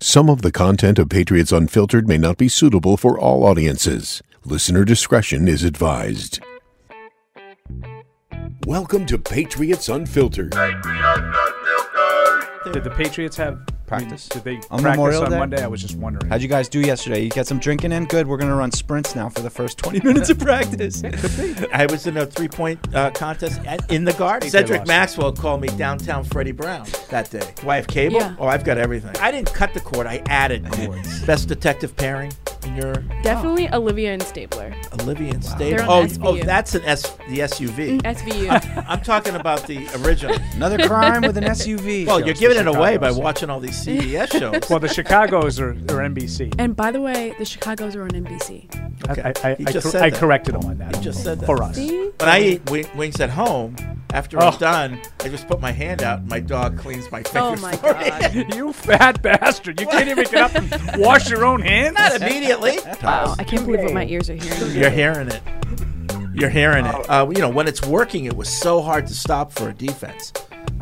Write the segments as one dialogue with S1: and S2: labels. S1: Some of the content of Patriots Unfiltered may not be suitable for all audiences. Listener discretion is advised. Welcome to Patriots Unfiltered.
S2: Did the Patriots have
S3: Practice?
S2: Did they
S3: On
S2: practice
S3: Memorial
S2: on
S3: Day?
S2: Monday? I was just wondering.
S3: How'd you guys do yesterday? You got some drinking in? Good. We're going to run sprints now for the first 20 minutes of practice.
S4: I was in a three point uh, contest at, in the garden. Cedric Maxwell called me downtown Freddie Brown that day. Do I have cable?
S5: Yeah.
S4: Oh, I've got everything. I didn't cut the cord, I added cords. Best detective pairing in your
S5: Definitely Olivia and Stapler.
S4: Olivia and
S5: They're
S4: Stable.
S5: on
S4: Oh,
S5: SVU.
S4: oh, that's an S, the SUV.
S5: Mm, SVU.
S4: I'm talking about the original.
S3: Another crime with an SUV.
S4: Well,
S3: Shows
S4: you're giving
S3: the
S4: it away by
S3: Chicago's.
S4: watching all these CBS shows.
S2: Well, the Chicago's are, are NBC.
S5: and by the way, the Chicago's are on NBC.
S4: Okay.
S2: I, I,
S4: He
S2: I,
S4: just
S2: cor-
S4: said
S2: I
S4: that.
S2: corrected him on that.
S4: He just said that.
S2: For us.
S5: See?
S4: When I eat wi- wings at home, after
S2: Oh.
S4: I'm done, I just put my hand out and my dog cleans my
S5: Oh
S4: fingers.
S5: my
S4: for me.
S5: god.
S2: You fat bastard. You can't even get up and wash your own hands?
S4: Not immediately.
S5: Wow, I can't believe what my ears are hearing.
S4: You're hearing it. You're hearing it.
S2: Oh.
S4: Uh, you know, when it's working, it was so hard to stop for a defense.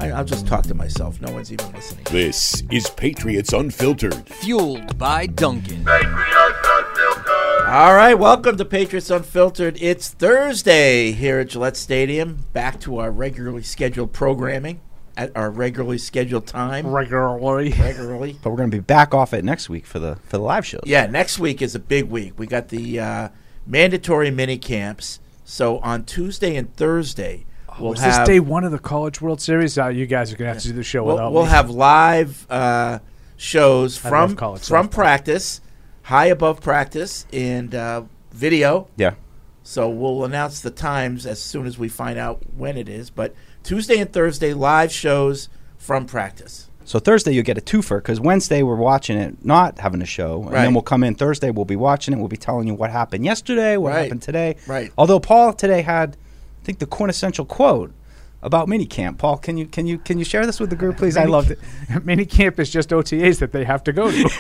S4: I, I'll just talk to myself. No one's even listening.
S1: This is Patriots Unfiltered.
S6: Fueled by Duncan.
S4: All right, welcome to Patriots Unfiltered. It's Thursday here at Gillette Stadium. Back to our regularly scheduled programming at our regularly scheduled time.
S2: Regularly.
S4: Regularly.
S3: But we're going to be back off it next week for the for the live shows.
S4: Yeah, next week is a big week. We got the uh, mandatory mini camps. So on Tuesday and Thursday, we'll
S2: Was
S4: have
S2: Oh, this day one of the College World Series? Uh, you guys are going to have to do the show
S4: We'll,
S2: without
S4: we'll
S2: me.
S4: have live uh, shows
S2: I
S4: from
S2: love college
S4: from
S2: softball.
S4: practice, high above practice, and uh, video.
S3: Yeah.
S4: So we'll announce the times as soon as we find out when it is. But Tuesday and Thursday live shows from practice.
S3: So Thursday you'll get a twofer because Wednesday we're watching it, not having a show, and
S4: Right.
S3: then we'll come in Thursday. We'll be watching it. We'll be telling you what happened yesterday, what
S4: Right.
S3: happened today.
S4: Right.
S3: Although Paul today had, I think, the quintessential quote about minicamp. Paul, can you can you can you share this with the group, please? I loved it.
S2: Mini camp is just OTAs that they have to go to.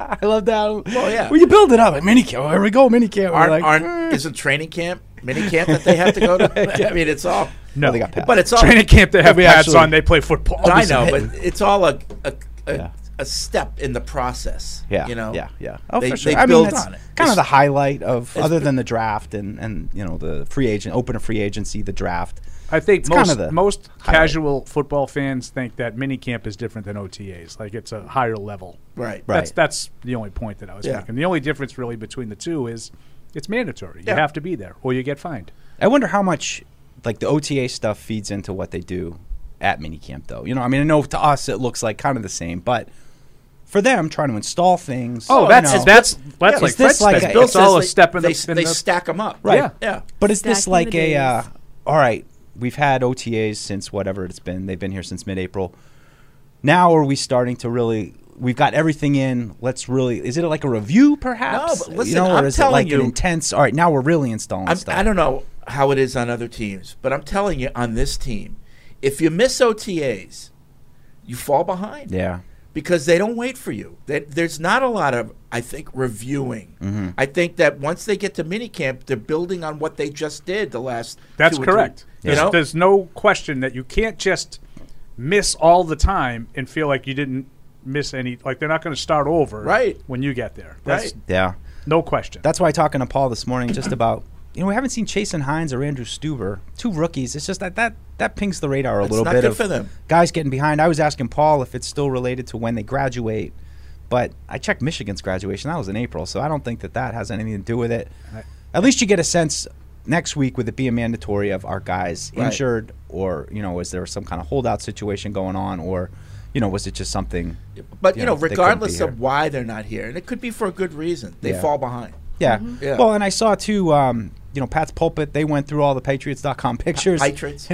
S3: I love that. Oh
S4: yeah.
S3: Well, you build it up. Like, minicamp. Here we go. Minicamp. We're
S4: Aren't,
S3: like,
S4: aren't
S2: "Hmm."
S3: "Mm."
S4: isn't training camp mini camp that they have to go to? I mean, it's all.
S2: No.
S3: they got pads.
S4: But it's all.
S2: Training camp, they have
S3: We
S2: pads
S3: actually-
S2: on. They play football.
S4: I know, but it's all a a, a,
S3: Yeah.
S4: a step in the process.
S3: Yeah,
S4: you know.
S3: yeah, yeah. Oh,
S4: They-
S3: for sure.
S4: they
S3: I mean,
S4: build
S3: that's
S4: on it.
S3: kind
S4: It's-
S3: of the highlight of other than the draft and and you know the free agent, open a free agency, the draft.
S2: I think
S3: kinda
S2: most,
S3: the
S2: most
S3: highlight.
S2: casual football fans think that minicamp is different than OTAs. Like it's a higher level.
S4: Right.
S3: Right.
S2: That's that's the only point that I was
S4: Yeah.
S2: making. The only difference really between the two is it's mandatory.
S4: Yeah.
S2: You have to be there or you get fined.
S3: I wonder how much like the OTA stuff feeds into what they do at minicamp, though. You know, I mean, I know to us it looks like kind of the same, but for them trying to install things. you know-
S2: Oh, that's
S4: Oh, that's
S3: like this Fred like said. a-
S4: Bill
S2: it's all a
S4: says
S2: step
S4: they,
S2: in the,
S4: they,
S2: in
S4: they
S2: the-
S4: stack them up.
S3: Right.
S2: Yeah.
S4: Yeah.
S3: But is this
S5: Back in
S3: like
S5: the
S3: a uh,
S5: days.
S3: all right? We've had OTAs since whatever it's been. They've been here since mid-April. Now are we starting to really? We've got everything in. Let's really. Is it like a review, perhaps?
S4: No, but listen,
S3: you know, or
S4: I'm
S3: is it like
S4: telling you-
S3: an intense? All right, now we're really installing
S4: I'm,
S3: stuff.
S4: I don't know how it is on other teams, but I'm telling you, on this team, if you miss OTAs, you fall behind.
S3: Yeah,
S4: Because they don't wait for you. They, there's not a lot of, I think, reviewing. I think that once they get to minicamp, they're building on what they just did the last.
S2: That's
S4: two or
S2: correct.
S4: Three, you
S2: There's,
S4: know?
S2: there's no question that you can't just miss all the time and feel like you didn't miss any. Like they're not going to start over
S4: Right.
S2: when you get there. That's
S4: Right.
S3: yeah.
S2: no question.
S3: That's why talking to Paul this morning just about you know we haven't seen Chasen Hines or Andrew Stuber, two rookies. It's just that that that pings the radar a little
S4: not
S3: bit
S4: good
S3: of
S4: for them.
S3: guys getting behind. I was asking Paul if it's still related to when they graduate, but I checked Michigan's graduation. That was in April, so I don't think that that has anything to do with it. At least you get a sense next week with it being mandatory of are guys
S4: Right.
S3: injured or you know is there some kind of holdout situation going on or you know was it just something
S4: but, you know,
S3: they couldn't be
S4: regardless
S3: here.
S4: of why they're not here, and it could be for a good reason, they
S3: Yeah.
S4: fall behind.
S3: Yeah.
S4: Yeah.
S3: Well, and I saw too, um, you know, Pat's pulpit. They went through all the Patriots.com pictures,
S4: Patriots.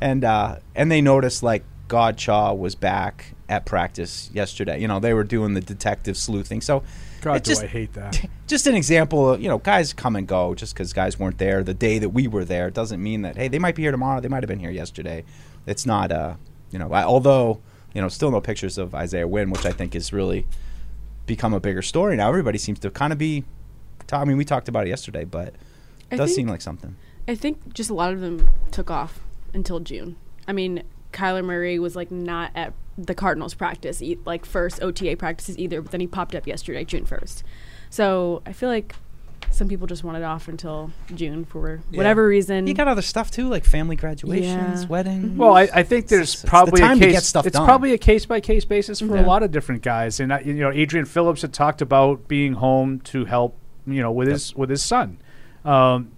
S3: and uh, and they noticed like Godshaw was back at practice yesterday. You know, they were doing the detective sleuthing. So,
S2: God,
S3: it
S2: do
S3: just,
S2: I hate that.
S3: Just an example of you know, guys come and go. Just because guys weren't there the day that we were there doesn't mean that hey, they might be here tomorrow. They might have been here yesterday. It's not, uh, you know, I, although you know, still no pictures of Isaiah Wynn, which I think is really become a bigger story now. Everybody seems to kind of be. ta- I mean, we talked about it yesterday, but it
S5: I
S3: does
S5: think-
S3: seem like something.
S5: I think just a lot of them took off until June. I mean, Kyler Murray was like not at the Cardinals practice, e- like first OTA practices either. But then he popped up yesterday, June first. So I feel like some people just want it off until June for whatever reason.
S3: You got other stuff too, like family graduations,
S5: Yeah.
S3: weddings.
S5: Mm-hmm.
S2: Well, I, I think there's
S3: It's- it's the
S2: probably
S3: time
S2: a
S3: to
S2: case.
S3: get stuff
S2: it's
S3: done.
S2: probably a case by case basis for
S5: Yeah.
S2: a lot of different guys, and I, you know, Adrian Phillips had talked about being home to help, you know, with his with his son. Um,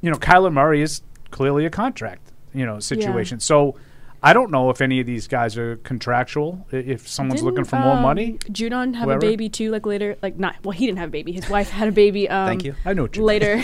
S2: you know, Kyler Murray is clearly a contract, you know, situation. So I don't know if any of these guys are contractual. i- If someone's looking
S5: Didn't,
S2: for more
S5: um,
S2: money,
S5: Judon have
S2: Whoever.
S5: a baby too, like later, like not. Well, he didn't have a baby. His wife had a baby. Um,
S3: Thank you.
S2: I know what you mean.
S5: Later,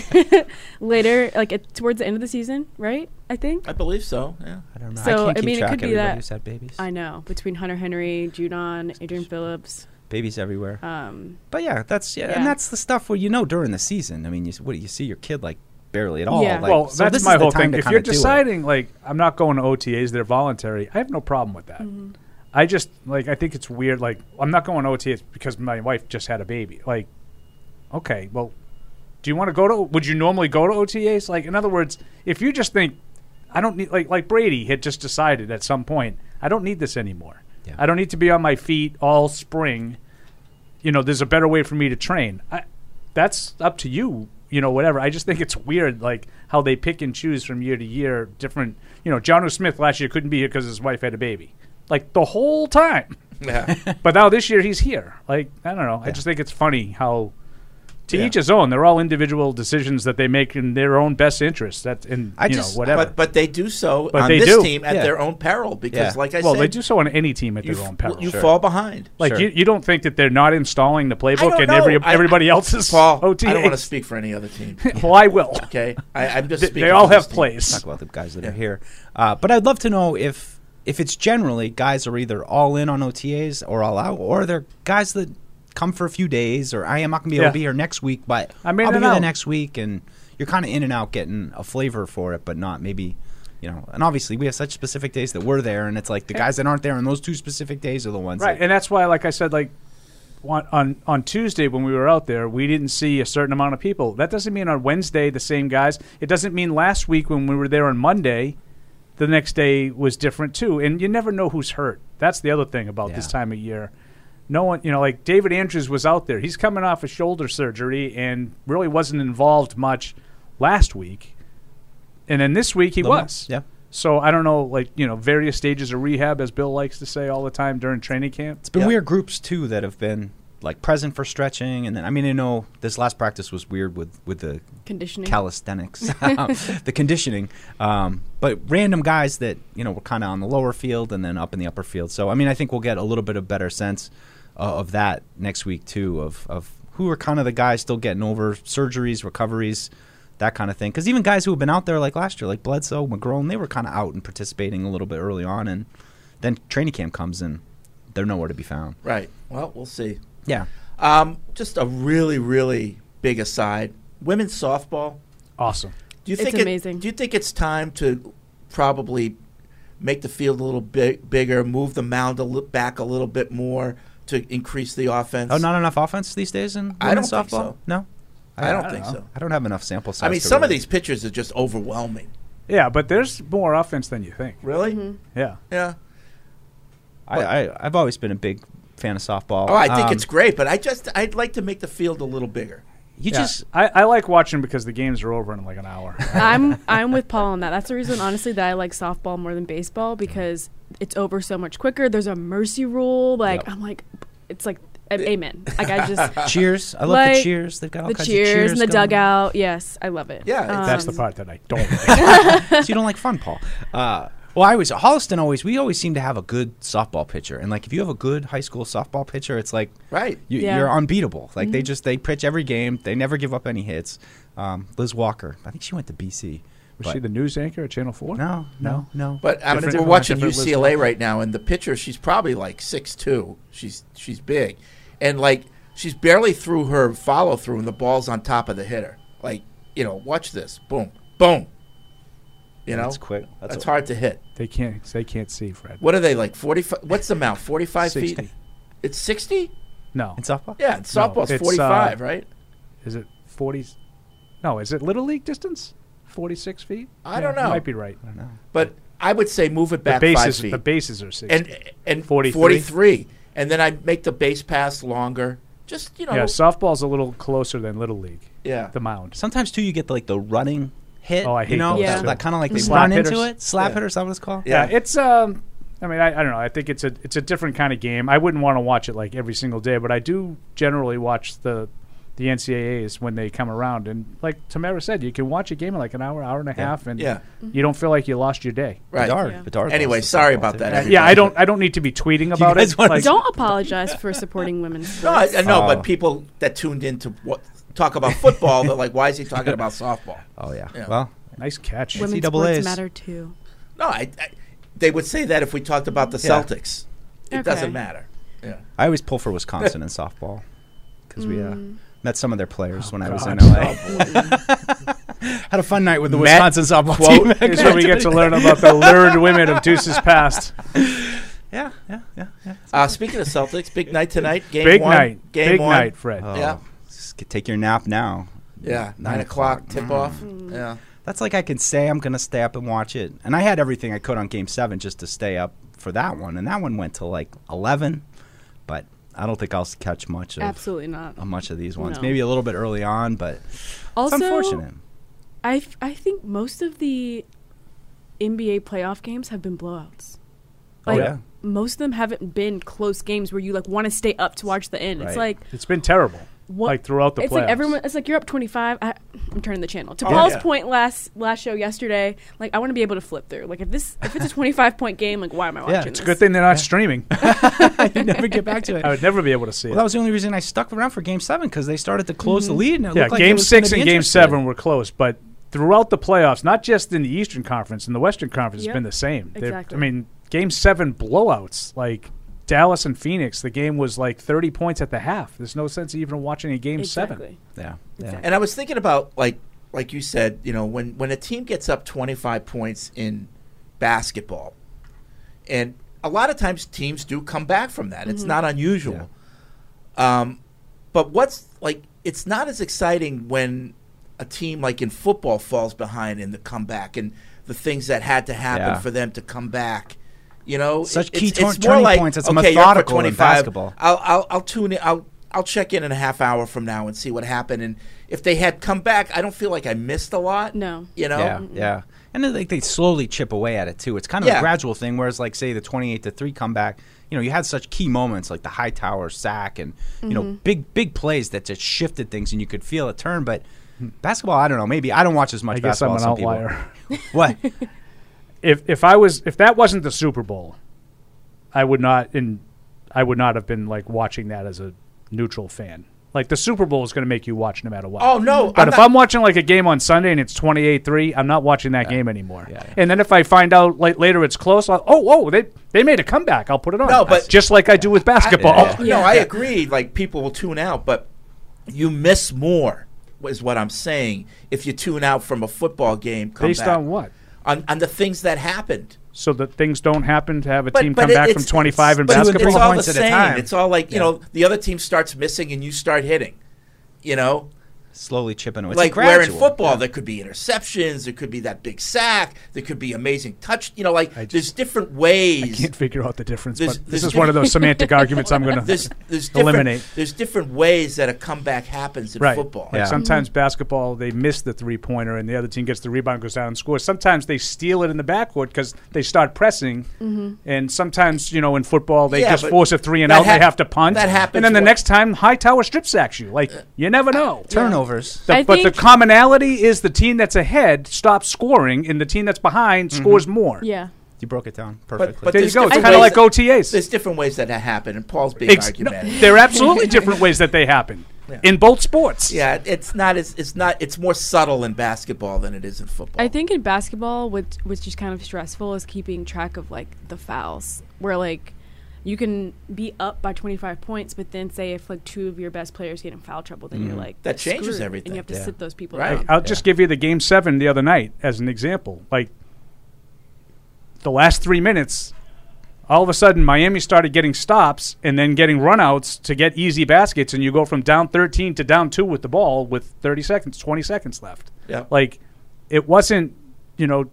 S5: later, like at, towards the end of the season, right? I think.
S4: I believe so. Yeah.
S3: I don't know.
S5: So,
S3: I can't
S5: I
S3: keep
S5: mean, it
S3: track
S5: could
S3: of
S5: be
S3: everybody
S5: that-
S3: who's had babies.
S5: I know between Hunter Henry, Judon, Adrian Phillips.
S3: babies everywhere.
S5: Um,
S3: But yeah, that's yeah,
S5: Yeah.
S3: and that's the stuff where you know during the season. I mean, you s- what do you see your kid like barely at all?
S5: Yeah.
S3: Like,
S2: well,
S3: so this
S2: that's
S3: is
S2: my
S3: the
S2: whole
S3: time
S2: thing.
S3: to
S2: If
S3: kinda
S2: you're
S3: do it.
S2: deciding, like, I'm not going to OTAs, they're voluntary, I have no problem with that. I just, like, I think it's weird. Like, I'm not going to OTAs because my wife just had a baby. Like, okay, well, do you want to go to, would you normally go to OTAs? Like, in other words, if you just think, I don't need, like, like Brady had just decided at some point, I don't need this anymore.
S3: Yeah.
S2: I don't need to be on my feet all spring you know, there's a better way for me to train. I, that's up to you, you know, whatever. I just think it's weird, like how they pick and choose from year to year. Different, you know, John o. Smith last year couldn't be here because his wife had a baby, like the whole time. but now this year he's here. Like I don't know. I just think it's funny how. To
S3: Yeah.
S2: each his own. They're all individual decisions that they make in their own best interest. That's in
S3: I
S2: you
S3: just-
S2: know whatever.
S4: But but they do so
S2: But
S4: on
S2: they
S4: this
S2: do.
S4: team at
S3: Yeah.
S4: their own peril because,
S3: Yeah.
S4: like I
S2: well,
S4: said,
S2: they do so on any team at
S4: you,
S2: their own
S4: f-
S2: peril.
S4: you
S3: Sure.
S4: fall behind.
S2: like
S3: Sure.
S2: you, you don't think that they're not installing the playbook
S4: don't
S2: and
S4: know.
S2: every
S4: I-
S2: everybody else's
S4: Paul,
S2: OTA.
S4: I don't want to speak for any other team.
S2: well, I will.
S4: Okay, I, I'm just.
S2: They-
S4: speaking
S2: they all
S4: for this
S2: have
S4: team.
S2: plays.
S3: talk about the guys that are here. Uh, but I'd love to know if if it's generally guys are either all in on OTAs or all out, or they're guys that come for a few days, or I am not gonna be able
S2: Yeah.
S3: to be here next week, but
S2: I'm in
S3: I'll be
S2: and
S3: here the
S2: out.
S3: next week, and you're kind of in and out getting a flavor for it, but not maybe. You know, and obviously we have such specific days that we're there, and it's like the guys that aren't there on those two specific days are the ones.
S2: Right,
S3: That,
S2: and that's why, like I said, like on, on on Tuesday when we were out there, we didn't see a certain amount of people. That doesn't mean on Wednesday the same guys. It doesn't mean last week when we were there on Monday, the next day was different too. And you never know who's hurt. That's the other thing about this
S3: Yeah.
S2: time of year. No one, you know, like David Andrews was out there. He's coming off a shoulder surgery and really wasn't involved much last week. And then this week he
S3: Lamar,
S2: was.
S3: yeah.
S2: So I don't know, like you know, various stages of rehab, as Bill likes to say all the time during training camp.
S3: It's been
S4: Yeah.
S3: weird groups too that have been like present for stretching, and then I mean I know this last practice was weird with with the
S5: Conditioning.
S3: calisthenics, the conditioning, um, but random guys that you know were kind of on the lower field and then up in the upper field. So I mean I think we'll get a little bit of better sense uh, of that next week too of of who are kind of the guys still getting over surgeries, recoveries. That kind of thing, because even guys who have been out there like last year, like Bledsoe, McGrone, they were kind of out and participating a little bit early on, and then training camp comes and they're nowhere to be found.
S4: Right. Well, we'll see.
S3: Yeah.
S4: Um, just a really, really big aside. Women's softball.
S2: Awesome.
S4: Do you
S5: It's
S4: think it-
S5: amazing.
S4: do you think it's time to probably make the field a little bit bigger, move the mound a li- back a little bit more to increase the offense?
S3: Oh, not enough offense these days in
S4: I
S3: women's
S4: don't
S3: softball?
S4: think so.
S3: No.
S4: I don't think so.
S3: I don't have enough sample size.
S4: I mean,
S3: to
S4: some of
S3: really-
S4: these pitchers are just overwhelming.
S2: Yeah, but there's more offense than you think.
S4: Really?
S2: Yeah.
S4: Yeah.
S3: I, I, I've always been a big fan of softball.
S4: Oh, I think
S3: Um,
S4: it's great, but I just I'd like to make the field a little bigger.
S3: You
S2: Yeah.
S3: just.
S2: I, I like watching because the games are over in like an hour.
S5: I'm I'm with Paul on that. That's the reason, honestly, that I like softball more than baseball because it's over so much quicker. There's a mercy rule. Like
S3: Yep.
S5: I'm like, it's like, a- amen. Like I just
S3: Cheers. I love the
S5: Like,
S3: cheers. They've got all
S5: the
S3: kinds
S5: cheers,
S3: of cheers.
S5: and the
S3: going.
S5: dugout. Yes, I love it.
S4: Yeah, it's-
S2: That's the
S5: Um,
S2: part that I don't. Like.
S3: so you don't like fun, Paul. Uh, well, I was Holliston. Always, we always seem to have a good softball pitcher, and like if you have a good high school softball pitcher, it's like
S4: Right.
S3: you,
S5: Yeah. Mm-hmm.
S3: you're unbeatable. Like they just they pitch every game. They never give up any hits. Um, Liz Walker, I think she went to BC.
S2: Was
S3: but-
S2: she the news anchor at Channel Four?
S3: No, no, no.
S4: But I mean,
S2: Different-
S4: we're watching
S2: different list.
S4: UCLA right now, and the pitcher she's probably like six two. She's she's big, and like she's barely through her follow through, and the ball's on top of the hitter. Like you know, watch this, boom, boom. You know,
S3: That's quick. That's
S4: That's,
S3: a-
S4: hard to hit.
S2: They can't. They can't see Fred.
S4: What are they like? Forty five? What's the mound? Forty five feet?
S2: 60.
S4: It's sixty?
S2: No.
S3: in softball,
S4: Yeah, and softball's
S2: it's, uh,
S4: forty five, right?
S2: Is it forty? No. Is it Little League distance? Forty-six feet.
S4: I don't
S2: You
S4: know.
S2: might be right.
S3: I don't know.
S4: But I would say move it
S2: The
S4: back five
S2: bases,
S4: feet.
S2: the bases are six.
S4: and and
S2: 43?
S4: 43. and then I make the base pass longer. Just you know,
S2: yeah, softball's a little closer than little league.
S4: Yeah.
S2: the mound.
S3: Sometimes too, you get like the running hit.
S2: Oh, I
S3: you
S2: hate
S3: know,
S2: those,
S5: Yeah.
S3: that, kind of like they
S2: Slap
S3: run into
S2: hitters.
S3: it. Slap
S4: Yeah.
S3: hitter, is that what it's called?
S2: Yeah,
S4: Yeah.
S2: it's um. I mean, I, I don't know. I think it's a it's a different kind of game. I wouldn't want to watch it like every single day, but I do generally watch the the NCAAs when they come around. And like Tamara said, you can watch a game in like an hour, hour and a half, and
S4: Yeah.
S2: you don't feel like you lost your day.
S4: right.
S3: Bedard,
S5: Mm-hmm. Yeah.
S3: Bedard
S4: Anyway,
S3: lost the
S4: sorry
S3: softball
S4: about
S3: too.
S4: that,
S3: Yeah.
S4: everybody.
S2: Yeah, I don't I don't need to be tweeting about
S3: guys
S2: it.
S3: wanna
S2: Like,
S5: Don't apologize for supporting women's
S4: No, I,
S5: sports.
S4: I know,
S3: Oh.
S4: but people that tuned in to what talk about football, they're like, why is he talking about softball?
S3: Oh yeah.
S4: Yeah.
S3: Well,
S2: nice catch.
S5: women's
S3: NCAAs.
S5: sports matter too.
S4: No, I, I, they would say that if we talked about the
S3: Yeah.
S4: Celtics. It doesn't
S5: Okay.
S4: matter. Yeah.
S3: I always pull for Wisconsin in softball because we uh, met some of their players when I was in
S2: God.
S3: LA. Had a fun night with the
S4: Met
S3: Wisconsin softball
S4: quote
S3: team.
S2: Is where we get to learn about the lurid women of Deuces Past.
S3: yeah, yeah, yeah, yeah.
S4: Uh, speaking of Celtics, big night tonight. Game
S2: Big
S4: one.
S2: night,
S4: Game
S2: big
S4: one.
S2: night, Fred.
S3: Oh,
S4: Yeah.
S3: just get- take your nap now.
S4: Yeah. Nine,
S3: Nine
S4: o'clock,
S3: o'clock. Mm.
S4: tip off. Yeah.
S3: That's like I can say I'm gonna stay up and watch it, and I had everything I could on Game Seven just to stay up for that one, and that one went to like eleven, but I don't think I'll s- catch much of
S5: Absolutely not.
S3: of much of these ones.
S5: No.
S3: Maybe a little bit early on, but
S5: also,
S3: it's unfortunate.
S5: I, f- I think most of the NBA playoff games have been blowouts.
S3: Oh,
S5: Like,
S3: yeah.
S5: Most of them haven't been close games where you like want to stay up to watch the end. It's
S3: Right.
S5: like
S2: It's been terrible.
S5: what
S2: Like throughout the
S5: it's
S2: playoffs.
S5: like everyone. It's like you're up 25. I, I'm turning the channel. To
S4: Oh,
S5: Paul's
S4: yeah.
S5: point last last show yesterday, like I want to be able to flip through. Like if this if it's a 25 point game, like why am I watching?
S3: Yeah,
S2: It's
S5: this?
S2: a good thing they're not streaming.
S3: you never get back to it.
S2: I would never be able to see
S3: Well, that
S2: it.
S3: was the only reason I stuck around for Game Seven because they started to close
S2: Mm-hmm.
S3: the lead. And it
S2: Yeah,
S3: looked like it
S2: game
S3: was
S2: six
S3: gonna
S2: and
S3: be
S2: game
S3: interesting.
S2: seven were close, but throughout the playoffs, not just in the Eastern Conference, in the Western Conference,
S5: Yep.
S2: it's been the same. They're-
S5: Exactly.
S2: I mean, game seven blowouts, like Dallas and Phoenix, the game was like 30 points at the half. There's no sense even watching a game seven.
S5: Exactly.
S3: Yeah, yeah.
S5: Exactly.
S4: And I was thinking about like like you said, you know, when when a team gets up 25 points in basketball, and a lot of times teams do come back from that.
S3: Mm-hmm.
S4: It's not unusual. Um, but what's like it's not as exciting when a team like in football falls behind in the comeback and the things that had to happen
S3: Yeah.
S4: for them to come back. You know,
S3: Such
S4: It-
S3: key
S4: it's, it's
S3: turn-
S4: more
S3: turning
S4: like,
S3: points. It's
S4: okay, you're up for
S3: methodical in
S4: 25.
S3: basketball.
S4: I'll, I'll I'll tune in. I'll I'll check in in a half hour from now and see what happened. And if they had come back, I don't feel like I missed a lot.
S5: No.
S4: you know.
S3: Yeah, yeah. And then like they slowly chip away at it too. It's kind of a
S4: Yeah.
S3: gradual thing. Whereas like say the twenty eight to three comeback, you know, you had such key moments like the high tower sack and you know
S4: Mm-hmm.
S3: big big plays that just shifted things and you could feel a turn. But basketball, I don't know. Maybe I don't watch as much
S2: Hmm. I guess I'm
S3: basketball.
S2: an
S3: as some
S2: outlier.
S3: People. What?
S2: if if I was if that wasn't the Super Bowl, I would not in I would not have been like watching that as a neutral fan. Like the Super Bowl is going to make you watch no matter what.
S4: Oh no!
S2: But
S4: I'm
S2: if
S4: not-
S2: I'm watching like a game on Sunday and it's 28-3, I'm not watching that game anymore.
S3: Yeah, yeah.
S2: And then if I find out like, later it's close, I'll, oh, whoa, they they made a comeback. I'll put it on.
S4: No, but-
S2: just like I do with basketball.
S3: Yeah,
S4: No, I agree. Like people will tune out, but you miss more is what I'm saying. If you tune out from a football game, come
S2: Based
S4: back.
S2: on what?
S4: On, on the things that happened.
S2: So that things don't happen to have a
S4: But-
S2: team
S4: but
S2: come
S4: it-
S2: back
S4: it's-
S2: from 25 in
S4: but it's-
S2: basketball.
S4: It's all
S3: Points
S4: the
S3: at a
S4: same.
S3: time.
S4: It's all like you
S3: Yeah.
S4: know the other team starts missing and you start hitting. You know,
S3: slowly chipping away. It's a
S4: like where in
S3: gradual.
S4: football there could be interceptions, there could be that big sack, there could be amazing touch. You know, like there's different ways.
S2: Can't figure out the difference.
S4: There's-
S2: but
S4: there's
S2: this is one of those semantic arguments I'm going
S4: There's
S2: to
S4: there's different,
S2: eliminate.
S4: There's different ways that a comeback happens in
S2: Right.
S4: football. Mm-hmm.
S2: Like
S3: Yeah.
S2: sometimes basketball, they miss the three pointer and the other team gets the rebound, goes down and scores. Sometimes they steal it in the backcourt because they start pressing.
S5: Mm-hmm.
S2: And sometimes, you know, in football, they
S4: Mm-hmm. Yeah,
S2: just
S4: but
S2: force a three and
S4: that
S2: out. and
S4: hap-
S2: they have to punt.
S4: that happens Uh,
S2: And then the
S4: when-
S2: next time, Hightower strip sacks you. Like, you never know.
S3: turnovers.
S2: The-
S5: I
S2: but the
S5: think-
S2: commonality is the team that's ahead stops scoring, and the team that's behind scores more.
S5: Mm-hmm. Yeah.
S3: You broke it down perfectly.
S4: but
S2: There you
S4: There's
S2: go. It's
S4: different
S2: kind of
S4: ways
S2: like
S4: that-
S2: OTAs.
S4: There's different ways that that happen, and Paul's being
S2: Ex- no,
S4: argumentative.
S2: they're absolutely different ways that they happen in both sports.
S4: Yeah, it's not as it's not it's more subtle in basketball than it is in football.
S5: I think in basketball, which which is kind of stressful, is keeping track of like the fouls, where like you can be up by 25 points, but then say if like two of your best players get in foul trouble, then you're like
S4: Mm. That changes
S5: screwed,
S4: everything.
S5: and you have to
S3: Yeah.
S5: sit those people
S4: Right.
S5: down.
S2: I'll just give you the game seven the other night as an example. Like the last three minutes, all of a sudden Miami started getting stops and then getting runouts to get easy baskets, and you go from down thirteen to down two with the ball with thirty seconds, twenty seconds left.
S4: Yeah.
S2: Like it wasn't, you know,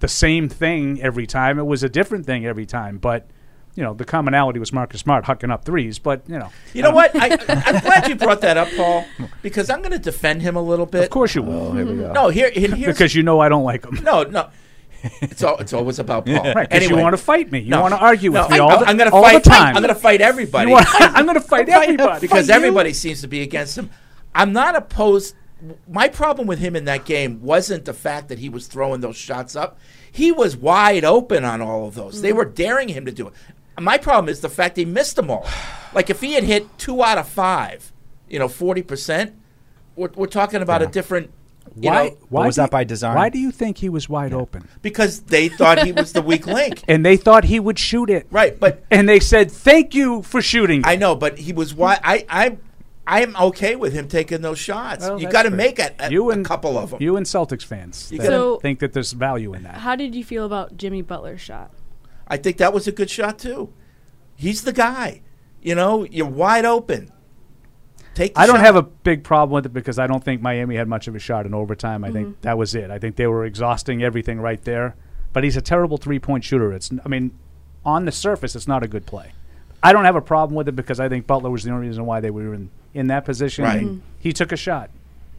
S2: the same thing every time. It was a different thing every time. But you know, the commonality was Marcus Smart hucking up threes. But you know,
S4: You know what? I, I'm glad you brought that up, Paul, because I'm going to defend him a little bit.
S2: of course you will,
S3: Oh, Here we go.
S4: No, here, here- here's
S2: because you know I don't like him.
S4: no, no. It's all, it's always about Paul.
S2: Right? Because
S4: Anyway,
S2: you want to fight me. You
S4: no,
S2: want to argue
S4: no,
S2: with me
S4: I-
S2: all the,
S4: I'm gonna
S2: all
S4: fight,
S2: the time.
S4: I'm going to fight everybody
S2: You wanna- I'm going to fight everybody
S4: because everybody seems to be against him. I'm not opposed. My problem with him in that game wasn't the fact that he was throwing those shots up. He was wide open on all of those.
S2: Mm.
S4: They were daring him to do it. My problem is the fact he missed them all. Like if he had hit two out of five, you know, forty percent, we're, we're talking about a different. You
S2: Why?
S4: know,
S2: why
S3: But was
S2: do
S3: that
S2: you-
S3: by design?
S2: Why do you think he was wide open?
S4: because they thought he was the weak link,
S2: And they thought he would shoot it.
S4: right? But
S2: And they said, "Thank you for shooting."
S4: I know, but he was why I I I'm okay with him taking those shots.
S2: Well,
S4: you
S2: that's
S4: got to
S2: fair.
S4: make a, a,
S2: you
S4: a
S2: and
S4: couple of them.
S2: You and Celtics fans that
S4: gotta-
S5: So-
S2: think that there's value in that.
S5: How did you feel about Jimmy Butler's shot?
S4: I think that was a good shot too. He's the guy. You know, you're wide open. Take. The
S2: I don't
S4: shot.
S2: have a big problem with it because I don't think Miami had much of a shot in overtime. I
S4: Mm-hmm.
S2: think that was it. I think they were exhausting everything right there. But he's a terrible three-point shooter. It's I mean, on the surface, it's not a good play. I don't have a problem with it because I think Butler was the only reason why they were in, in that position.
S4: Right.
S2: And He took a shot.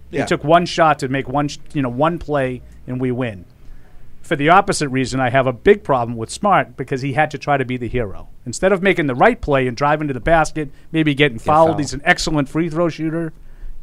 S4: Yeah.
S2: He took one shot to make one, sh- you know, one play, and we win. For the opposite reason, I have a big problem with Smart because he had to try to be the hero instead of making the right play and driving to the basket, maybe getting fouled.
S3: fouled.
S2: He's an excellent free throw shooter.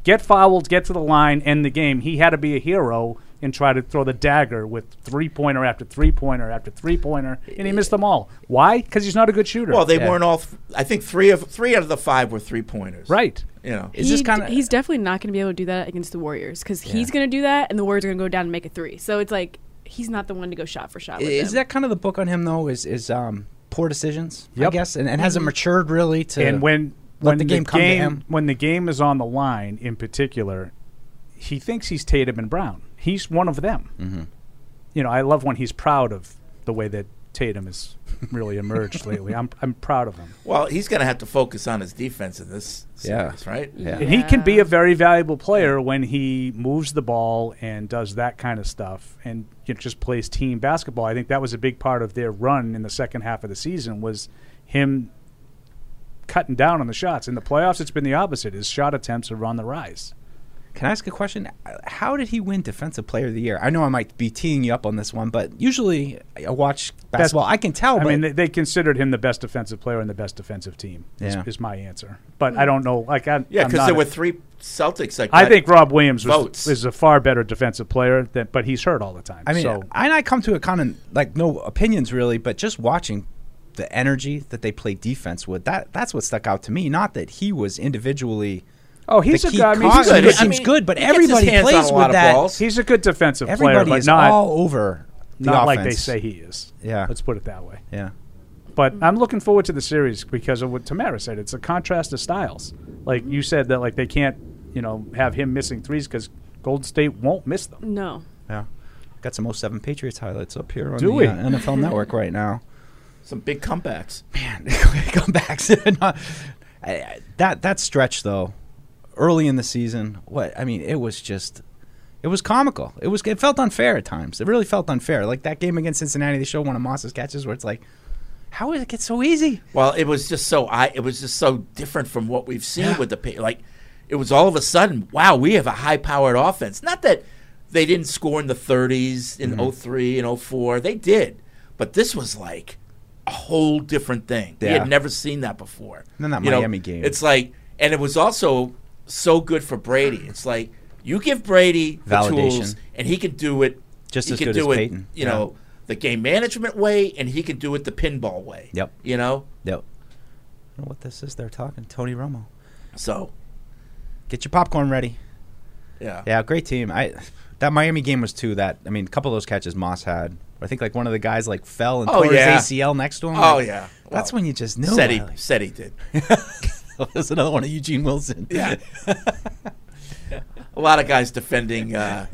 S2: Get fouled, get to the line, end the game. He had to be a hero and try to throw the dagger with three pointer after three pointer after three pointer, and he missed them all. Why? Because he's not a good shooter.
S4: Well, they
S3: Yeah.
S4: weren't all. Th- I think three of three out of the five were three pointers.
S2: right.
S4: You know.
S3: Is this
S5: He d-
S3: kinda-
S5: he's definitely not going to be able to do that against the Warriors because he's going to do that, and the Warriors are going to go down and make a three. So it's like he's not the one to go shot for shot. With
S3: Is
S5: them.
S3: that kind of the book on him though? Is is um, poor decisions? I
S2: Yep.
S3: guess, and, and hasn't matured really to.
S2: and when
S3: let
S2: when
S3: the game come to him.
S2: when the game is on the line in particular, he thinks he's Tatum and Brown. He's one of them. You know, I love when he's proud of the way that Tatum has really emerged lately. I'm I'm proud of him.
S4: Well, he's going to have to focus on his defense in this
S3: Yeah.
S4: series, right?
S3: yeah.
S2: And he can be a very valuable player when he moves the ball and does that kind of stuff and you know, just plays team basketball. I think that was a big part of their run in the second half of the season was him cutting down on the shots. In the playoffs, it's been the opposite. His shot attempts are on the rise.
S3: Can I ask a question? How did he win Defensive Player of the Year? I know I might be teeing you up on this one, but usually I watch basketball. I can tell.
S2: I
S3: but
S2: mean, they, they considered him the best defensive player and the best defensive team. Is,
S3: Yeah.
S2: is my answer, but I don't know. Like, I'm,
S4: Yeah,
S2: I'm
S4: because
S2: not
S4: there
S2: a-
S4: were three Celtics. That
S2: I
S4: got-
S2: think Rob Williams
S4: votes.
S2: was, is a far better defensive player, than, but he's hurt all the time.
S3: I mean,
S2: so
S3: I- and I come to it kind of like no opinions really, but just watching the energy that they play defense with that that's what stuck out to me. Not that he was individually.
S2: oh, he's
S3: the
S2: a
S3: key
S2: good. I mean,
S3: cog
S2: he's a
S3: of
S2: good,
S3: it seems good, but
S4: he gets his
S3: everybody
S4: hands on
S3: plays
S4: a lot
S3: with
S4: of
S3: that.
S4: balls.
S2: he's a good defensive player,
S3: Everybody
S2: but
S3: is
S2: not
S3: all over the
S2: not
S3: offense.
S2: like they say he is.
S3: Yeah.
S2: let's put it that way.
S3: Yeah.
S2: But I'm looking forward to the series because of what Tamara said. It's a contrast of styles. Like you said that, like they can't, you know, have him missing threes because Golden State won't miss them.
S5: no?
S3: Yeah. Got some 07 Patriots highlights up here on
S2: Do
S3: the
S2: we?
S3: uh, NFL Network right now.
S4: some big comebacks.
S3: Man, comebacks. Not- I- I- that that stretch though, early in the season, what I mean, it was just, it was comical. It was it felt unfair at times. It really felt unfair. Like that game against Cincinnati, they show one of Moss's catches where it's like, how did it get so easy?
S4: Well, it was just so I it was just so different from what we've seen with the Pa- like it was all of a sudden, wow, we have a high powered offense. Not that they didn't score in the 30s
S3: Mm-hmm.
S4: in oh three 03 and 04. They did. But this was like a whole different thing. We
S3: Yeah.
S4: had never seen that before.
S3: And then that
S4: know,
S3: Miami game.
S4: It's like and it was also so good for Brady. It's like you give Brady the tools
S3: Validation.
S4: and he can do it
S3: Just
S4: he
S3: as
S4: can
S3: good
S4: do
S3: as
S4: it,
S3: Peyton.
S4: You
S3: Yeah.
S4: know, the game management way and he can do it the pinball way.
S3: Yep.
S4: You know?
S3: Yep. I don't know what this is? They're talking Tony Romo.
S4: So
S3: Get your popcorn ready.
S4: Yeah.
S3: Yeah, great team. I that Miami game was too. That I mean, a couple of those catches Moss had. I think like one of the guys like fell and
S4: Oh,
S3: tore
S4: yeah.
S3: his ACL next to him.
S4: Oh
S3: Like,
S4: yeah.
S3: that's when you just knew.
S4: said he
S3: like,
S4: said he did.
S3: There's another one of Eugene Wilson.
S4: Yeah. a lot of guys defending uh,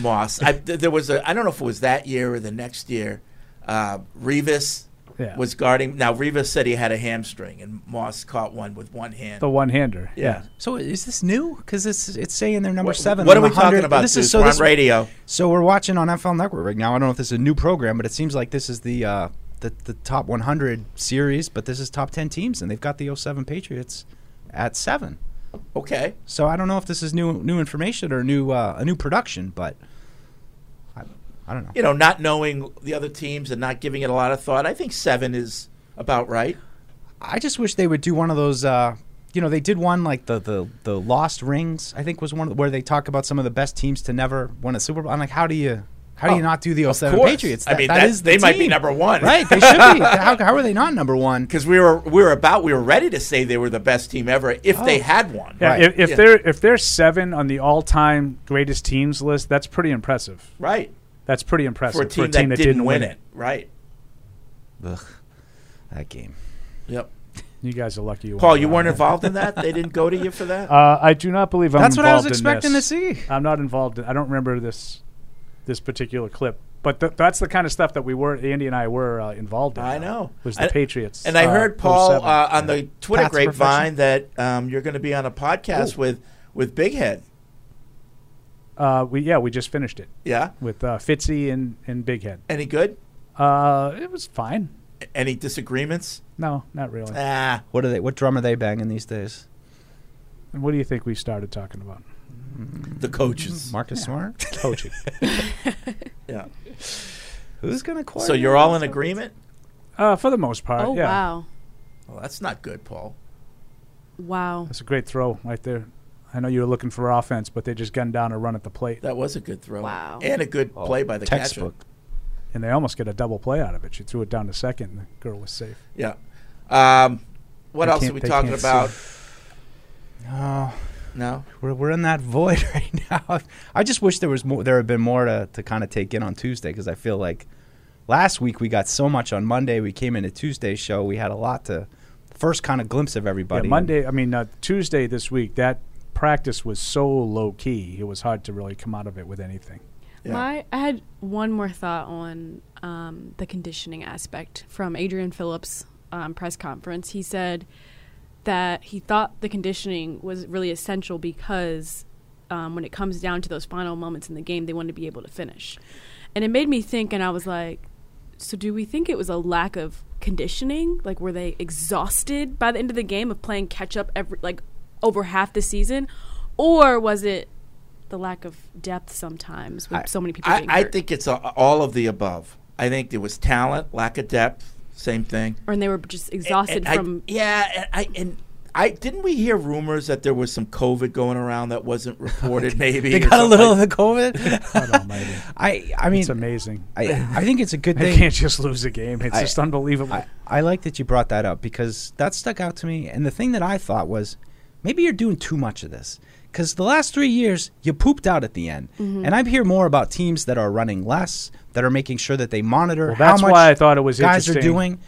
S4: Moss. I, th- there was a I don't know if it was that year or the next year. Uh, Revis
S2: Yeah.
S4: was guarding. Now Rivas said he had a hamstring, and Moss caught one with one hand.
S2: the one hander. Yeah.
S3: So is this new? Because it's it's saying they're number seven.
S4: What
S3: on
S4: are we
S3: 100
S4: talking about?
S3: This
S4: dude?
S3: is so
S4: We're
S3: this,
S4: on radio.
S3: So we're watching on NFL Network right now. I don't know if this is a new program, but it seems like this is the uh, the, the top 100 series. But this is top 10 teams, and they've got the 07 Patriots at seven.
S4: Okay.
S3: So I don't know if this is new new information or new uh, a new production, but I, I don't know.
S4: You know, not knowing the other teams and not giving it a lot of thought. I think seven is about right.
S3: I just wish they would do one of those. Uh, you know, they did one like the, the the Lost Rings. I think was one of, where they talk about some of the best teams to never win a Super Bowl. I'm like, how do you how do you
S4: Oh,
S3: not do the 07
S4: course.
S3: Patriots?
S4: I mean, that- they might be
S3: team.
S4: number one.
S3: right? They should be. How, how are they not number one?
S4: Because we were we were about we were ready to say they were the best team ever if they
S3: Oh.
S4: had one.
S2: Yeah,
S3: Right.
S2: if, if
S4: Yeah.
S2: they're if they're seven on the all-time greatest teams list, that's pretty impressive.
S4: Right.
S2: That's pretty impressive
S4: For a team, that, didn't, win it. Right.
S3: Ugh, that game.
S4: Yep.
S2: You guys are lucky. You
S4: Paul,
S2: weren't
S4: you weren't
S2: around.
S4: involved in that. They didn't go to you for that.
S2: Uh, I do not believe I'm.
S3: That's what I was
S2: involved in
S3: expecting
S2: this.
S3: to see.
S2: I'm not involved. In, I don't remember this this particular clip, but th- that's the kind of stuff that we were Andy and I were uh, involved in.
S4: I
S2: though,
S4: know.
S2: was the
S4: I-
S2: Patriots.
S4: And I
S2: uh,
S4: heard Paul
S2: 07.
S4: uh, on the Twitter
S3: Paths to
S4: grapevine that um, you're going to be on a podcast with with Big Head.
S2: Uh, we yeah we just finished it
S4: Yeah.
S2: with uh, Fitzy and and Big Head.
S4: Any good?
S2: Uh, it was fine.
S4: Any disagreements?
S2: No, not really.
S4: Ah,
S3: What are they? What drum are they banging these days?
S2: And what do you think we started talking about?
S4: the coaches.
S3: Marcus Smart.
S2: Coaching.
S4: Yeah.
S3: Who's gonna quit?
S4: So you're all in agreement?
S2: uh, for the most part.
S5: oh
S2: yeah.
S5: wow,
S4: Well, that's not good, Paul.
S5: wow.
S2: That's a great throw right there. I know you were looking for offense, but they just gunned down a run at the plate,
S4: That was a good throw.
S5: Wow.
S4: And a good play by the
S3: Oh, textbook.
S4: catcher.
S2: and they almost get a double play out of it. She threw it down to second, and the girl was safe.
S4: Yeah. Um, what
S2: They
S4: else are
S2: can't-
S4: we
S2: they
S4: talking
S2: can't
S4: about?
S3: Oh,
S4: No.
S3: we're, we're in that void right now. I just wish there was more. There had been more to, to kind of take in on Tuesday because I feel like last week we got so much on Monday. We came into Tuesday's show. We had a lot to first kind of glimpse of
S2: Yeah,
S3: everybody.
S2: Monday, I mean uh, Tuesday this week, that practice was so low key. It was hard to really come out of it with anything.
S4: Yeah.
S5: My, I had one more thought on um, the conditioning aspect from Adrian Phillips' um, press conference. He said that he thought the conditioning was really essential because um, when it comes down to those final moments in the game, they want to be able to finish. And it made me think, and I was like, so do we think it was a lack of conditioning? Like, were they exhausted by the end of the game of playing catch up every like over half the season, or was it the lack of depth sometimes with
S3: I-
S5: so many people?
S4: I,
S5: getting
S4: I
S5: hurt?
S4: think it's a, all of the above. I think there was talent, lack of depth, same thing.
S5: or and they were just exhausted
S4: And I-
S5: from
S4: yeah, and I and I didn't we hear rumors that there was some COVID going around that wasn't reported. Maybe
S3: they
S4: or
S3: got a
S4: something
S3: little of
S4: like-
S3: the COVID.
S2: God almighty.
S3: I I mean,
S2: it's amazing.
S3: I I think it's a good
S2: They
S3: thing.
S2: can't just lose a game. It's
S3: I-
S2: just unbelievable.
S3: I, I like that you brought that up because that stuck out to me. And the thing that I thought was maybe you're doing too much of this. Because the last three years, you pooped out at the end.
S4: Mm-hmm.
S3: And I hear more about teams that are running less, that are making sure that they monitor
S2: Well,
S3: how
S2: that's
S3: much
S2: why I thought it was
S3: guys are
S2: interesting.
S3: doing.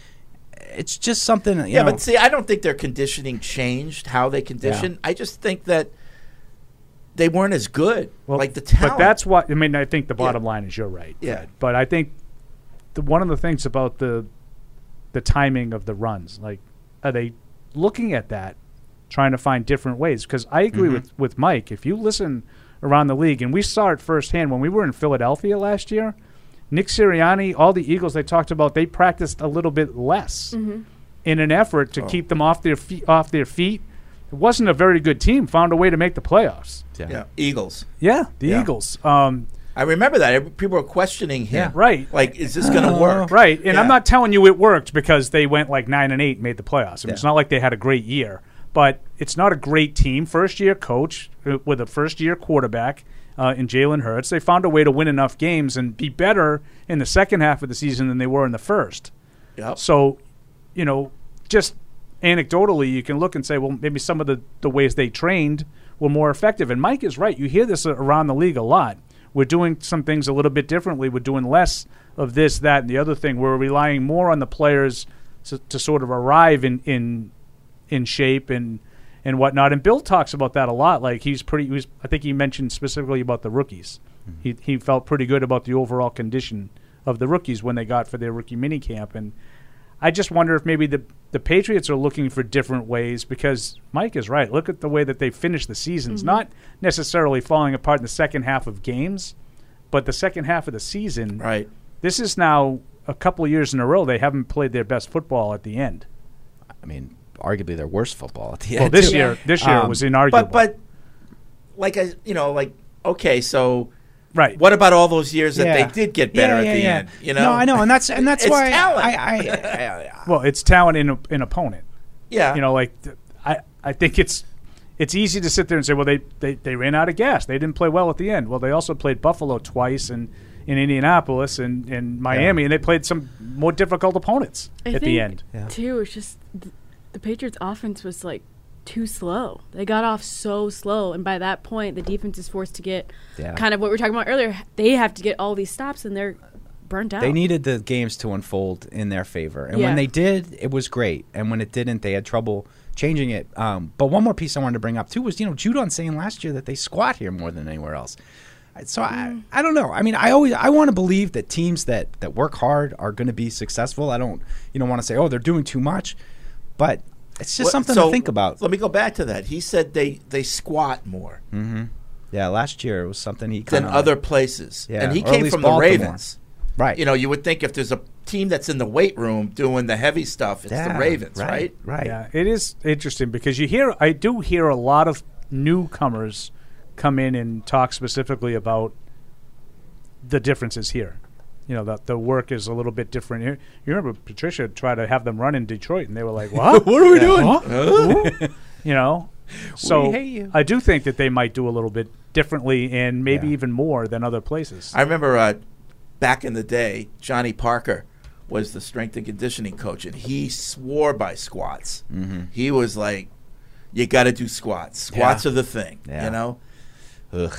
S3: It's just something. You
S4: Yeah,
S3: know,
S4: but see, I don't think their conditioning changed how they condition. I just think that they weren't as good. like the talent.
S2: But that's why I mean I think the
S4: Yeah.
S2: bottom line is you're right.
S4: Yeah.
S2: Fred. But I think the one of the things about the the timing of the runs, like are they looking at that, trying to find different ways? Because I agree
S4: Mm-hmm.
S2: with, with Mike. If you listen around the league, and we saw it firsthand when we were in Philadelphia last year, Nick Sirianni, all the Eagles they talked about, they practiced a little bit less
S4: Mm.
S5: Mm-hmm.
S2: in an effort
S4: Oh.
S2: to keep them off their feet off their feet. It wasn't a very good team, found a way to make the playoffs.
S4: yeah, Eagles.
S2: Yeah, the
S4: Yeah.
S2: Eagles. Um,
S4: I remember that Every- people were questioning him.
S3: Yeah.
S2: Right. Uh,
S4: Like, is this going to work?
S2: Right. And I'm
S4: Yeah.
S2: not telling you it worked because they went like nine and eight and made the playoffs. I mean, It's
S3: Yeah.
S2: not like they had a great year, but it's not a great team. First year coach uh, with a first year quarterback uh, in Jalen Hurts. They found a way to win enough games and be better in the second half of the season than they were in the first.
S4: Yep.
S2: So, you know, just anecdotally, you can look and say, well, maybe some of the, the ways they trained were more effective. And Mike is right. You hear this around the league a lot. We're doing some things a little bit differently. We're doing less of this, that, and the other thing. We're relying more on the players to, to sort of arrive in, in in shape and and whatnot. And Bill talks about that a lot. Like he's pretty. He was, I think he mentioned specifically about the rookies. He he felt pretty good about the overall condition of the rookies when they got for their rookie minicamp. And I just wonder if maybe the the Patriots are looking for different ways because Mike is right. Look at the way that they finished the seasons, not necessarily falling apart in the second half of games, but the second half of the season.
S4: Right.
S2: This is now a couple of years in a row they haven't played their best football at the end.
S3: I mean, arguably their worst football at the
S2: Well,
S3: end.
S2: this
S3: too.
S2: year, this year
S3: Um,
S2: was inarguable.
S4: But but like I you know like okay so
S2: right,
S4: what about all those years that
S3: Yeah.
S4: they did get better
S3: Yeah,
S4: at
S3: yeah,
S4: the
S3: yeah.
S4: end? You know.
S3: No, I know, and that's and that's
S4: It's
S3: why
S4: talent.
S3: I, I, I,
S2: well, it's talent in op- in opponent.
S4: Yeah.
S2: You know, like th- I I think it's it's easy to sit there and say, well, they, they they ran out of gas. They didn't play well at the end. Well, they also played Buffalo twice and in Indianapolis and and Miami, and they played some more difficult opponents
S5: I
S2: at
S5: think,
S2: the end.
S3: Yeah.
S5: Too, it's just th- the Patriots' offense was like too slow. They got off so slow, and by that point, the defense is forced to get
S3: Yeah.
S5: kind of what we were talking about earlier. They have to get all these stops, and they're burnt out.
S3: they needed the games to unfold in their favor, and
S5: Oh. Yeah.
S3: when they did, it was great. And when it didn't, they had trouble changing it. Um, but one more piece I wanted to bring up too was you know Judon saying last year that they squat here more than anywhere else. I- So I, I don't know. I mean, I always I want to believe that teams that that work hard are going to be successful. I don't you know want to say oh they're doing too much, but it's just
S4: Well,
S3: something
S4: so
S3: to think about.
S4: Let me go back to that. He said they they squat more
S3: Mm-hmm. Yeah, last year it was something he
S4: than
S3: kind of
S4: other places,
S3: Yeah,
S4: and he
S3: or at
S4: came
S3: least
S4: from
S3: Baltimore.
S4: the Ravens.
S3: right.
S4: You know, you would think if there's a team that's in the weight room doing the heavy stuff, it's
S3: Yeah,
S4: the Ravens, right?
S3: Right.
S2: Yeah, it is interesting because you hear I do hear a lot of newcomers come in and talk specifically about the differences here. You know, that the work is a little bit different here. You remember Patricia tried to have them run in Detroit and they were like, What?
S3: What are we doing?
S2: you know? So
S3: hate you.
S2: I do think that they might do a little bit differently and maybe
S3: Yeah.
S2: even more than other places.
S4: I remember uh, back in the day, Johnny Parker was the strength and conditioning coach, and he swore by squats. Mm-hmm. He was like, "You got to do squats. Squats
S3: Yeah.
S4: are the thing,"
S3: Yeah.
S4: you know.
S3: Ugh.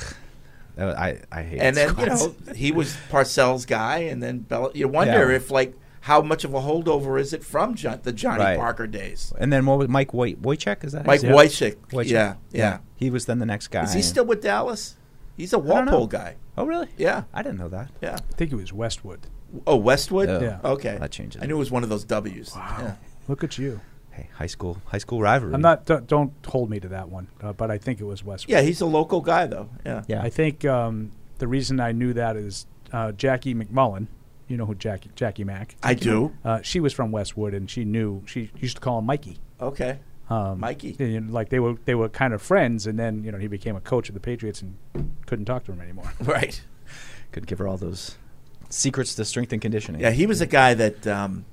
S3: That- I, I hate
S4: And then
S3: squats.
S4: you know he was Parcells' guy, and then Bell. You wonder
S3: Yeah.
S4: if like how much of a holdover is it from John, the Johnny
S3: Right.
S4: Parker days?
S3: And then what was Mike Woj- Wojcik? Is that
S4: Mike
S3: his name?
S4: Wyshik,
S3: Wojcik.
S4: yeah, yeah.
S3: He was then the next guy.
S4: Is he still with Dallas? He's a
S3: don't know.
S4: Walpole guy.
S3: Oh, really?
S4: Yeah,
S3: I didn't know that.
S4: yeah.
S2: I think it was Westwood.
S4: Oh, Westwood.
S3: Oh,
S2: Yeah.
S4: Okay,
S3: That changes
S4: I knew it was one of those W's. Yeah.
S2: Look at you.
S3: Hey, high school, high school rivalry.
S2: I'm not, don't, don't hold me to that one, uh, but I think it was Westwood.
S4: Yeah, he's a local guy though. Yeah.
S3: Yeah.
S2: I think um, the reason I knew that is uh, Jackie McMullen. You know who Jackie Jackie Mack?
S4: I do.
S2: Uh, she was from Westwood, and she knew she used to call him Mikey.
S4: Okay.
S2: Um,
S4: Mikey.
S2: and, you know, like they were they were kind of friends, and then you know he became a coach of the Patriots and couldn't talk to him anymore.
S4: Right.
S3: Could give her all those secrets to strength and conditioning.
S4: Yeah, he was a guy that um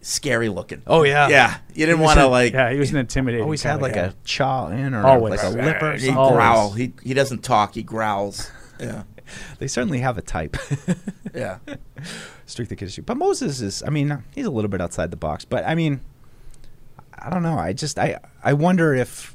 S4: scary looking.
S3: Oh yeah.
S4: Yeah. You didn't want to like
S2: yeah, he was an intimidating.
S3: Always
S2: kinda
S3: had like
S2: guy.
S3: a chaw in or
S2: Always.
S3: like a
S2: Right.
S3: lip or
S4: he
S3: something.
S2: Always.
S4: growl. He he doesn't talk, he growls. Yeah.
S3: They certainly have a type.
S4: Yeah.
S3: strength and conditioning. But Moses is, I mean, he's a little bit outside the box. But I mean, I don't know. I just, I, I wonder if,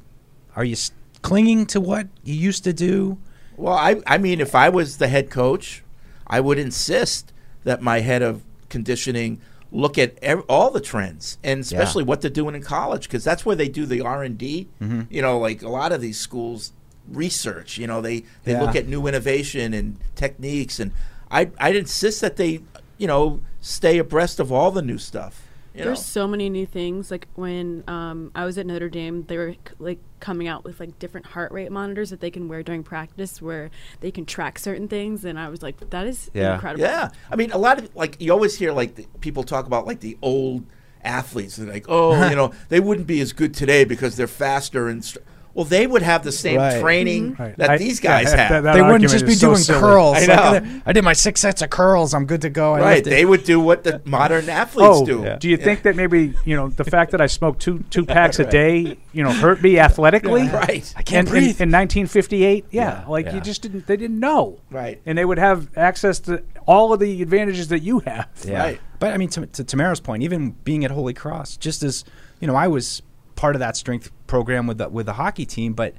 S3: are you s- clinging to what you used to do?
S4: Well, I I mean if I was the head coach, I would insist that my head of conditioning look at ev- all the trends and especially what they're doing in college cuz that's where they do the R&D.
S3: Mm-hmm.
S4: You know, like a lot of these schools research, you know, they they
S3: Yeah.
S4: look at new innovation and techniques and I I'd insist that they, you know, stay abreast of all the new stuff. You know?
S5: There's so many new things. Like when um, I was at Notre Dame, they were c- like coming out with like different heart rate monitors that they can wear during practice, where they can track certain things. And I was like, that is
S3: Yeah.
S5: incredible.
S4: Yeah, I mean, a lot of like you always hear like the, people talk about like the old athletes. They're like, oh, you know, they wouldn't be as good today because they're faster and. Str-. Well, they would have the same
S3: Right.
S4: training
S2: Right.
S4: that
S2: I-
S4: these guys
S2: yeah,
S4: have.
S2: that- that
S3: they wouldn't
S2: argument
S3: just be
S2: is so
S3: doing
S2: silly.
S3: curls.
S4: I
S3: I,
S4: know.
S3: I did my six sets of curls. I'm good to go. I
S4: right?
S3: lifted-
S4: They would do what the modern athletes
S2: Oh,
S4: do.
S2: do you think that maybe you know the fact that I smoked two two packs a day, you know, hurt me athletically?
S4: Right.
S3: I can't
S2: in, in-
S3: breathe.
S2: in 1958. Yeah,
S3: Yeah,
S2: like
S3: yeah.
S2: you just didn't. They didn't know.
S4: Right.
S2: And they would have access to all of the advantages that you have.
S3: yeah.
S4: Right.
S3: But I mean, to, to Tamara's point, even being at Holy Cross, just as you know, I was part of that strength program with the, with the hockey team. But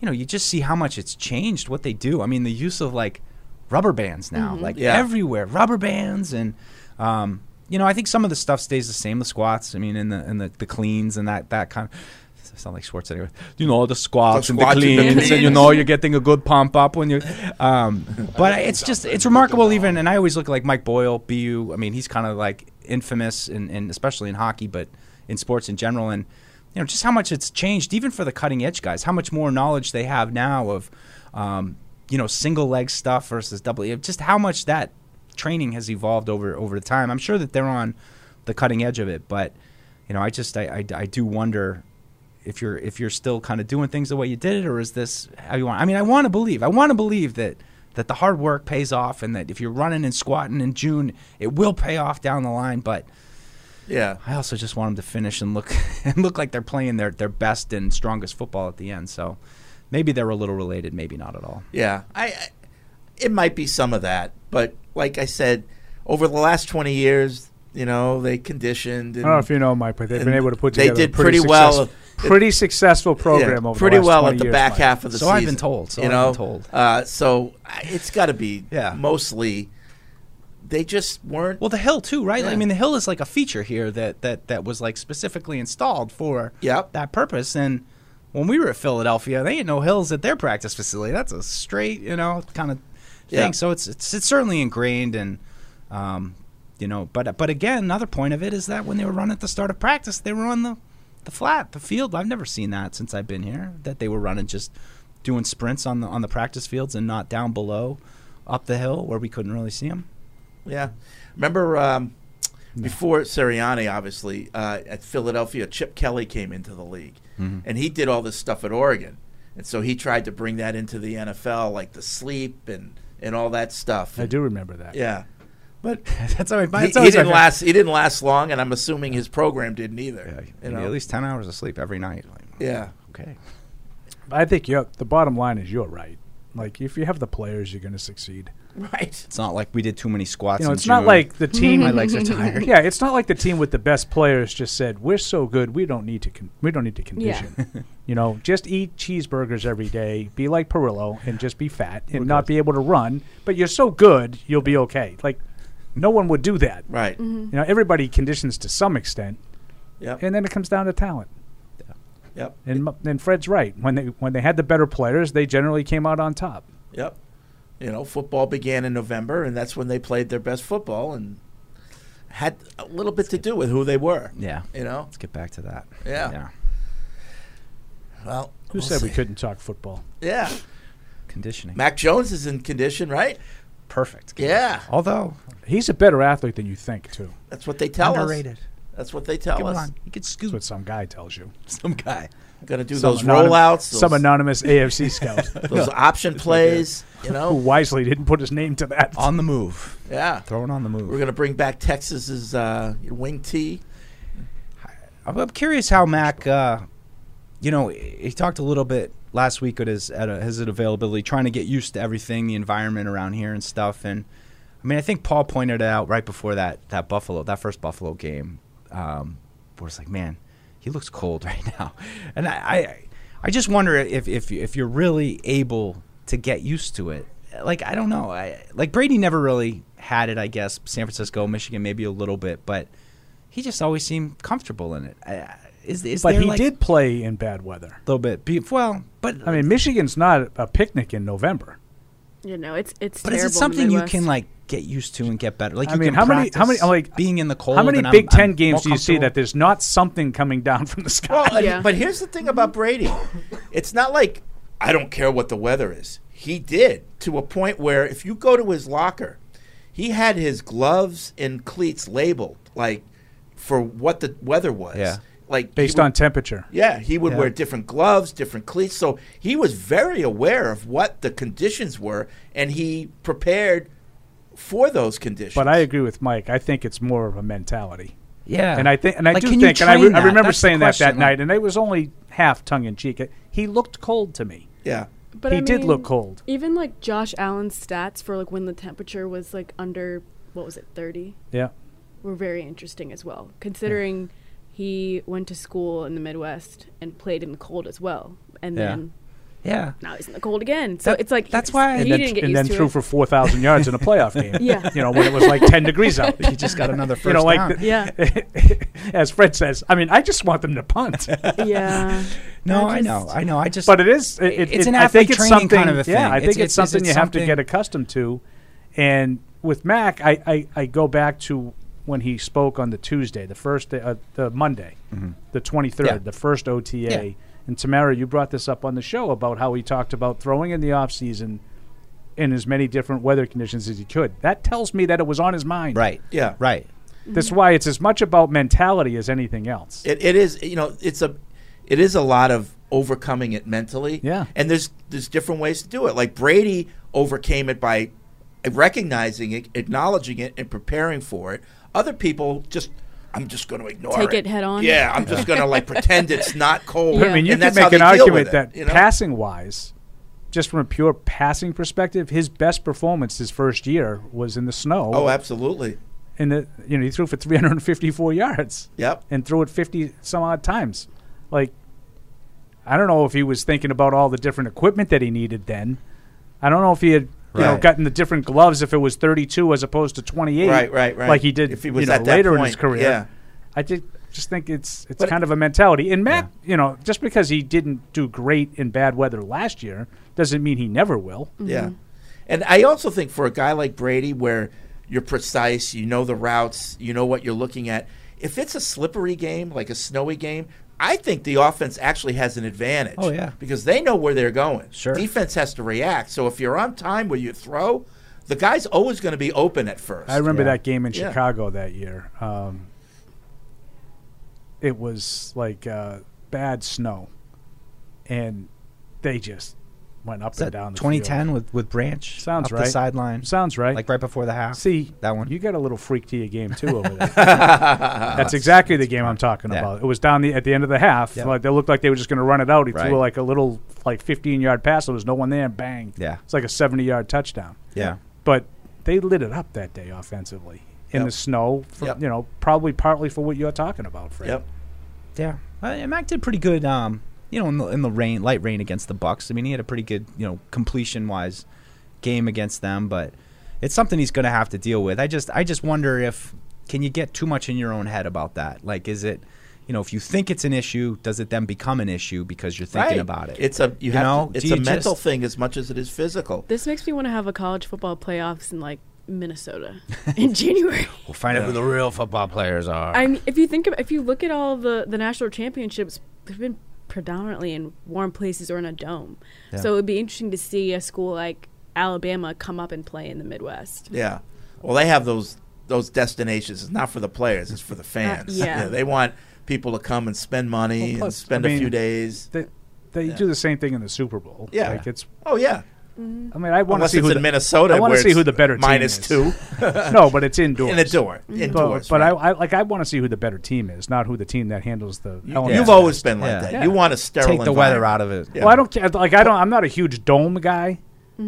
S3: you know, you just see how much it's changed what they do. I mean, the use of like rubber bands now, like
S4: Yeah.
S3: everywhere, rubber bands, and um, you know, I think some of the stuff stays the same. The squats, I mean, and the and the, the cleans and that that kind. of I sound like Schwarzenegger. You know the squats,
S4: The
S3: and the
S4: squats and the
S3: cleans, and you
S4: cleans.
S3: know you're getting a good pump up when you. Um, but it's just it's remarkable. Even and I always look like Mike Boyle, Bu. I mean, he's kind of like infamous, and in, in, especially in hockey, but in sports in general. And you know just how much it's changed, even for the cutting edge guys. How much more knowledge they have now of um, you know single leg stuff versus double. Just how much that training has evolved over over the time. I'm sure that they're on the cutting edge of it, but you know I just I, I, I do wonder if you're if you're still kind of doing things the way you did it or is this how you want i mean i want to believe i want to believe that that the hard work pays off and that if you're running and squatting in june it will pay off down the line but
S4: Yeah.
S3: i also just want them to finish and look and look like they're playing their their best and strongest football at the end so maybe they're a little related maybe not at all
S4: Yeah, I, I it might be some of that, but like I said, over the last twenty years, you know, they conditioned. And,
S2: I don't know if you know, Mike, but they've been
S4: and
S2: able to put
S4: they
S2: together
S4: did
S2: a pretty,
S4: pretty well.
S2: success- pretty successful program over
S4: pretty
S2: the last
S4: well
S2: 20
S4: at the
S2: years,
S4: back
S2: Mike.
S4: half of the
S3: So
S4: season.
S3: I've been told. So
S4: you
S3: I've
S4: know,
S3: been told.
S4: Uh, so I- it's got to be
S3: Yeah.
S4: mostly. They just weren't.
S3: well the hill too right
S4: Yeah.
S3: i mean the hill is like a feature here that that that was like specifically installed for
S4: Yep.
S3: that purpose and when we were at Philadelphia, they ain't no hills at their practice facility. That's a straight, you know, kind of thing.
S4: Yeah.
S3: So it's, it's it's certainly ingrained, and um, you know, but but again, another point of it is that when they were running at the start of practice, they were on the the flat, the field. I've never seen that since I've been here. That they were running just doing sprints on the on the practice fields and not down below, up the hill where we couldn't really see them.
S4: Yeah. Remember um, before Sirianni, obviously, uh, at Philadelphia, Chip Kelly came into the league.
S2: Mm-hmm.
S4: And he did all this stuff at Oregon. And so he tried to bring that into the NFL, like the sleep and, and all that stuff.
S2: I do remember that.
S4: Yeah. But
S3: that's all right.
S4: he, he didn't last he didn't last long and I'm assuming his program didn't either. you know?
S3: at least ten hours of sleep every night. Like,
S4: Yeah.
S3: okay.
S2: I think you're, the bottom line is you're right. Like, if you have the players, you're going to succeed.
S4: Right.
S3: It's not like we did too many squats.
S2: You know,
S3: in
S2: it's not
S3: June.
S2: like the team.
S3: my legs are tired.
S2: yeah, it's not like the team with the best players just said, "We're so good, we don't need to con- we don't need to condition." you know, just eat cheeseburgers every day, be like Perillo, and just be fat and not be able to run. But you're so good, you'll be okay. Like, no one would do that.
S4: Right.
S2: You know, everybody conditions to some extent,
S4: Yep.
S2: and then it comes down to talent.
S4: Yep.
S2: And Mu- and Fred's right. When they when they had the better players, they generally came out on top.
S4: Yep. You know, football began in November and that's when they played their best football and had a little bit to do with who they were.
S3: Yeah.
S4: You know?
S3: Let's get back to that.
S4: Yeah. Well,
S2: Who
S4: we'll
S2: said we
S4: see.
S2: couldn't talk football?
S4: Yeah,
S3: Conditioning.
S4: Mac Jones is in condition, right?
S3: Perfect.
S4: Yeah.
S3: Although
S2: He's a better athlete than you think, too.
S4: That's what they tell us.
S3: underrated.
S4: That's what they tell
S3: Come
S4: us.
S3: on. You could
S2: That's
S3: scoot
S2: what some guy tells you.
S3: some guy.
S4: I'm gonna do
S2: Some
S4: those
S2: anonym-
S4: rollouts, those,
S2: Some anonymous AFC scout
S4: those option plays. You
S2: who
S4: know,
S2: wisely didn't put his name to that.
S3: On the move.
S4: yeah.
S3: Throwing on the move.
S4: We're gonna bring back Texas's uh, wing tee.
S3: I'm, I'm curious how Mac, uh, you know, he talked a little bit last week at his at a, his availability, trying to get used to everything, the environment around here and stuff. And I mean, I think Paul pointed it out right before that that Buffalo, that first Buffalo game, um, where it's like, man, he looks cold right now, and I, I I just wonder if if if you're really able to get used to it. Like I don't know, I, like Brady never really had it. I guess San Francisco, Michigan, maybe a little bit, but he just always seemed comfortable in it. I- I- Is is
S2: but
S3: there
S2: he
S3: like
S2: did play in bad weather.
S3: a little bit? Be, well, but
S2: I mean, Michigan's not a picnic in November.
S5: You know, it's it's.
S3: but is
S5: terrible
S3: it
S5: in the
S3: something you
S5: Midwest.
S3: can like get used to and get better? Like
S2: I
S3: you
S2: mean,
S3: can
S2: how many- how many-
S3: practice
S2: like,
S3: being in the cold?
S2: How many
S3: and I'm-
S2: Big 10
S3: I'm
S2: games
S3: more
S2: do you see that
S3: comfortable?
S2: there's not something coming down from the sky?
S4: Well, and-
S5: Yeah.
S4: but here's the thing about Brady. It's not like I don't care what the weather is. He did to a point where if you go to his locker, he had his gloves and cleats labeled like for what the weather was.
S3: Yeah.
S4: Like he
S2: based
S4: would-
S2: on temperature.
S4: Yeah, he would
S3: Yeah.
S4: wear different gloves, different cleats. So he was very aware of what the conditions were, and he prepared for those conditions.
S2: But I agree with Mike. I think it's more of a mentality.
S3: yeah,
S2: And I think, and I
S3: Like,
S2: do
S3: can you
S2: think, and I,
S3: train
S2: re- I
S3: that?
S2: remember
S3: That's the
S2: saying that that
S3: question, like-
S2: night, and it was only half tongue in cheek. He looked cold to me.
S4: yeah,
S5: But
S2: he
S5: I
S2: did look
S5: mean,
S2: cold.
S5: Even like Josh Allen's stats for like when the temperature was like under what was it thirty
S2: Yeah.
S5: were very interesting as well, considering he went to school in the Midwest and played in the cold as well, and
S3: Yeah.
S5: then
S3: yeah.
S5: now he's in the cold again. So
S3: That-
S5: it's like
S3: that's
S5: he's-
S3: why I-
S5: he
S2: and then,
S5: didn't get
S2: and
S5: used
S2: then
S5: to
S2: threw
S5: it.
S2: for 4,000 yards in a playoff game.
S5: Yeah.
S2: You know, when it was like 10 degrees out.
S3: He just got another first
S2: you know, like,
S3: down.
S2: the-
S5: yeah,
S2: as Fred says, I mean, I just want them to punt.
S5: yeah.
S3: no,
S5: I
S3: I know,
S5: just-
S3: I know. I just
S2: but it is, it, it-
S3: It's
S2: it-
S3: an
S2: I
S3: athlete
S2: think it's
S3: training
S2: something,
S3: kind of a thing.
S2: yeah, I
S3: It's-
S2: think it's,
S3: it's-
S2: something
S3: it's
S2: you have to
S3: something-
S2: get accustomed to. And with Mac, I, I, I go back to when he spoke on the Tuesday, the first day, uh, the Monday,
S3: Mm-hmm.
S2: the 23rd,
S3: Yeah.
S2: the first OTA.
S3: Yeah.
S2: And Tamara, you brought this up on the show about how he talked about throwing in the off season in as many different weather conditions as he could. That tells me that it was on his mind.
S3: Right.
S4: Yeah.
S3: Right.
S2: That's why it's as much about mentality as anything else.
S4: It, it is you know it's a it is a lot of overcoming it mentally.
S2: Yeah.
S4: And there's there's different ways to do it. Like Brady overcame it by recognizing it, acknowledging it, and preparing for it. Other people just I'm just going to ignore
S5: Take
S4: it
S5: it head on.
S4: Yeah, I'm just going to like pretend it's not cold.
S2: I mean, you
S4: and
S2: can
S4: that's how
S2: make an
S4: they deal with
S2: argument
S4: it,
S2: that
S4: you know?
S2: passing wise, just from a pure passing perspective, his best performance his first year was in the snow.
S4: Oh, absolutely.
S2: and the, you know he threw for 354 yards.
S4: Yep.
S2: and threw it 50 some odd times. Like, I don't know if he was thinking about all the different equipment that he needed then. I don't know if he had. You know,
S3: Right.
S2: gotten the different gloves if it was 32 as opposed to 28,
S4: Right, right, right.
S2: Like he did,
S4: If he was
S2: you know,
S4: at that
S2: later in his
S4: point,
S2: career.
S4: yeah.
S2: I did, just think it's it's
S4: But-
S2: kind of a mentality. And Matt, you know, just because he didn't do great in bad weather last year doesn't mean he never will.
S4: Yeah. And I also think for a guy like Brady, where you're precise, you know the routes, you know what you're looking at, if it's a slippery game, like a snowy game, I think the offense actually has an advantage.
S3: Oh, yeah.
S4: Because they know where they're going.
S3: Sure.
S4: Defense has to react. So if you're on time where you throw, the guy's always going to be open at first.
S2: I remember
S3: Yeah.
S2: that game in
S4: Yeah.
S2: Chicago that year. Um, it was like uh, bad snow, and they just went up
S3: Is
S2: and
S3: that
S2: down. The
S3: 2010 with with Branch?
S2: Sounds
S3: up
S2: right.
S3: The sideline,
S2: field. sounds right.
S3: like right before the half.
S2: See
S3: that one.
S2: You got a little freak to your game too over there. that's exactly the game I'm talking
S3: Yeah.
S2: about. It was down the at the end of the half.
S3: Yeah.
S2: Like they looked like they were just going to run it out. He
S3: Right.
S2: threw like a little like 15 yard pass. There was no one there. and Bang.
S3: Yeah.
S2: It's like a 70 yard touchdown
S3: yeah.
S2: but they lit it up that day offensively in
S4: Yep.
S2: the snow. For,
S4: Yep.
S2: You know, probably partly for what you're talking about, Fred.
S4: Yep.
S3: Yeah, uh, and Mac did pretty good. Um, you know, in the, in the rain, light rain against the Bucks. I mean, he had a pretty good, you know, completion wise game against them. But it's something he's going to have to deal with. I just, I just wonder if can you get too much in your own head about that? Like, is it, you know, if you think it's an issue, does it then become an issue because you're thinking
S4: Right.
S3: about it?
S4: It's a you, have
S3: know,
S4: to, it's
S3: do you
S4: a mental
S3: just-
S4: thing as much as it is physical.
S5: This makes me want to have a college football playoffs in like Minnesota in January.
S3: we'll find out who the real football players are.
S5: I mean, if you think of, if you look at all the the national championships, they've been predominantly in warm places or in a dome.
S3: Yeah.
S5: So it would be interesting to see a school like Alabama come up and play in the Midwest.
S4: Yeah. Well, they have those those destinations. It's not for the players. It's for the fans.
S5: yeah.
S4: They want people to come and spend money
S2: Well,
S4: and
S2: plus,
S4: spend
S2: I
S4: a
S2: mean,
S4: few days.
S2: They, they do the same thing in the Super Bowl.
S4: Yeah.
S2: like it's. Mm-hmm.
S4: Oh yeah.
S2: I mean, I want to
S4: Unless
S2: see
S4: it's
S2: who
S4: in
S2: the,
S4: Minnesota.
S2: I want
S4: where
S2: to see
S4: it's
S2: who the better team
S4: minus
S2: is.
S4: two
S2: no, but it's indoors.
S4: in a door.
S2: But,
S4: Indoors.
S2: but I,
S4: right.
S2: I like I want to see who the better team is, not who the team that handles the. elements
S4: you've
S2: best.
S4: always been like
S3: Yeah.
S4: that.
S2: Yeah.
S4: You want a sterile
S3: Take the weather out of it. Mm-hmm.
S4: Yeah.
S2: Well, I don't care. Like I don't. I'm not a huge dome guy.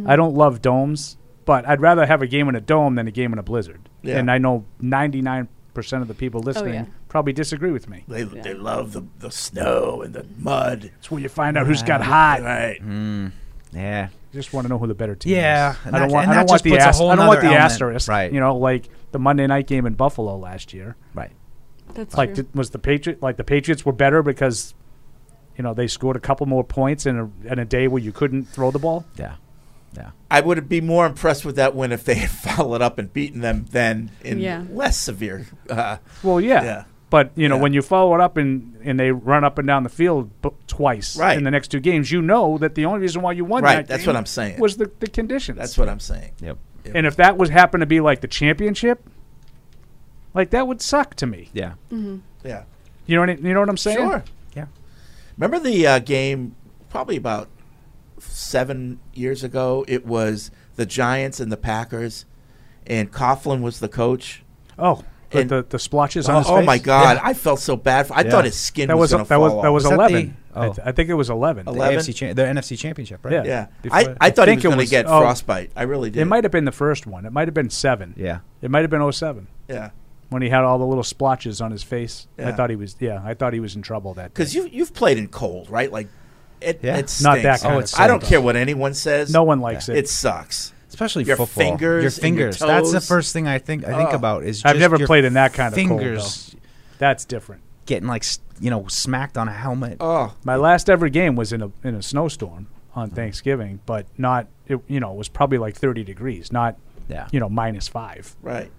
S2: I don't love domes, but I'd rather have a game in a dome than a game in a blizzard.
S4: Yeah.
S2: And I know 99 percent of the people
S3: Oh,
S2: listening
S5: yeah.
S2: probably disagree with me.
S4: They, they love the, the snow and the mud.
S2: It's where you find out who's got hot. I
S4: Right.
S3: Hmm, Yeah.
S2: just want to know who the better team
S3: Yeah,
S2: is.
S3: and
S2: I don't
S3: that-
S2: want.
S3: and
S2: I
S3: that
S2: don't want
S3: just
S2: the
S3: puts a
S2: ast-
S3: whole
S2: I don't want the
S3: nother element.
S2: asterisk.
S3: Right.
S2: You know, like the Monday night game in Buffalo last year.
S3: Right.
S5: That's
S2: Like,
S5: true.
S2: did, was the Patriot like the Patriots were better because, you know, they scored a couple more points in a, in a day where you couldn't throw the ball.
S3: Yeah. Yeah.
S4: I would be more impressed with that win if they had followed up and beaten them than in
S5: Yeah.
S4: less severe. Uh,
S2: Well, yeah.
S4: Yeah.
S2: But you know,
S4: Yeah.
S2: when you follow it up and and they run up and down the field b- twice
S4: Right.
S2: in the next two games, you know that the only reason why you won
S4: Right,
S2: that
S4: that's
S2: game
S4: what I'm saying.
S2: was the the conditions.
S4: that's what I'm saying.
S3: Yep.
S2: And if that was happened to be like the championship, like that would suck to me.
S3: Yeah.
S4: Yeah.
S2: You know what I, you know what I'm saying?
S4: Sure.
S3: Yeah.
S4: Remember the uh, game, probably about seven years ago. It was the Giants and the Packers, and Coughlin was the coach.
S2: Oh, but
S4: And-
S2: the the splotches on
S4: Oh,
S2: his
S4: oh
S2: face?
S4: my God!
S3: Yeah.
S4: I felt so bad. For, I
S3: Yeah.
S4: thought his skin
S2: That
S4: was,
S2: was
S4: going to
S2: that
S4: fall
S2: was that was
S4: off.
S3: Was that the-
S2: 11. I,
S3: oh.
S2: th- I think it was 11.
S3: The
S4: 11?
S3: AFC cha- the NFC Championship, right?
S2: Yeah.
S4: Yeah,
S3: Before
S4: I,
S3: that.
S4: I thought
S2: think
S4: he
S2: it
S4: was going
S2: was-
S4: to get
S2: oh.
S4: frostbite. I really did.
S2: It might have been the first one. It might have been 7.
S3: Yeah.
S2: It might have been 07
S4: Yeah,
S2: when he had all the little splotches on his face. I
S4: Yeah.
S2: thought he was yeah, I thought he was in trouble that day.
S4: because you you've played in cold, right? Like, it
S3: Yeah.
S4: it stinks.
S2: Not that kind
S3: Oh,
S2: of
S3: it's
S2: stuff.
S4: I don't
S3: Same.
S4: care what anyone says.
S2: No one likes it.
S4: it sucks.
S3: especially
S4: Your
S3: football.
S4: fingers
S3: your
S4: and your
S3: fingers. That's the
S4: toes. Oh.
S3: first thing I think I think
S4: Ugh.
S3: about is. Just
S2: I've never
S3: your
S2: played in that kind of cold,
S3: fingers
S2: That's different.
S3: getting like s- you know smacked on a helmet.
S4: Oh,
S2: My last ever game was in a in a snowstorm on Thanksgiving, but not it, you know it was probably like 30 degrees, not
S3: yeah,
S2: you know minus five.
S4: right.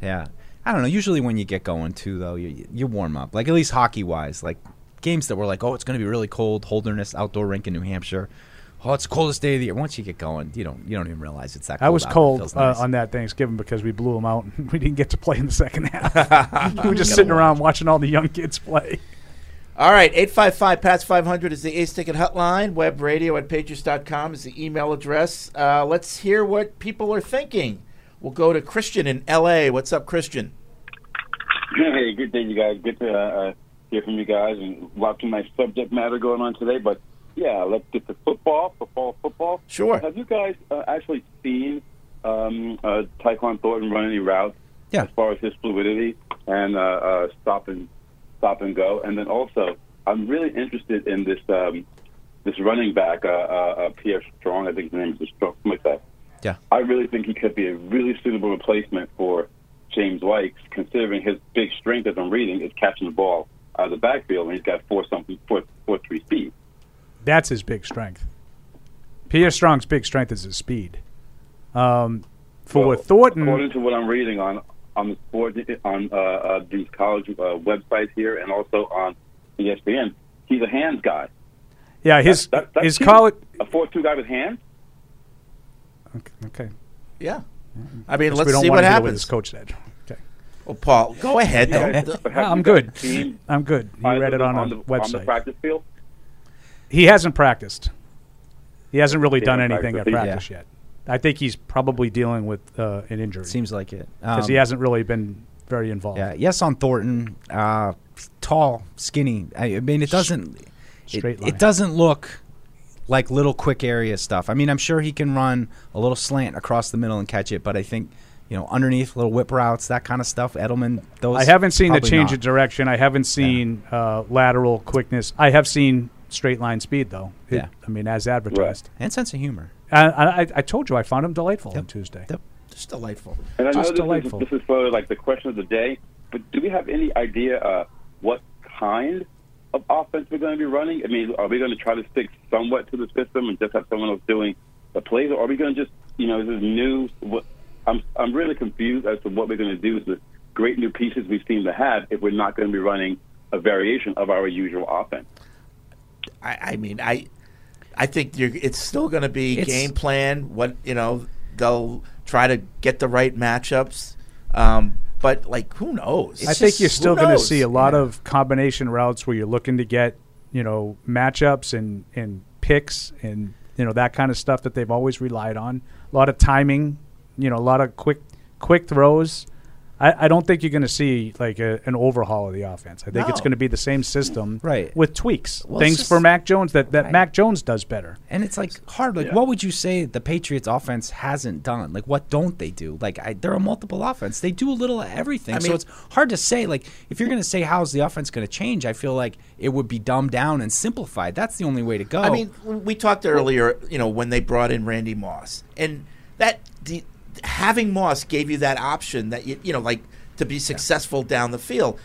S3: yeah. I don't know. Usually when you get going too, though, you you warm up. Like at least hockey wise, like games that were like, oh, it's going to be really cold, Holderness outdoor rink in New Hampshire. Oh, it's the coldest day of the year. Once you get going, you don't you don't even realize it's that. cold
S2: I was
S3: out. It
S2: cold
S3: feels
S2: uh,
S3: nice.
S2: on that Thanksgiving because we blew them out and we didn't get to play in the second half. we were just sitting around watching all the young kids play.
S4: All right, 855 PATS 500 is the Ace Ticket Hotline. Web radio at patriots.com is the email address. Uh, let's hear what people are thinking. We'll go to Christian in LA. What's up, Christian?
S7: Hey, good day, you guys. Good to uh, uh, hear from you guys, and lots of nice subject matter going on today. But yeah, let's get to football, football, football.
S4: Sure.
S7: Have you guys uh, actually seen um, uh, Tyquan Thornton run any routes?
S3: Yeah.
S7: As far as his fluidity and uh, uh, stop and stop and go, and then also, I'm really interested in this um, this running back, uh, uh, uh, Pierre Strong. I think his name is Strong, something like that.
S3: Yeah.
S7: I really think he could be a really suitable replacement for James Wykes, considering his big strength, as I'm reading, is catching the ball out of the backfield, and he's got four something, four, four three speed.
S2: Mm-hmm. That's his big strength. Pierre Strong's big strength is his speed. Um, for
S7: Well,
S2: Thornton,
S7: according to what I'm reading on on the sport on uh, uh, these college uh, websites here, and also on E ESPN, he's a hands guy.
S2: yeah, his
S7: That- that's
S2: his
S7: huge.
S2: college.
S7: a four two guy with hands.
S2: Okay, okay.
S4: Yeah. I mean,
S2: Guess
S4: let's
S2: we don't
S4: see
S2: want
S4: what
S2: to deal with his
S4: happens.
S2: coach then. Okay,
S4: Oh, Paul, go ahead, though.
S7: But have
S2: I'm
S7: you guys
S2: good.
S7: seen
S2: I'm good. He
S7: either
S2: read it
S7: of them
S2: on, a
S7: the, on the
S2: website.
S7: practice field.
S2: he hasn't practiced. He hasn't really
S7: He
S2: done
S7: hasn't
S2: anything at
S7: practiced.
S3: Yeah.
S2: practice yet. I think he's probably dealing with uh, an injury because
S3: Seems like it
S2: he
S3: Um,
S2: hasn't really been very involved.
S3: Yeah. Yes, on Thornton. Uh, tall, skinny. I, I mean, it doesn't. it-
S2: straight
S3: it,
S2: line.
S3: doesn't look like little quick area stuff. I mean, I'm sure he can run a little slant across the middle and catch it, but I think you know underneath little whip routes, that kind of stuff. Edelman. Those.
S2: I haven't seen the
S3: probably
S2: change
S3: not.
S2: of direction. I haven't seen uh, lateral quickness. I have seen straight line speed, though. It-
S3: Yeah.
S2: I mean, as advertised.
S3: and sense of humor.
S2: And I, I, I told you I found him delightful on
S3: Yep.
S2: Tuesday.
S3: Yep.
S4: Just delightful.
S7: And I know
S2: Just
S7: this is,
S2: delightful.
S7: this is for like the question of the day, but do we have any idea uh, what kind of offense we're going to be running? I mean, are we going to try to stick somewhat to the system and just have someone else doing the plays, or are we going to just, you know, this is new? What, I'm I'm really confused as to what we're going to do with the great new pieces we seem to have if we're not going to be running a variation of our usual offense.
S4: I, I mean, I I think you're, it's still going to be
S3: It's-
S4: game plan. What you know, they'll try to get the right matchups, um, but like who knows?
S2: I
S3: It's
S2: think
S3: just-
S2: you're
S3: who
S2: still going to
S4: knows?
S2: see a lot of combination routes where you're looking to get, you know, matchups and, and picks and, you know, that kind of stuff that they've always relied on. A lot of timing, you know, a lot of quick quick throws. I, I don't think you're going to see like a, an overhaul of the offense. I think it's
S4: No.
S2: going to be the same system
S3: Right.
S2: with tweaks.
S3: Well, it's
S2: Things
S3: just-
S2: for Mac Jones that, that
S3: Right.
S2: Mac Jones does better.
S3: And it's like hard. Like, what would you say the Patriots' offense hasn't done? Like, what don't they do? Like, I, they're a multiple offense. They do a little of everything.
S4: mean-
S3: so it's hard to say. Like, if you're going to say how's the offense going to change, I feel like it would be dumbed down and simplified. That's the only way to go.
S4: I mean, we talked earlier, you know, when they brought in Randy Moss, and that the, having Moss gave you that option that you, you know, like to be successful down the field.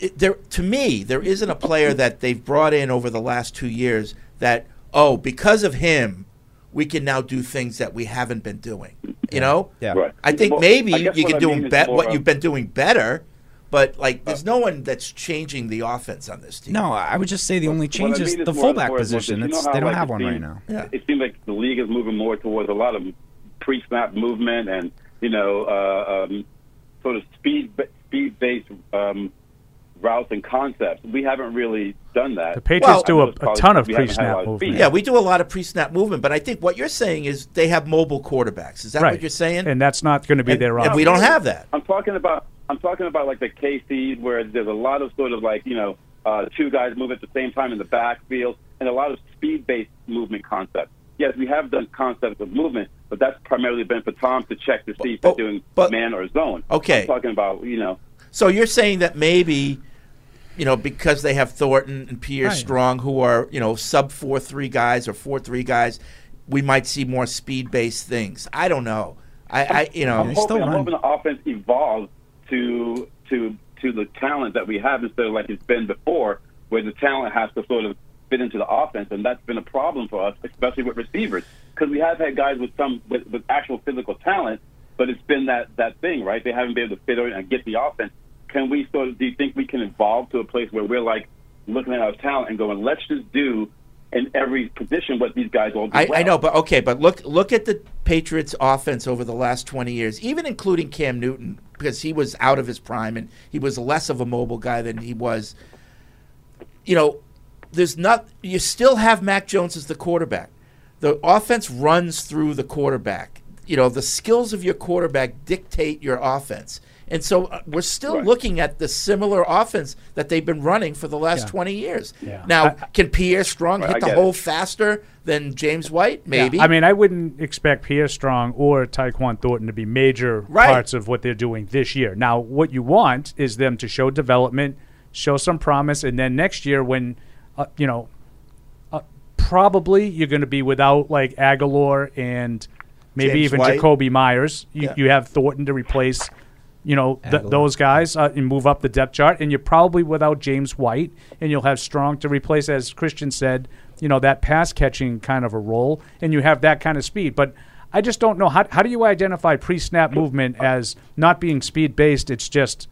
S4: It, there, to me, there isn't a player that they've brought in over the last two years that oh, because of him, we can now do things that we haven't been doing. You know,
S3: Yeah.
S7: Right.
S4: I think
S7: Well,
S4: maybe
S7: I
S4: you
S7: guess
S4: can
S7: what I
S4: do
S7: mean
S4: them
S7: is
S4: bet
S7: more
S4: what
S7: of- Uh,
S4: you've been doing better, but like there's no one that's changing the offense on this team.
S3: no, I would just say the only change
S7: What I
S3: is
S7: mean
S3: the
S7: more-
S3: fullback
S7: more- more-
S3: position.
S7: you know
S3: It's,
S7: how,
S3: they don't
S7: like,
S3: have
S7: it
S3: one right
S7: seems-
S3: now.
S4: Yeah.
S7: It seems like the league is moving more towards a lot of pre-snap movement and you know uh, um, sort of speed speed based um, routes and concepts. We haven't really done that.
S2: The Patriots
S4: do
S2: a-
S7: I know it's
S2: a
S7: college,
S2: ton
S7: but
S2: of
S7: we haven't had a
S2: pre-snap
S7: lot of
S2: movement.
S7: speed.
S4: Yeah, we do a lot of pre-snap movement, but I think what you're saying is they have mobile quarterbacks. Is that what you're saying?
S2: And that's not going to be
S4: And-
S2: their
S4: and we
S2: offense.
S4: don't have that.
S7: I'm talking about I'm talking about like the KC where there's a lot of sort of like you know uh, two guys move at the same time in the backfield and a lot of speed based movement concepts. Yes, we have done concepts of movement, but that's primarily been for Tom to check to see if
S4: But-
S7: they're doing
S4: but-
S7: man or zone.
S4: Okay.
S7: I'm talking about you know
S4: So you're saying that maybe, you know, because they have Thornton and Pierre
S3: Right.
S4: Strong, who are you know sub four three guys or four three guys, we might see more speed-based things. I don't know. I, I you know,
S3: They
S7: I'm
S3: still
S7: hoping, I'm
S3: run.
S7: hoping the offense evolves to to to the talent that we have instead of like it's been before, where the talent has to sort of fit into the offense, and that's been a problem for us, especially with receivers, because we have had guys with some with, with actual physical talent, But it's been that that thing, right? They haven't been able to fit in and get the offense. Can we sort of? Do you think we can evolve to a place where we're like looking at our talent and going, let's just do in every position what these guys all do?
S4: I,
S7: well.
S4: I know, but okay, but look look at the Patriots offense over the last 20 years, even including Cam Newton because he was out of his prime and he was less of a mobile guy than he was. You know, there's not you still have Mac Jones as the quarterback. The offense runs through the quarterback. You know, the skills of your quarterback dictate your offense. And so uh, we're still looking at the similar offense that they've been running for the last 20 years. Now, can Pierre Strong
S7: I
S4: hit the
S7: get it.
S4: hole faster than James White? Maybe.
S2: I mean, I wouldn't expect Pierre Strong or Tyquan Thornton to be major
S4: Right.
S2: parts of what they're doing this year. Now, what you want is them to show development, show some promise, and then next year when, uh, you know, uh, probably you're going to be without like Aguilar and maybe
S4: James
S2: even
S4: White.
S2: Jacoby Myers. You, you have Thornton to replace, you know, th- those guys uh, and move up the depth chart, and you're probably without James White, and you'll have Strong to replace, as Christian said, you know, that pass catching kind of a role, and you have that kind of speed, but. I just don't know how, how do you identify pre-snap movement as not being speed based. It's just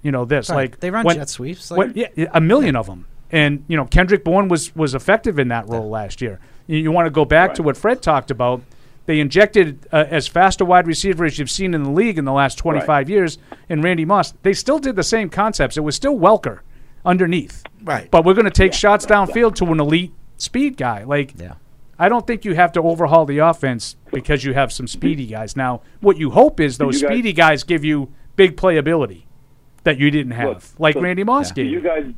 S2: you know this
S3: Right.
S2: like
S3: They run
S2: when-
S3: jet sweeps, like-
S2: when- yeah, yeah, a million of 'em. of them, and you know Kendrick Bourne was was effective in that role last year. You, you want to go back to what Fred talked about. They injected uh, as fast a wide receiver as you've seen in the league in the last 25 years, and Randy Moss. They still did the same concepts. It was still Welker underneath,
S4: Right.
S2: But we're going to take shots downfield to an elite speed guy. Like,
S3: Yeah.
S2: I don't think you have to overhaul the offense because you have some speedy guys. Now, what you hope is those
S7: you guys-
S2: speedy guys give you big playability that you didn't have,
S7: Look,
S2: like
S7: look,
S2: Randy Moss
S7: Do you
S2: gave.
S7: guys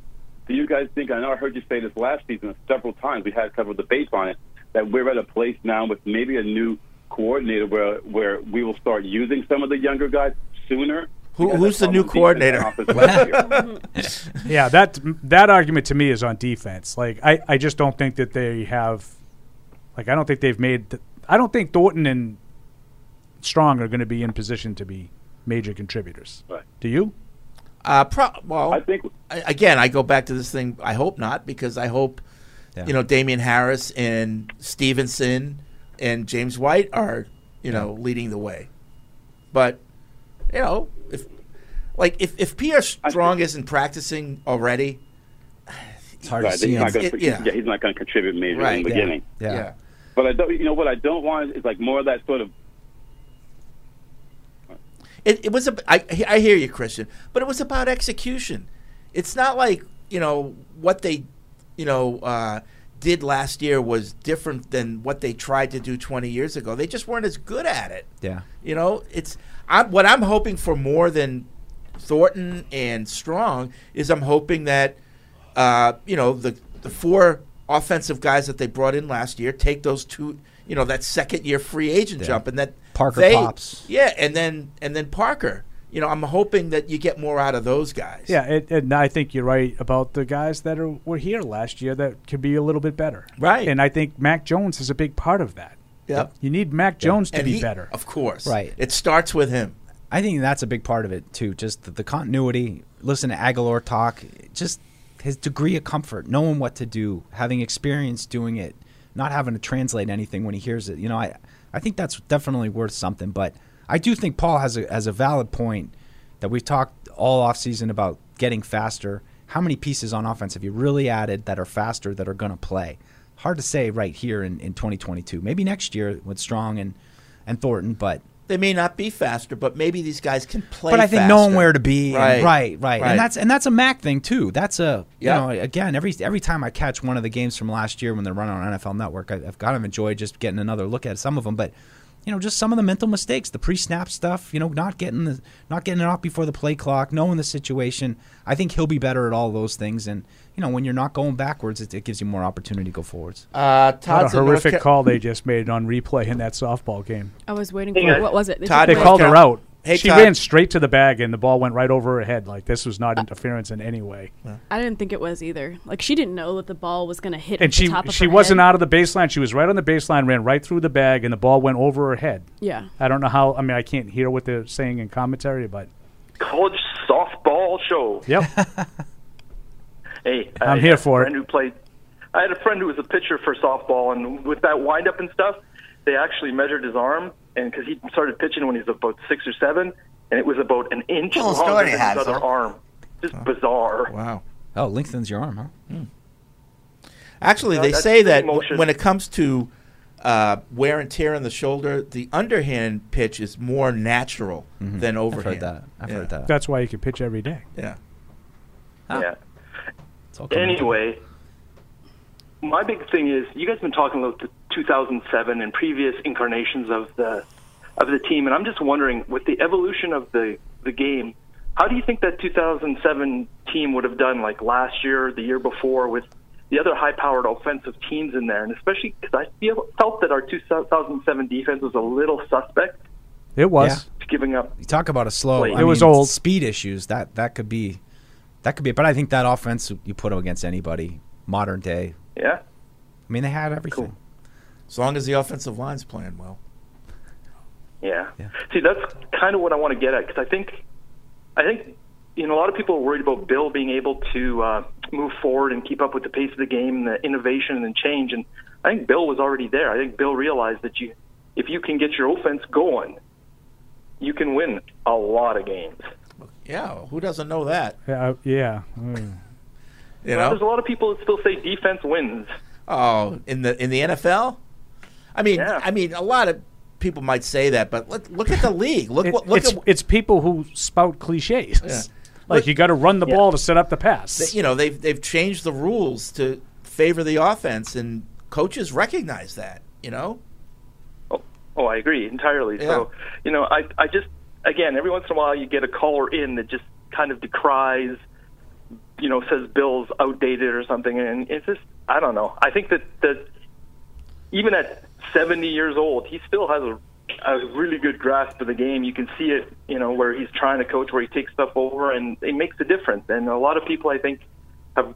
S7: do you guys think I know I heard you say this last season several times, we had several debates on it, that we're at a place now with maybe a new coordinator where where we will start using some of the younger guys sooner.
S4: Who-
S7: because
S4: who's
S7: that's
S4: the new
S7: how the defense and offense last year.
S2: Yeah, that that argument to me is on defense. Like, I, I just don't think that they have, like, I don't think they've made. The, I don't think Thornton and Strong are going to be in position to be major contributors.
S7: Right.
S2: Do you?
S4: Uh, pro- well,
S7: I think
S4: I- again, I go back to this thing. I hope not because I hope,
S3: Yeah.
S4: you know, Damian Harris and Stevenson and James White are, you know, leading the way. But, you know, if like if if Pierre Strong isn't practicing already,
S3: It's hard
S7: right,
S3: to
S7: that
S3: see
S7: he's
S3: him.
S7: not gonna,
S4: It- yeah.
S7: yeah, he's not gonna contribute majorly in
S4: Right.
S7: the
S4: Yeah.
S7: beginning.
S3: Yeah.
S4: yeah.
S7: But I don't you know what I don't want is like more of that sort of
S4: It, it was a. I, I hear you, Christian, but it was about execution. It's not like you know what they, you know, uh, did last year was different than what they tried to do 20 years ago. They just weren't as good at it.
S3: Yeah.
S4: You know, it's I, what I'm hoping for more than Thornton and Strong is I'm hoping that uh, you know the the four offensive guys that they brought in last year take those two you know that second year free agent jump and that
S3: Parker
S4: they-
S3: pops.
S4: yeah and then and then Parker you know I'm hoping that you get more out of those guys
S2: Yeah, and, and I think you're right about the guys that are were here last year that could be a little bit better.
S4: Right.
S2: And I think Mac Jones is a big part of that.
S4: Yep.
S2: You need Mac Jones to
S4: and
S2: be
S4: he-
S2: better.
S4: of course
S3: Right.
S4: it starts with him
S3: I think that's a big part of it too. Just the, the continuity. Listen to Aguilar talk. Just his degree of comfort, knowing what to do, having experience doing it, not having to translate anything when he hears it. You know, I I think that's definitely worth something. But I do think Paul has a has a valid point that we've talked all off season about getting faster. How many pieces on offense have you really added that are faster that are going to play? Hard to say right here in, in 2022. Maybe next year with Strong and and Thornton, but
S4: they may not be faster but maybe these guys can play
S3: but I think knowing
S4: faster.
S3: where to be, and-
S4: Right.
S3: right, right,
S4: Right.
S3: and that's and that's a Mac thing too. That's a
S4: Yeah.
S3: you know again every every time I catch one of the games from last year when they're running on NFL Network, I, I've kind of enjoyed just getting another look at some of them. But you know, just some of the mental mistakes, the pre-snap stuff, you know, not getting the not getting it off before the play clock, knowing the situation. I think he'll be better at all those things, and you know, when you're not going backwards, it, it gives you more opportunity to go forwards.
S4: uh,
S2: What a
S4: Todd's in North
S2: horrific
S4: Ca-
S2: call they just made on replay in that softball game.
S5: I was waiting for it. What was it? They
S4: Todd,
S2: They
S5: took away-
S2: called her out.
S4: Hey,
S2: she
S4: Todd.
S2: ran straight to the bag and the ball went right over her head. Like this was
S5: Uh,
S2: not interference in any way.
S5: I didn't think it was either. Like she didn't know that the ball was gonna hit.
S2: And
S5: the
S2: she
S5: top of
S2: she
S5: her
S2: wasn't
S5: head.
S2: out of the baseline. She was right on the baseline, ran right through the bag, and the ball went over her head.
S5: Yeah.
S2: I don't know how. I mean, I can't hear what they're saying in commentary, but
S8: college softball show.
S2: yep.
S8: Hey,
S2: I'm
S8: I
S2: here
S8: had a
S2: for it.
S8: friend Who played? I had a friend who was a pitcher for softball, and with that windup and stuff, they actually measured his arm, and because he started pitching when he was about six or seven, and it was about an inch
S4: Oh,
S9: Cool
S8: longer
S9: story,
S8: than his
S9: Hazel.
S8: other arm. Just bizarre.
S4: Wow.
S3: Oh, lengthens your arm, huh?
S4: Actually,
S8: No,
S4: they
S8: that's
S4: say
S8: the
S4: that
S8: motion.
S4: when it comes to uh, wear and tear on the shoulder, the underhand pitch is more natural than
S3: Mm-hmm. I've
S4: overhand.
S3: heard that. I've
S4: yeah.
S3: heard that.
S2: That's why you can pitch every day.
S4: Yeah.
S8: Yeah.
S3: It's all coming
S8: Anyway, my big thing is you guys have been talking about the 2007 and previous incarnations of the of the team, and I'm just wondering, with the evolution of the the game, how do you think that 2007 team would have done, like last year, the year before, with the other high-powered offensive teams in there, and especially because I feel, felt that our 2007 defense was a little suspect,
S2: It was.
S8: giving up.
S3: You talk about a slow.
S8: Wait.
S3: I
S2: It was
S3: mean,
S2: old.
S3: speed issues. That that could be, that could be. But I think that offense you put them against anybody modern day.
S8: Yeah,
S3: I mean, they had everything.
S8: Cool.
S4: As long as the offensive line's playing well.
S8: Yeah.
S3: Yeah.
S8: See, that's kind of what I want to get at because I think, I think, you know, a lot of people are worried about Bill being able to uh, move forward and keep up with the pace of the game, and the innovation and change. And I think Bill was already there. I think Bill realized that you, if you can get your offense going, you can win a lot of games.
S4: Yeah. Who doesn't know that?
S2: Yeah. uh, yeah. Mm.
S4: You
S8: Now, There's a
S4: know?
S8: lot of people that still say defense wins.
S4: Oh, in the in the NFL. I mean,
S8: Yeah.
S4: I mean, a lot of people might say that, but look, look at the league. Look,
S2: It-
S4: what look
S2: it's,
S4: at
S2: it's people who spout cliches.
S4: Yeah.
S2: Like
S4: But-
S2: you got to run the
S8: Yeah.
S2: ball to set up the pass.
S4: that, you know they've they've changed the rules to favor the offense, and coaches recognize that. You know,
S8: Oh, oh, I agree entirely. So,
S4: Yeah.
S8: you know, I, I just, again, every once in a while you get a caller in that just kind of decries, you know, says Bill's outdated or something. And it's just, I don't know. I think that, that even at 70 years old, he still has a, a really good grasp of the game. You can see it, you know, where he's trying to coach, where he takes stuff over, and it makes a difference. And a lot of people, I think, have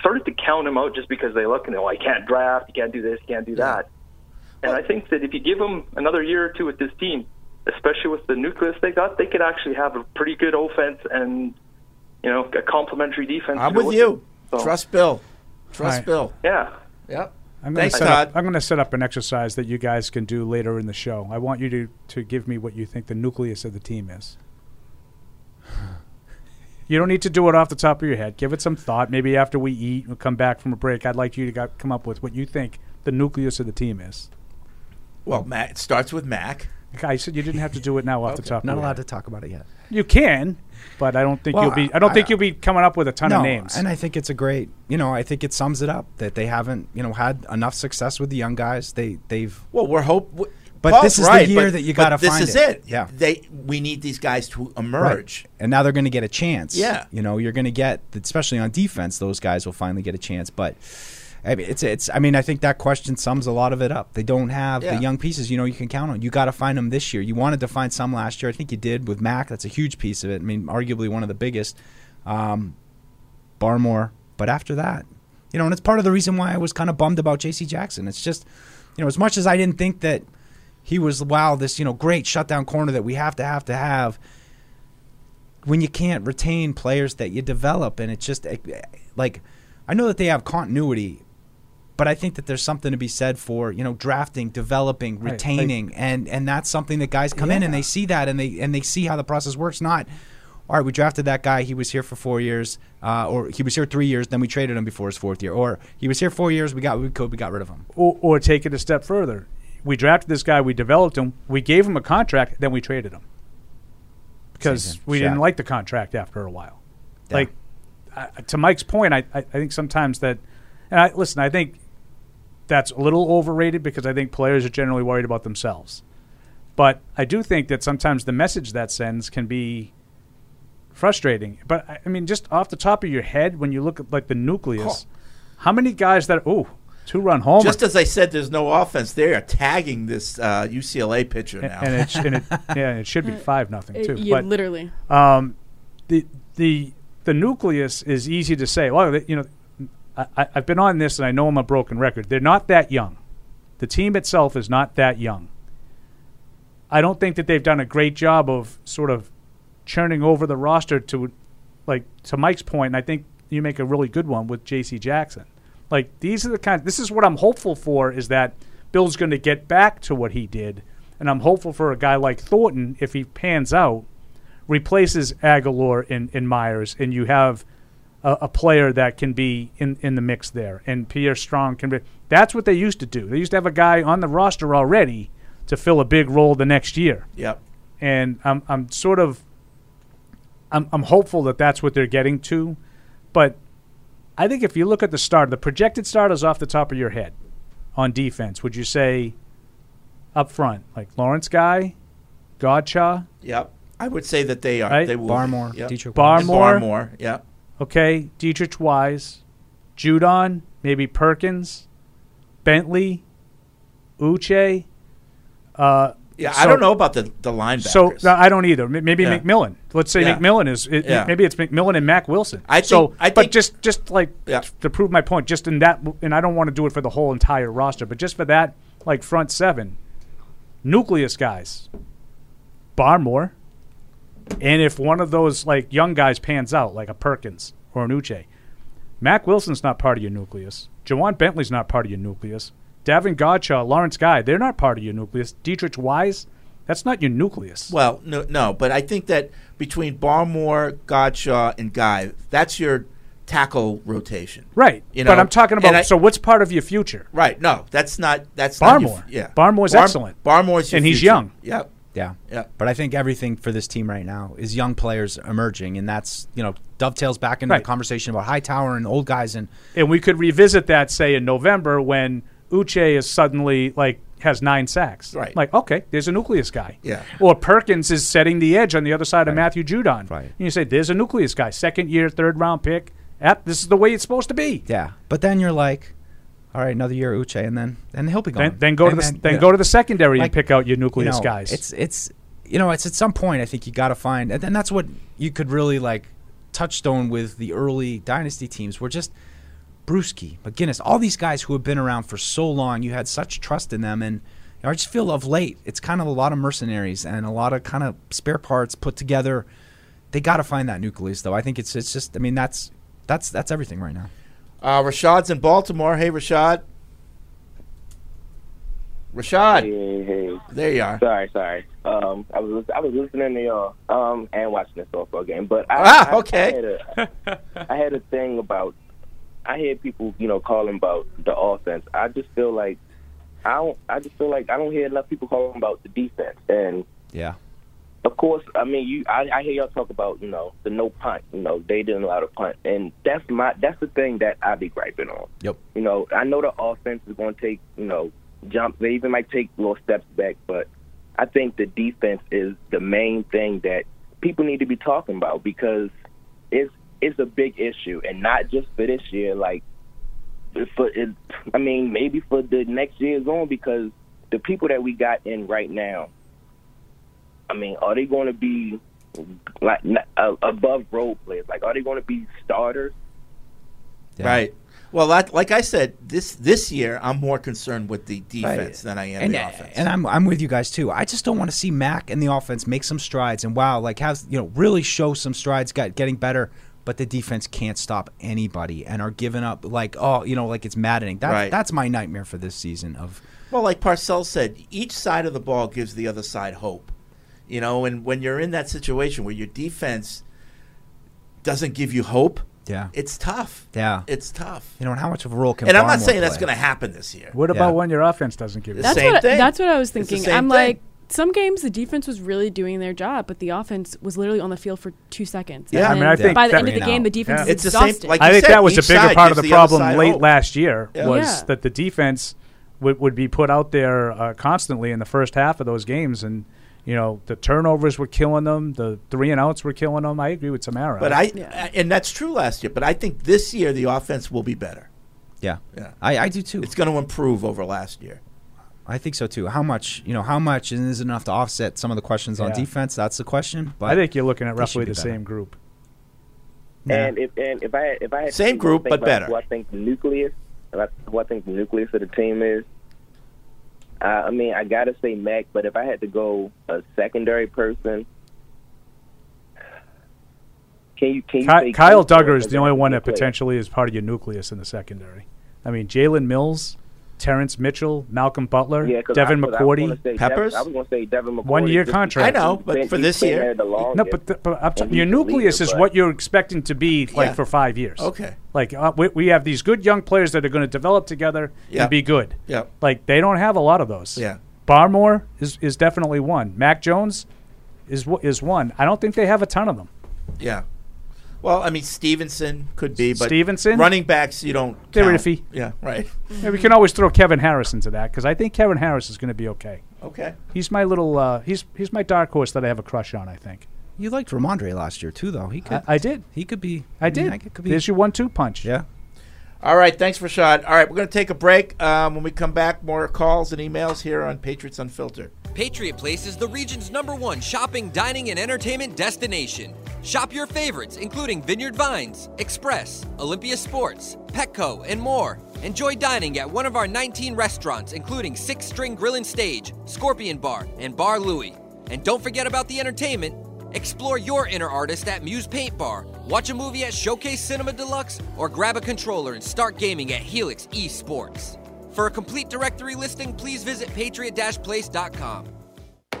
S8: started to count him out just because they look and they, oh, I can't draft, you can't do this, you can't do that. And I think that if you give them another year or two with this team, especially with the nucleus they got, they could actually have a pretty good offense and you know a complementary defense.
S4: I'm
S8: to go
S4: with you.
S8: it. So,
S4: Trust Bill. Trust
S2: Right.
S4: Bill.
S8: Yeah.
S4: Yep.
S2: I'm gonna
S4: Thanks,
S2: set
S4: Todd.
S2: Up, I'm going to set up an exercise that you guys can do later in the show. I want you to, to give me what you think the nucleus of the team is. You don't need to do it off the top of your head. Give it some thought. Maybe after we eat, we'll come back from a break. I'd like you to go- come up with what you think the nucleus of the team is.
S4: Well, Mac, it starts with Mac.
S2: I said you didn't have to do it now off the top.
S3: Not
S2: of your
S3: allowed to
S2: head.
S3: talk about it yet.
S2: You can, but I don't think
S3: Well,
S2: you'll be. I don't
S3: I-
S2: think you'll be coming up with a ton of names.
S3: And I think it's a great, you know, I think it sums it up that they haven't, you know, had enough success with the young guys. They they've
S4: Well, we're hope. w-
S3: But
S4: Paul's
S3: this is the
S4: right,
S3: year
S4: but-
S3: that you
S4: but
S3: gotta
S4: This
S3: find
S4: is
S3: it.
S4: it.
S3: Yeah.
S4: They we need these guys to emerge.
S3: and now they're going to get a chance.
S4: Yeah.
S3: you know, you're going to get, especially on defense, those guys will finally get a chance. But I mean, it's it's. I mean, I think that question sums a lot of it up. They don't have
S4: Yeah.
S3: the young pieces. You know, you can count on. You got to find them this year. You wanted to find some last year. I think you did with Mac. That's a huge piece of it. I mean, arguably one of the biggest. Um, Barmore, but after that, you know, and it's part of the reason why I was kind of bummed about J.C. Jackson. It's just, you know, as much as I didn't think that he was wow, this you know great shutdown corner that we have to have to have when you can't retain players that you develop and it's just eh, eh, like I know that they have continuity but I think that there's something to be said for you know drafting developing
S2: Right, like-
S3: retaining and and that's something that guys come in and they see that and they and they see how the process works not all right, we drafted that guy. He was here for four years, uh, or he was here three years. Then we traded him before his fourth year, or he was here four years. We got we could we got rid of him.
S2: or, or take it a step further. We drafted this guy, we developed him, we gave him a contract, then we traded him because
S3: Season.
S2: we
S3: Shaq.
S2: didn't like the contract after a while.
S3: Yeah.
S2: Like I to Mike's point, I, I I think sometimes that, and I listen, I think that's a little overrated because I think players are generally worried about themselves. But I do think that sometimes the message that sends can be frustrating. But I I mean, just off the top of your head, when you look at like the nucleus, how many guys that ooh two run home
S4: Just as I said, there's no offense. They are tagging this uh, UCLA pitcher now.
S2: and it, sh- and it yeah, and it should be five nothing
S5: Uh, It-
S2: too.
S5: you
S2: But
S5: literally.
S2: um, the the the nucleus is easy to say. Well, they- you know, I, I- I've been on this, and I know I'm a broken record. They're not that young. The team itself is not that young. I don't think that they've done a great job of sort of churning over the roster to, like, to Mike's point, and I think you make a really good one with J.C. Jackson. Like, these are the kind. This is what I'm hopeful for is that Bill's going to get back to what he did and I'm hopeful for a guy like Thornton if he pans out, replaces Aguilar and, and Myers, and you have a, a player that can be in, in the mix there, and Pierre Strong can be. That's what they used to do. They used to have a guy on the roster already to fill a big role the next year
S4: Yep.
S2: and I'm I'm sort of I'm I'm hopeful that that's what they're getting to, but I think if you look at the start, the projected starters off the top of your head on defense, would you say up front like Lawrence Guy, Godcha,
S4: Yep. I would say that they are.
S2: Right.
S4: They will.
S3: Barmore,
S4: Yep.
S3: Dietrich
S2: Barmore.
S4: And Barmore. Yep.
S2: okay, Dietrich Wise, Judon, maybe Perkins, Bentley, Uche. Uh,
S4: Yeah. I
S2: So-
S4: don't know about the the linebackers.
S2: so no, I don't either. M- Maybe
S4: Yeah.
S2: McMillan. Let's say
S4: Yeah.
S2: McMillan is. It,
S4: Yeah.
S2: Maybe it's McMillan and Mac Wilson.
S4: I think-
S2: so,
S4: I
S2: but
S4: think-
S2: just just like
S4: Yeah.
S2: t- to prove my point, just in that, and I don't want to do it for the whole entire roster, but just for that, like front seven, nucleus guys, Barmore, and if one of those like young guys pans out, like a Perkins or an Uche, Mac Wilson's not part of your nucleus. Jawan Bentley's not part of your nucleus. Davin Godshaw, Lawrence Guy, they're not part of your nucleus. Dietrich Wise, that's not your nucleus.
S4: Well, no, no, but I think that between Barmore, Godshaw, and Guy, that's your tackle rotation.
S2: Right.
S4: You
S2: but
S4: know,
S2: I'm talking about
S4: and I-
S2: so what's part of your future?
S4: Right. No, that's not. That's
S2: Barmore.
S4: Not your, yeah.
S2: Barmore's excellent.
S4: Barmore's your
S2: And he's
S4: future.
S2: young.
S4: Yep.
S3: Yeah.
S4: Yeah.
S3: But I think everything for this team right now is young players emerging, and that's you know dovetails back into
S2: Right.
S3: the conversation about Hightower and old guys and
S2: And we could revisit that say in November when Uche is suddenly like has nine sacks.
S4: Right.
S2: Like, okay, there's a nucleus guy.
S4: Yeah.
S2: Or Perkins is setting the edge on the other side of Matthew Judon.
S3: Right.
S2: And you say, There's a nucleus guy, second year, third round pick. Yep, this is the way it's supposed to be.
S3: yeah. But then you're like, all right, another year Uche, and then then he'll be gone.
S2: Then, then go to
S3: And
S2: the then,
S3: yeah.
S2: go to the secondary
S3: Like,
S2: and pick out your
S3: You
S2: nucleus
S3: know,
S2: guys.
S3: It's it's you know it's at some point I think you got to find, and then that's what you could really like touchstone with the early dynasty teams were just Brewski, McGinnis, all these guys who have been around for so long. You had such trust in them, and you know, I just feel of late it's kind of a lot of mercenaries and a lot of kind of spare parts put together. They got to find that nucleus, though. I think it's it's just I mean that's that's that's everything right now.
S4: Uh, Rashad's in Baltimore. Hey, Rashad. Rashad,
S9: Hey, hey.
S4: there you are.
S9: Sorry, sorry. Um, I was lis- I was listening to y'all um, and watching the softball game, but I,
S4: Ah,
S9: I-
S4: okay.
S9: I, had a, I had a thing about. I hear people, you know, calling about the offense. I just feel like I don't. I just feel like I don't hear enough people calling about the defense. And
S3: Yeah,
S9: of course, I mean, you. I, I hear y'all talk about, you know, the no punt. You know, they didn't allow the punt, and that's my. That's the thing that I be griping on.
S3: Yep.
S9: You know, I know the offense is going to take, you know, jumps. They even might take little steps back, but I think the defense is the main thing that people need to be talking about because it's it's a big issue, and not just for this year. Like for it, I mean, maybe for the next years on, because the people that we got in right now, I mean, are they going to be like n- uh, above role players? Like, are they going to be starters?
S3: Yeah.
S4: Right. Well, that, like I said, this this year I'm more concerned with the defense than I am
S3: and,
S4: the offense.
S3: and I'm I'm with you guys too. I just don't want to see Mac and the offense make some strides and wow, like have you know really show some strides, got getting better. But the defense can't stop anybody and are giving up like oh you know like it's maddening. That's
S4: Right.
S3: that's my nightmare for this season. Of
S4: Well, like Parcells said, each side of the ball gives the other side hope. You know, and when you're in that situation where your defense doesn't give you hope,
S3: Yeah.
S4: it's tough.
S3: Yeah.
S4: it's tough.
S3: you know and how much of a role can
S4: and I'm not
S3: Barmore
S4: saying that's
S3: play?
S4: going to happen this year.
S2: what about
S3: yeah.
S2: when your offense doesn't give you
S4: That's- same
S5: what
S4: thing.
S5: I, that's what I was
S4: It's the
S5: thinking.
S4: same
S5: I'm
S4: thing.
S5: like some games the defense was really doing their job, but the offense was literally on the field for two seconds.
S4: Yeah, I
S5: And
S4: mean,
S5: then
S2: I think
S5: by the
S2: that-
S5: end of the
S3: Right
S5: game,
S3: now.
S5: the defense
S2: Yeah.
S5: is
S4: It's the same-
S5: exhausted.
S4: like
S2: I
S4: you
S2: think
S4: said,
S2: that was a
S4: each
S2: bigger
S4: side
S2: part
S4: gives
S2: of the
S4: the other
S2: problem
S4: side Oh.
S2: late
S4: hope.
S2: last year
S4: Yeah.
S2: was
S5: Yeah.
S2: that the defense would, would be put out there uh, constantly in the first half of those games, and you know the turnovers were killing them, the three and outs were killing them. I agree with Samara,
S4: But I,
S5: Yeah.
S4: and that's true last year. But I think this year the offense will be better.
S3: Yeah,
S4: Yeah.
S3: I, I do too.
S4: It's going to improve over last year.
S3: I think so too. How much you know? How much is enough to offset some of the questions on
S2: Yeah.
S3: defense? That's the question. But
S2: I think you're looking at
S3: They
S2: roughly
S3: should be
S2: the
S3: better.
S2: same group.
S3: Yeah.
S9: And if and if I had- if I had to
S4: Same
S9: choose
S4: group,
S9: one thing
S4: but
S9: about
S4: better.
S9: Who I think the nucleus, about who I think the nucleus of the team is. Uh, I mean, I gotta say Mac, but if I had to go a secondary person, can you can you
S2: Ky-
S9: say
S2: Kyle
S9: Keith or
S2: Duggar is the only one that
S9: nucleus?
S2: potentially is part of your nucleus in the secondary. I mean, Jalen Mills Terrence Mitchell, Malcolm Butler,
S9: Yeah, 'cause
S2: Devin
S9: I- 'cause I was gonna
S2: McCourty.
S9: say Devin- I was going to say Devin McCourty.
S2: One year
S9: just-
S2: contract.
S4: I know, but
S9: he's
S4: for
S9: been-
S4: this
S9: he's been
S4: year-
S9: there the longest.
S2: No, but, the, but I'm
S9: And
S2: t-
S9: he's
S2: your
S9: the leader,
S2: nucleus is
S9: but-
S2: what you're expecting to be like
S4: Yeah.
S2: for five years.
S4: Okay.
S2: Like uh, we, we have these good young players that are going to develop together
S4: Yeah.
S2: and be good.
S4: Yeah.
S2: Like they don't have a lot of those.
S4: Yeah.
S2: Barmore is, is definitely one. Mac Jones is wh- is one. I don't think they have a ton of them.
S4: Yeah. Well, I mean Stevenson could be, but
S2: Stevenson?
S4: running backs you don't.
S2: They're
S4: count.
S2: iffy.
S4: Yeah. Right.
S2: Yeah, we can always throw Kevin Harris into that because I think Kevin Harris is going to be okay.
S4: Okay.
S2: He's my little uh, he's he's my dark horse that I have a crush on. I think
S3: You liked Ramondre last year too, though. He could.
S2: I, I did.
S3: he could be.
S2: I did.
S3: mean, could be-
S2: There's your one-two punch.
S3: yeah.
S4: All right. Thanks, Rashad. All right, we're going to take a break. Um, when we come back, more calls and emails here on Patriots Unfiltered.
S6: Patriot Place is the region's number one shopping, dining, and entertainment destination. Shop your favorites, including Vineyard Vines, Express, Olympia Sports, Petco, and more. Enjoy dining at one of our 19 restaurants, including Six String Grill and Stage, Scorpion Bar, and Bar Louie. And don't forget about the entertainment. Explore your inner artist at Muse Paint Bar, watch a movie at Showcase Cinema Deluxe, or grab a controller and start gaming at Helix Esports. For a complete directory listing, please visit patriot-place.com.
S10: The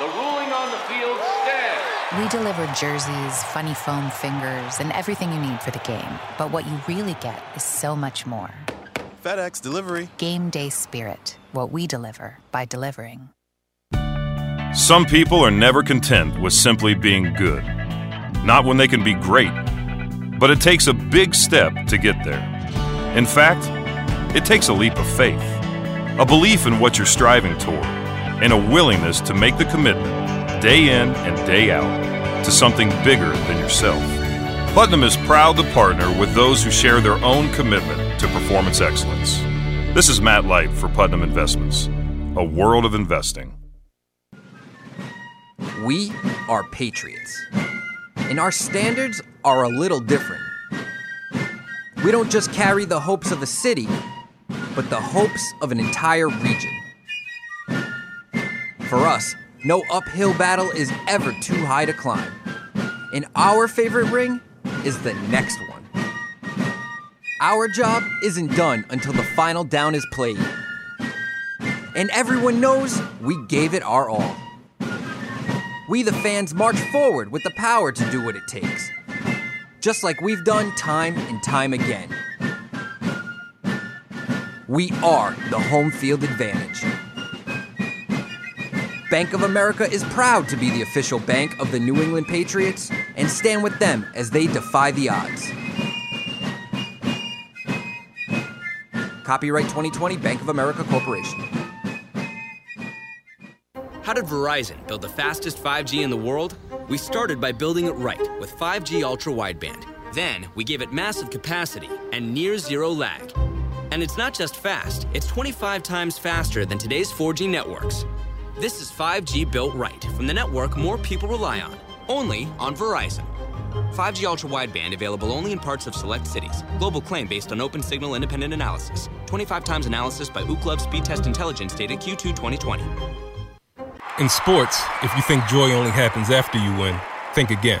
S10: ruling on the field stands.
S11: We deliver jerseys, funny foam fingers, and everything you need for the game. But what you really get is so much more.
S12: FedEx delivery.
S11: Game day spirit. What we deliver by delivering.
S13: Some people are never content with simply being good, not when they can be great. But it takes a big step to get there. In fact, it takes a leap of faith, a belief in what you're striving toward, and a willingness to make the commitment, day in and day out, to something bigger than yourself. Putnam is proud to partner with those who share their own commitment to performance excellence. This is Matt Light for Putnam Investments, a world of investing.
S6: We are patriots. And our standards are a little different. We don't just carry the hopes of a city, but the hopes of an entire region. For us, no uphill battle is ever too high to climb. And our favorite ring is the next one. Our job isn't done until the final down is played. And everyone knows we gave it our all. We, the fans, march forward with the power to do what it takes, just like we've done time and time again. We are the home field advantage. Bank of America is proud to be the official bank of the New England Patriots and stand with them as they defy the odds. Copyright 2020 Bank of America Corporation.
S14: How did Verizon build the fastest 5G in the world? We started by building it right with 5G ultra wideband. Then we gave it massive capacity and near zero lag. And it's not just fast, it's 25 times faster than today's 4G networks. This is 5G built right from the network more people rely on, only on Verizon. 5G ultra wideband available only in parts of select cities. Global claim based on open signal independent analysis. 25 times analysis by Ookla Speed Test Intelligence data Q2 2020.
S15: In sports, if you think joy only happens after you win, think again.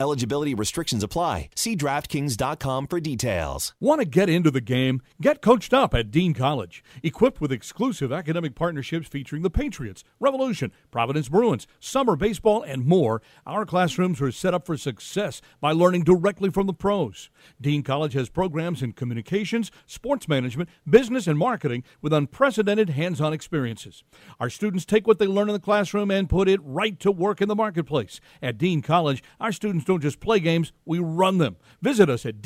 S16: Eligibility restrictions apply. See DraftKings.com for details.
S17: Want to get into the game? Get coached up at Dean College. Equipped with exclusive academic partnerships featuring the Patriots, Revolution, Providence Bruins, summer baseball, and more, our classrooms are set up for success by learning directly from the pros. Dean College has programs in communications, sports management, business, and marketing with unprecedented hands on experiences. Our students take what they learn in the classroom and put it right to work in the marketplace. At Dean College, our students don't just play games, we run them. Visit us at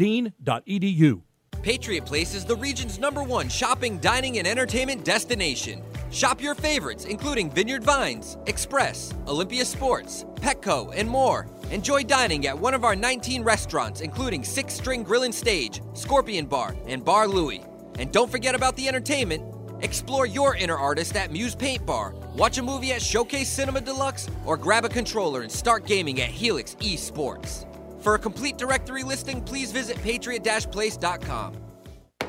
S17: dean.edu.
S6: Patriot Place is the region's number one shopping, dining, and entertainment destination. Shop your favorites, including Vineyard Vines, Express, Olympia Sports, Petco, and more. Enjoy dining at one of our 19 restaurants, including Six String Grill and Stage, Scorpion Bar, and Bar Louie. And don't forget about the entertainment. Explore your inner artist at Muse Paint Bar, watch a movie at Showcase Cinema Deluxe, or grab a controller and start gaming at Helix Esports. For a complete directory listing, please visit patriot-place.com.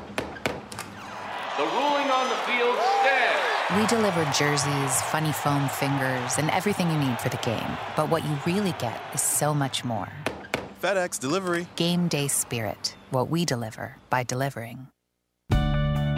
S10: The ruling on the field stands.
S11: We deliver jerseys, funny foam fingers, and everything you need for the game. But what you really get is so much more.
S12: FedEx Delivery.
S11: Game day spirit. What we deliver by delivering.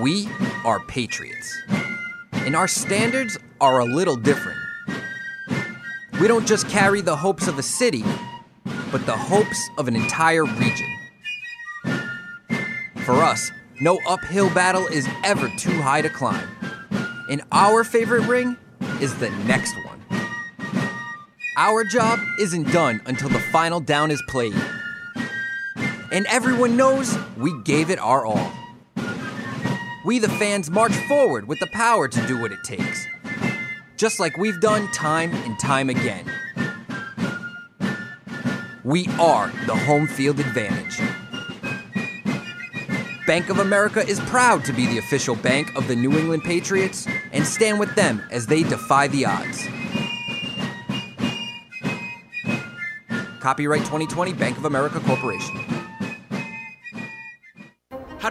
S6: We are patriots. And our standards are a little different. We don't just carry the hopes of a city, but the hopes of an entire region. For us, no uphill battle is ever too high to climb. And our favorite ring is the next one. Our job isn't done until the final down is played. And everyone knows we gave it our all. We, the fans, march forward with the power to do what it takes, just like we've done time and time again. We are the home field advantage. Bank of America is proud to be the official bank of the New England Patriots and stand with them as they defy the odds. Copyright 2020 Bank of America Corporation.
S14: How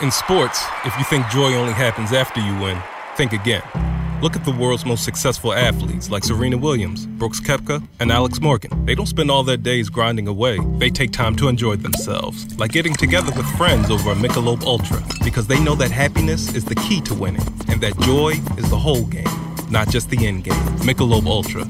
S15: In sports, if you think joy only happens after you win, think again. Look at the world's most successful athletes like Serena Williams, Brooks Kepka, and Alex Morgan. They don't spend all their days grinding away. They take time to enjoy themselves, like getting together with friends over a Michelob Ultra, because they know that happiness is the key to winning, and that joy is the whole game, not just the end game. Michelob Ultra.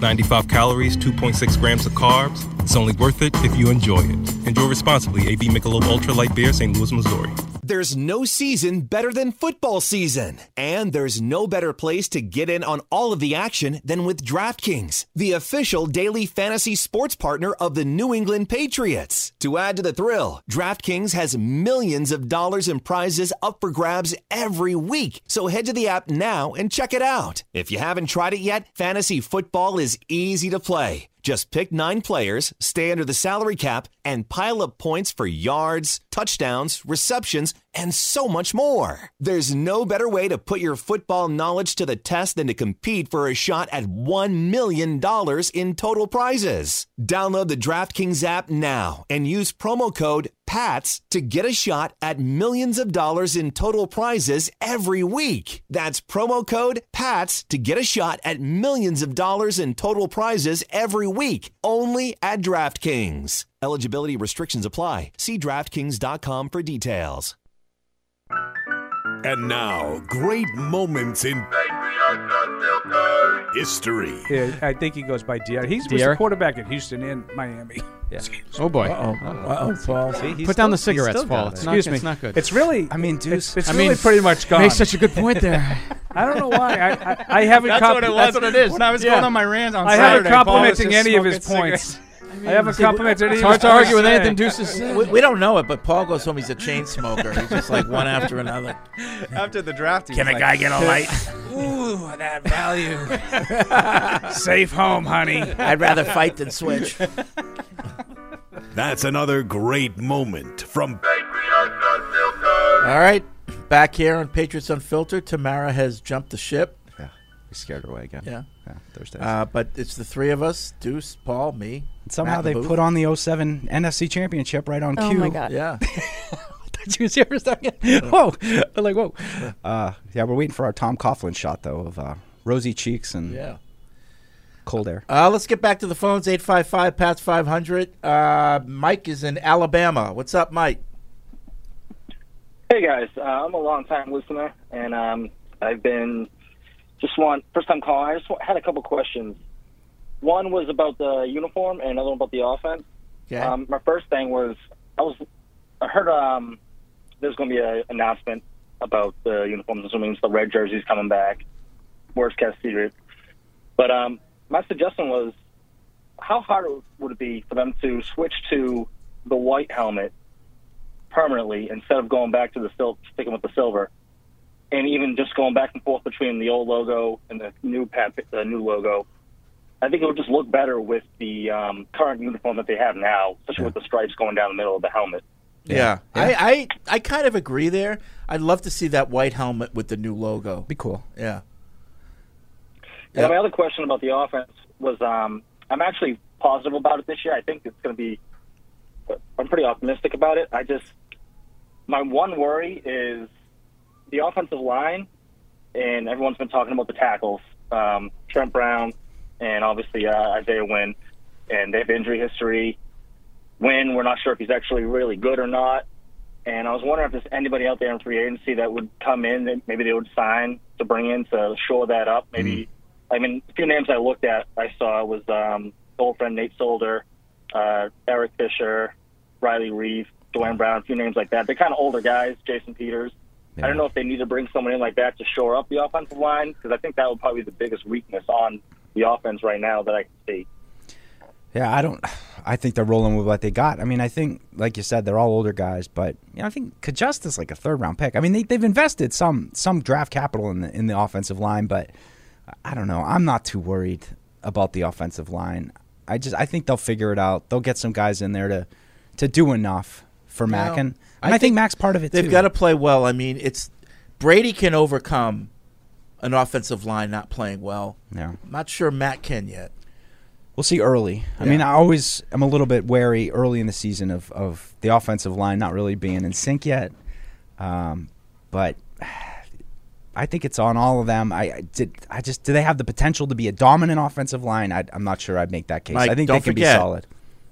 S15: 95 calories, 2.6 grams of carbs. It's only worth it if you enjoy it. Enjoy responsibly. AB Michelob Ultra Light Beer, St. Louis, Missouri.
S16: There's no season better than football season, and there's no better place to get in on all of the action than with DraftKings, the official daily fantasy sports partner of the New England Patriots. To add to the thrill, DraftKings has millions of dollars in prizes up for grabs every week, so head to the app now and check it out. If you haven't tried it yet, fantasy football is easy to play. Just pick nine players, stay under the salary cap, and pile up points for yards, touchdowns, receptions, and so much more. There's no better way to put your football knowledge to the test than to compete for a shot at $1 million in total prizes. Download the DraftKings app now and use promo code PATS to get a shot at millions of dollars in total prizes every week. That's promo code PATS to get a shot at millions of dollars in total prizes every week, only at DraftKings. Eligibility restrictions apply. See DraftKings.com for details.
S1: And now, great moments in history.
S2: Yeah, I think he goes by Dier. He's was the
S1: Dier?
S2: quarterback at Houston and Miami. Yeah.
S18: Oh, boy.
S2: Uh-oh.
S18: Uh-oh.
S2: Uh-oh, Paul.
S18: See, he's Put down still- the he's cigarettes, still Paul. got it. It's not-
S2: Excuse me.
S18: it's not good.
S2: It's really.
S18: I mean,
S2: it's-
S18: Deuce-
S2: It's,
S18: I
S2: really
S18: mean,
S2: pretty much gone.
S18: makes such a good point there.
S2: I don't know why. I, I, I haven't.
S18: That's
S2: comp-
S18: what it was, what it is. When I was going on my rant on
S2: I haven't
S18: Saturday, Paul was
S2: complimenting
S18: just
S2: any of his
S18: smoking
S2: points.
S18: cigarettes.
S2: I,
S18: I mean,
S2: haven't
S18: see,
S2: complimented any.
S18: it's
S2: of
S18: hard
S2: his
S18: to argue
S2: points.
S18: with anything Deuce has said.
S4: We, we don't know it, but Paul goes home. He's a chain smoker. He's just like one after another.
S18: After the draft, he
S4: can a
S18: was like-
S4: guy get a light?
S18: Ooh, that value.
S2: Safe home, honey.
S4: I'd rather fight than switch.
S1: That's another great moment from
S4: All right, back here on Patriots Unfiltered. Tamara has jumped the ship.
S3: Yeah, we scared her away again.
S4: Yeah,
S3: Thursday.
S4: Uh, but it's the three of us: Deuce, Paul, me.
S3: And somehow
S4: Matt in
S3: they
S4: the booth.
S3: put on the 07 NFC Championship right on
S4: Oh
S3: cue.
S4: my God. Yeah.
S18: Did you see for a second?
S3: whoa! I'm like whoa. Uh, yeah, we're waiting for our Tom Coughlin shot though of uh, rosy cheeks and
S4: Yeah.
S3: cold air.
S4: Uh, let's get back to the phones. Eight five five past five hundred. Uh, Mike is in Alabama. What's up, Mike?
S19: Hey guys, uh, I'm a long time listener, and um, I've been just one first time calling. I just wa- had a couple questions. One was about the uniform, and another one about the offense.
S4: Okay.
S19: Um, my first thing was I was I heard um, there's going to be an announcement about the uniforms, assuming it's the red jerseys coming back. Worst case secret. But um, my suggestion was, how hard would it be for them to switch to the white helmet permanently instead of going back to the sil- sticking with the silver, and even just going back and forth between the old logo and the new pap- the new logo. I think it would just look better with the um, current uniform that they have now, especially with the stripes going down the middle of the helmet.
S4: Yeah, I, I I kind of agree there. I'd love to see that white helmet with the new logo. Be
S3: cool.
S4: Yeah.
S19: And my other question about the offense was um, I'm actually positive about it this year. I think it's going to be, I'm pretty optimistic about it. I just, my one worry is the offensive line, and everyone's been talking about the tackles um, Trent Brown, and obviously uh, Isaiah Wynn, and they have injury history. Wynn, we're not sure if he's actually really good or not. And I was wondering if there's anybody out there in free agency that would come in, that maybe they would sign to bring in to shore that up, maybe. I mean, a few names I looked at, I saw was um, old friend Nate Solder, uh, Eric Fisher, Riley Reeve, Dwayne Brown, a few names like that. They're kind of older guys, Jason Peters. I don't know if they need to bring someone in like that to shore up the offensive line because I think that would probably be the biggest weakness on the offense right now that I can see.
S3: Yeah, I don't. I think they're rolling with what they got. I mean, I think, like you said, they're all older guys, but you know, I think Kajusta's like a third round pick. I mean, they, they've invested some some draft capital in the in the offensive line, but I don't know. I'm not too worried about the offensive line. I just I think they'll figure it out. They'll get some guys in there to to do enough for
S4: No.
S3: Mack, and, and
S4: I
S3: I, think, Mack's part of it
S4: They've
S3: too.
S4: got to play well. I mean, it's Brady can overcome an offensive line not playing well.
S3: Yeah.
S4: I'm not sure Matt can yet.
S3: We'll see early. I mean, I always am a little bit wary early in the season of, of the offensive line not really being in sync yet. Um, but I think it's on all of them. I, I did. I just do they have the potential to be a dominant offensive line? I, I'm not sure. I'd make that case.
S4: Mike,
S3: I think
S4: don't
S3: they can
S4: forget,
S3: be solid.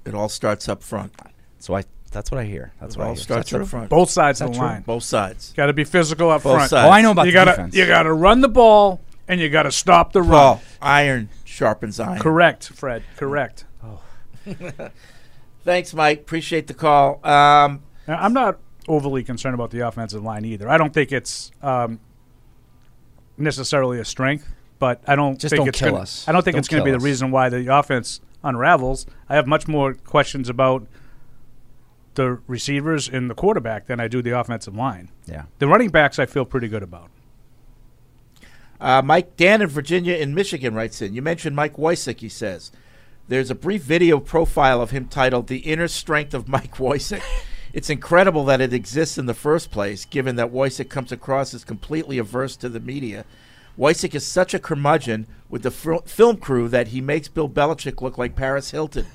S4: It all starts up front.
S3: So I. That's what I hear. That's
S4: It
S3: what I
S4: all
S3: hear. Is
S4: starts
S3: that
S4: up
S3: true?
S4: front.
S2: Both sides
S3: Is
S2: of the
S3: that true?
S2: line.
S4: Both sides.
S2: Got to be physical up
S4: Both
S2: front.
S4: sides. Oh, I know about
S2: you
S4: the
S2: gotta,
S4: defense.
S2: You got to run the ball, and you got to stop the run.
S4: Paul, iron sharpens iron.
S2: Correct, Fred. Correct.
S4: Thanks, Mike. Appreciate the call. Um,
S2: I'm not overly concerned about the offensive line either. I don't think it's um, necessarily a strength, but I don't
S3: Just
S2: think
S3: don't
S2: it's
S3: kill
S2: gonna,
S3: us.
S2: I don't think
S3: Don't
S2: it's going to be
S3: kill
S2: the
S3: us.
S2: reason why the offense unravels. I have much more questions about the receivers and the quarterback than I do the offensive line.
S3: Yeah.
S2: The running backs I feel pretty good about.
S4: Uh, Mike Dan in Virginia in Michigan writes in. You mentioned Mike Wysick. He says there's a brief video profile of him titled "The Inner Strength of Mike Wysick." it's incredible that it exists in the first place, given that Wysick comes across as completely averse to the media. Wysick is such a curmudgeon with the fr- film crew that he makes Bill Belichick look like Paris Hilton.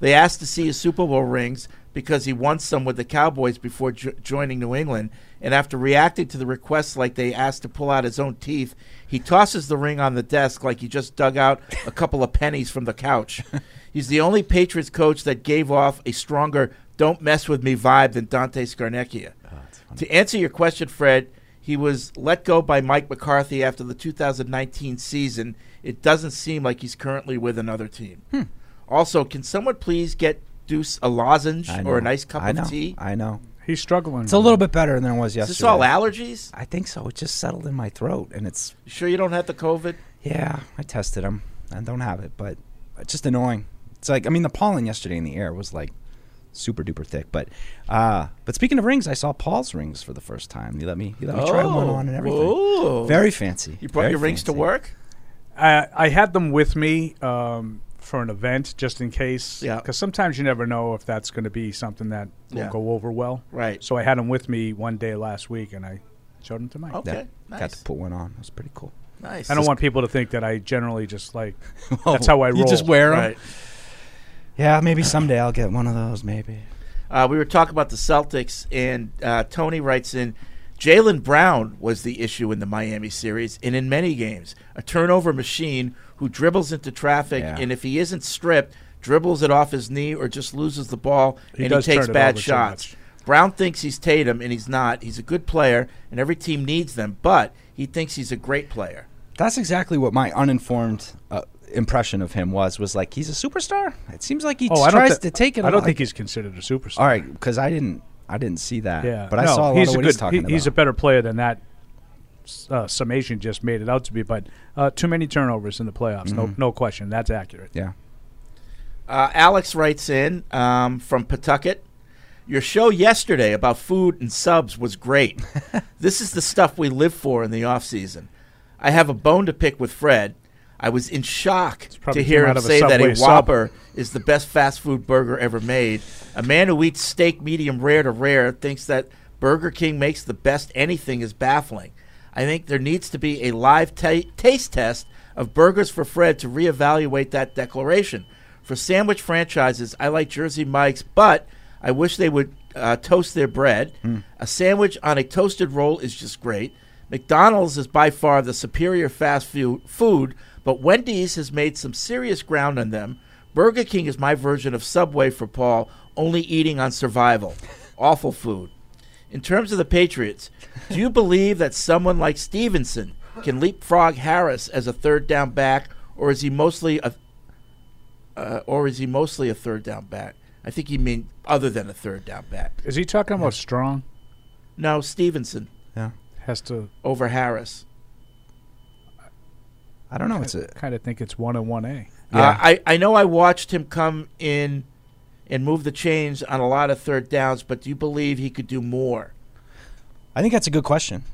S4: They asked to see his Super Bowl rings because he won some with the Cowboys before jo- joining New England. And after reacting to the request like they asked to pull out his own teeth, he tosses the ring on the desk like he just dug out a couple of pennies from the couch. He's the only Patriots coach that gave off a stronger "Don't mess with me" vibe than Dante Scarnecchia.
S3: Ah,
S4: to answer your question, Fred, he was let go by Mike McCarthy after the 2019 season. It doesn't seem like he's currently with another team.
S3: Hmm.
S4: Also, can someone please get Deuce a lozenge
S3: I
S4: or a
S3: know.
S4: nice cup
S3: I
S4: of
S3: know.
S4: tea?
S3: I know.
S2: He's struggling.
S3: It's a little bit better than it was
S4: Is
S3: yesterday.
S4: this all allergies?
S3: I think so. It just settled in my throat, and it's
S4: You sure you don't have the COVID?
S3: yeah. I tested them. I don't have it, but it's just annoying. It's like I mean, the pollen yesterday in the air was like super duper thick. But uh but speaking of rings, I saw Paul's rings for the first time. You let me you let me try one
S4: Oh,
S3: on and everything.
S4: whoa.
S3: Very fancy.
S4: You brought
S3: Very
S4: your rings to
S3: fancy.
S4: work?
S2: I, I had them with me um, for an event just in case. Yeah. Because sometimes you never know if that's going to be something that will
S4: Yeah.
S2: go over well.
S4: Right.
S2: So I had them with me one day last week and I showed them to Mike.
S4: Okay,
S3: Yeah, Got to put one on. It was pretty cool.
S4: Nice.
S2: I don't
S3: This-
S2: want people to think that I generally just like,
S3: Oh,
S2: that's how I roll.
S3: You just wear them.
S2: Right.
S3: Yeah, maybe someday I'll get one of those. Maybe.
S4: Uh, we were talking about the Celtics, and uh, Tony writes in Jalen Brown was the issue in the Miami series and in many games. A turnover machine who dribbles into traffic,
S20: Yeah.
S4: and if he isn't stripped, dribbles it off his knee or just loses the ball
S20: He
S4: and he
S20: does
S4: takes
S20: turn it
S4: bad
S20: over too
S4: shots. Brown thinks he's Tatum, and he's not. He's a good player, and every team needs them, but he thinks he's a great player.
S3: That's exactly what my uninformed uh, impression of him was. Was like he's a superstar. It seems like he
S2: Oh, I don't
S3: tries
S2: thi-
S3: to take it.
S2: I
S3: a
S2: don't
S3: lot.
S2: think he's considered a superstar.
S3: All right, because I didn't, I didn't see that.
S2: Yeah,
S3: but I
S2: No,
S3: saw a lot
S2: he's
S3: of what
S2: good,
S3: he's talking
S2: he- He's a
S3: about.
S2: better player than that s- uh, summation just made it out to be. But uh, too many turnovers in the playoffs, no,
S3: Mm-hmm.
S4: Mhm.
S2: no question. That's accurate.
S3: Yeah.
S4: Uh, Alex writes in um, from Pawtucket. Your show yesterday about food and subs was great. this is the stuff we live for in the off season. I have a bone to pick with Fred. I was in shock
S2: probably
S4: to hear
S2: came
S4: him
S2: out of a
S4: say that a
S2: Subway sub.
S4: Whopper is the best fast food burger ever made. A man who eats steak medium rare to rare thinks that Burger King makes the best anything is baffling. I think there needs to be a live ta- taste test of burgers for Fred to reevaluate that declaration. For sandwich franchises, I like Jersey Mike's, but I wish they would uh, toast their bread. A sandwich on a toasted roll is just great. McDonald's is by far the superior fast fu- food, but Wendy's has made some serious ground on them. Burger King is my version of Subway for Paul, only eating on survival. Awful food. In terms of the Patriots, do you believe that someone like Stevenson can leapfrog Harris as a third down back, or is he mostly a uh, or is he mostly a third down back? I think he mean other than a third down back.
S2: Is he talking about Strong?
S4: No, Stevenson
S3: Yeah.
S2: Has to.
S4: over Harris.
S3: I don't know. It's a
S2: kind of think it's one and one A.
S4: Uh, I, I know I watched him come in and move the chains on a lot of third downs, but do you believe he could do more?
S3: I think that's a good question.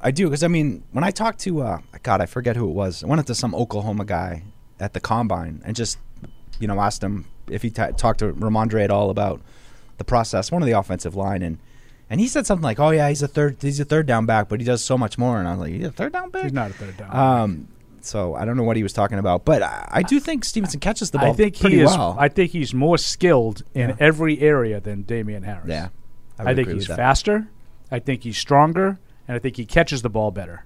S3: I do because I mean, when I talked to uh, God, I forget who it was. I went up to some Oklahoma guy at the combine and just, you know, asked him if he ta talked to Ramondre at all about the process, one of the offensive line, and and he said something like, "Oh yeah, he's a third, he's a third down back, but he does so much more." And I was like, "He's a third down back."
S2: He's not a third down.
S3: Um, so I don't know what he was talking about, but I, I do think Stevenson catches the ball
S2: I think
S3: pretty
S2: he is.
S3: well.
S2: I think he's more skilled in
S3: Yeah.
S2: every area than Damian Harris.
S3: Yeah, I
S2: I,
S3: would
S2: think
S3: agree
S2: he's
S3: with that.
S2: faster. I think he's stronger, and I think he catches the ball better.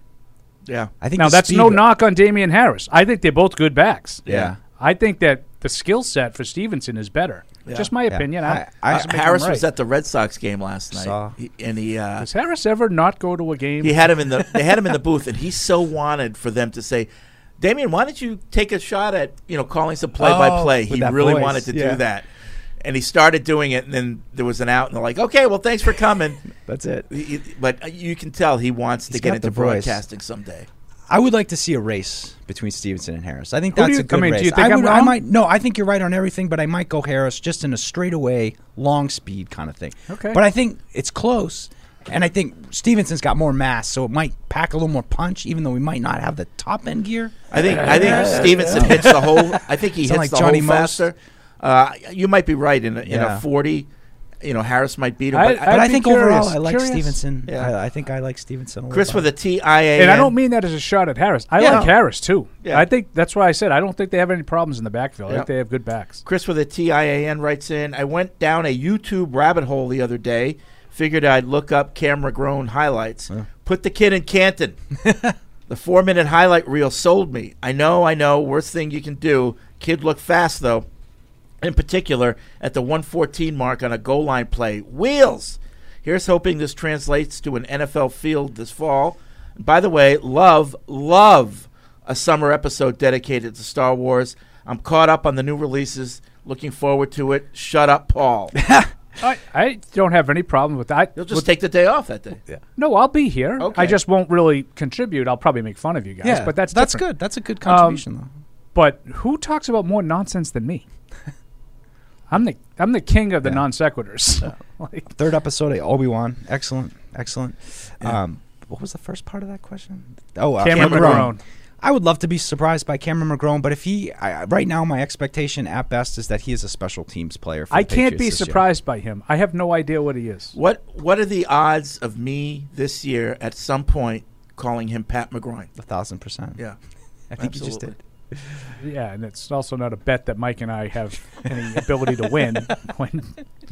S4: Yeah.
S3: I think
S2: now
S3: the
S2: that's no
S3: speed-
S2: knock on Damian Harris. I think they're both good backs.
S3: Yeah.
S2: I think that the skill set for Stevenson is better.
S4: Yeah.
S2: Just my
S4: Yeah.
S2: opinion. I,
S4: Uh,
S2: doesn't make him
S4: Harris
S2: right.
S4: was at the Red Sox game last night,
S2: Saw.
S4: He- and he uh,
S2: Does Harris ever not go to a game?
S4: he had him in the they had him in the booth, and he so wanted for them to say, "Damien, why don't you take a shot at you know calling some play by
S3: Oh,
S4: play?"
S3: with
S4: He
S3: that
S4: really
S3: voice,
S4: wanted to
S3: yeah.
S4: do that, and he started doing it, and then there was an out, and they're like, "Okay, well, thanks for coming."
S3: That's it.
S4: He- he- but uh, you can tell he wants
S3: He's
S4: to get
S3: got
S4: into
S3: the voice.
S4: broadcasting someday.
S3: I would like to see a race between Stevenson and Harris. I think
S4: Who do
S3: that's a
S4: you-
S3: good
S4: I mean, do
S3: race.
S4: you think
S3: I,
S4: I'm
S3: would, I
S4: wrong?
S3: might no. I think you're right on everything, but I might go Harris just in a straightaway long speed kind of thing.
S2: Okay.
S3: But I think it's close, and I think Stevenson's got more mass, so it might pack a little more punch, even though we might not have the top end gear.
S4: I think I think Stevenson hits the whole. I think he
S3: Sound like
S4: hits the
S3: Johnny
S4: hole
S3: Most.
S4: faster. Uh, you might be right in a, in
S3: Yeah.
S4: a forty. you know Harris might beat him.
S2: I-
S4: But
S2: I'd
S3: But I
S2: be
S3: think
S2: curious-
S3: overall, I like
S2: curious.
S3: Stevenson.
S2: Yeah.
S3: I, I think I like Stevenson a little.
S4: Chris
S3: bit.
S4: with a T I A.
S2: And I don't mean that as a shot at Harris. I
S4: Yeah.
S2: like Harris too.
S4: Yeah.
S2: I think that's why I said I don't think they have any problems in the backfield. I
S4: Yep.
S2: think they have good backs.
S4: Chris with a T I A N writes in I went down a YouTube rabbit hole the other day, figured I'd look up camera grown highlights. Put the kid in Canton. the four minute highlight reel sold me. I know, I know, worst thing you can do. Kid looked fast though. In particular, at the 114 mark on a goal line play. Wheels! Here's hoping this translates to an NFL field this fall. By the way, love, love a summer episode dedicated to Star Wars. I'm caught up on the new releases. Looking forward to it. Shut up, Paul.
S2: I, I don't have any problem with that. You'll
S4: just take the day off that day. Yeah.
S2: No, I'll be here.
S4: Okay.
S2: I just won't really contribute. I'll probably make fun of you guys.
S4: Yeah,
S2: but that's
S3: that's
S2: different. Um,
S3: good. That's a good contribution,
S2: though. But who talks about more nonsense than me? I'm the I'm the king of the non sequiturs. Like-
S3: Third episode, Obi Wan. Excellent, excellent. Um, what was the first part of that question? Oh, uh,
S2: Cameron
S3: Cameron
S2: McGrone.
S3: McGrone. I would love to be surprised by Cameron McGrone, but if he, I, I- right now, my expectation at best is that he is a special teams player. For
S2: I
S3: the
S2: can't be
S3: Patriots this year.
S2: surprised by him. I have no idea what he is.
S4: What What are the odds of me this year at some point calling him Pat McGroin?
S3: A thousand percent.
S4: Yeah.
S3: I think you just did.
S2: Yeah, and it's also not a bet that Mike and I have any ability to win when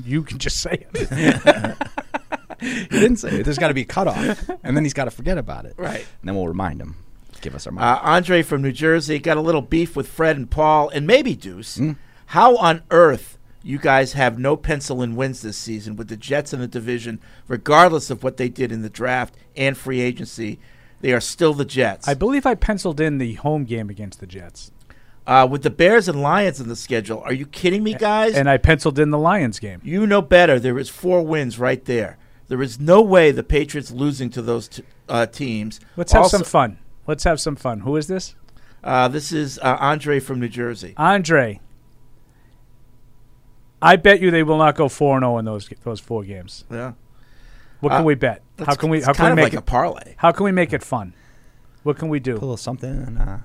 S2: you can just say it.
S3: he didn't say it. There's got to be a cutoff, and then he's got to forget about it.
S4: Right.
S3: And then we'll remind him. Give us our money.
S4: Uh, Andre from New Jersey got a little beef with Fred and Paul and maybe Deuce.
S3: Hmm.
S4: How on earth you guys have no pencil in wins this season with the Jets in the division, regardless of what they did in the draft and free agency? They are still the Jets.
S2: I believe I penciled in the home game against the Jets.
S4: Uh, with the Bears and Lions in the schedule, are you kidding me, guys?
S2: And I penciled in the Lions game.
S4: You know better. There is four wins right there. There is no way the Patriots losing to those t- uh, teams.
S2: Let's have
S4: Also-
S2: some fun. Let's have some fun. Who is this?
S4: Uh, this is uh, Andre from New Jersey.
S2: Andre. I bet you they will not go four and zero in those those four games.
S4: Yeah.
S2: What can
S4: Uh,
S2: we bet?
S4: that's-
S2: How can we?
S4: it's
S2: How can
S4: kind
S2: we
S4: of
S2: make
S4: like
S2: it
S4: a parlay.
S2: How can we make it fun? What can we do?
S3: Put a little something. And, uh,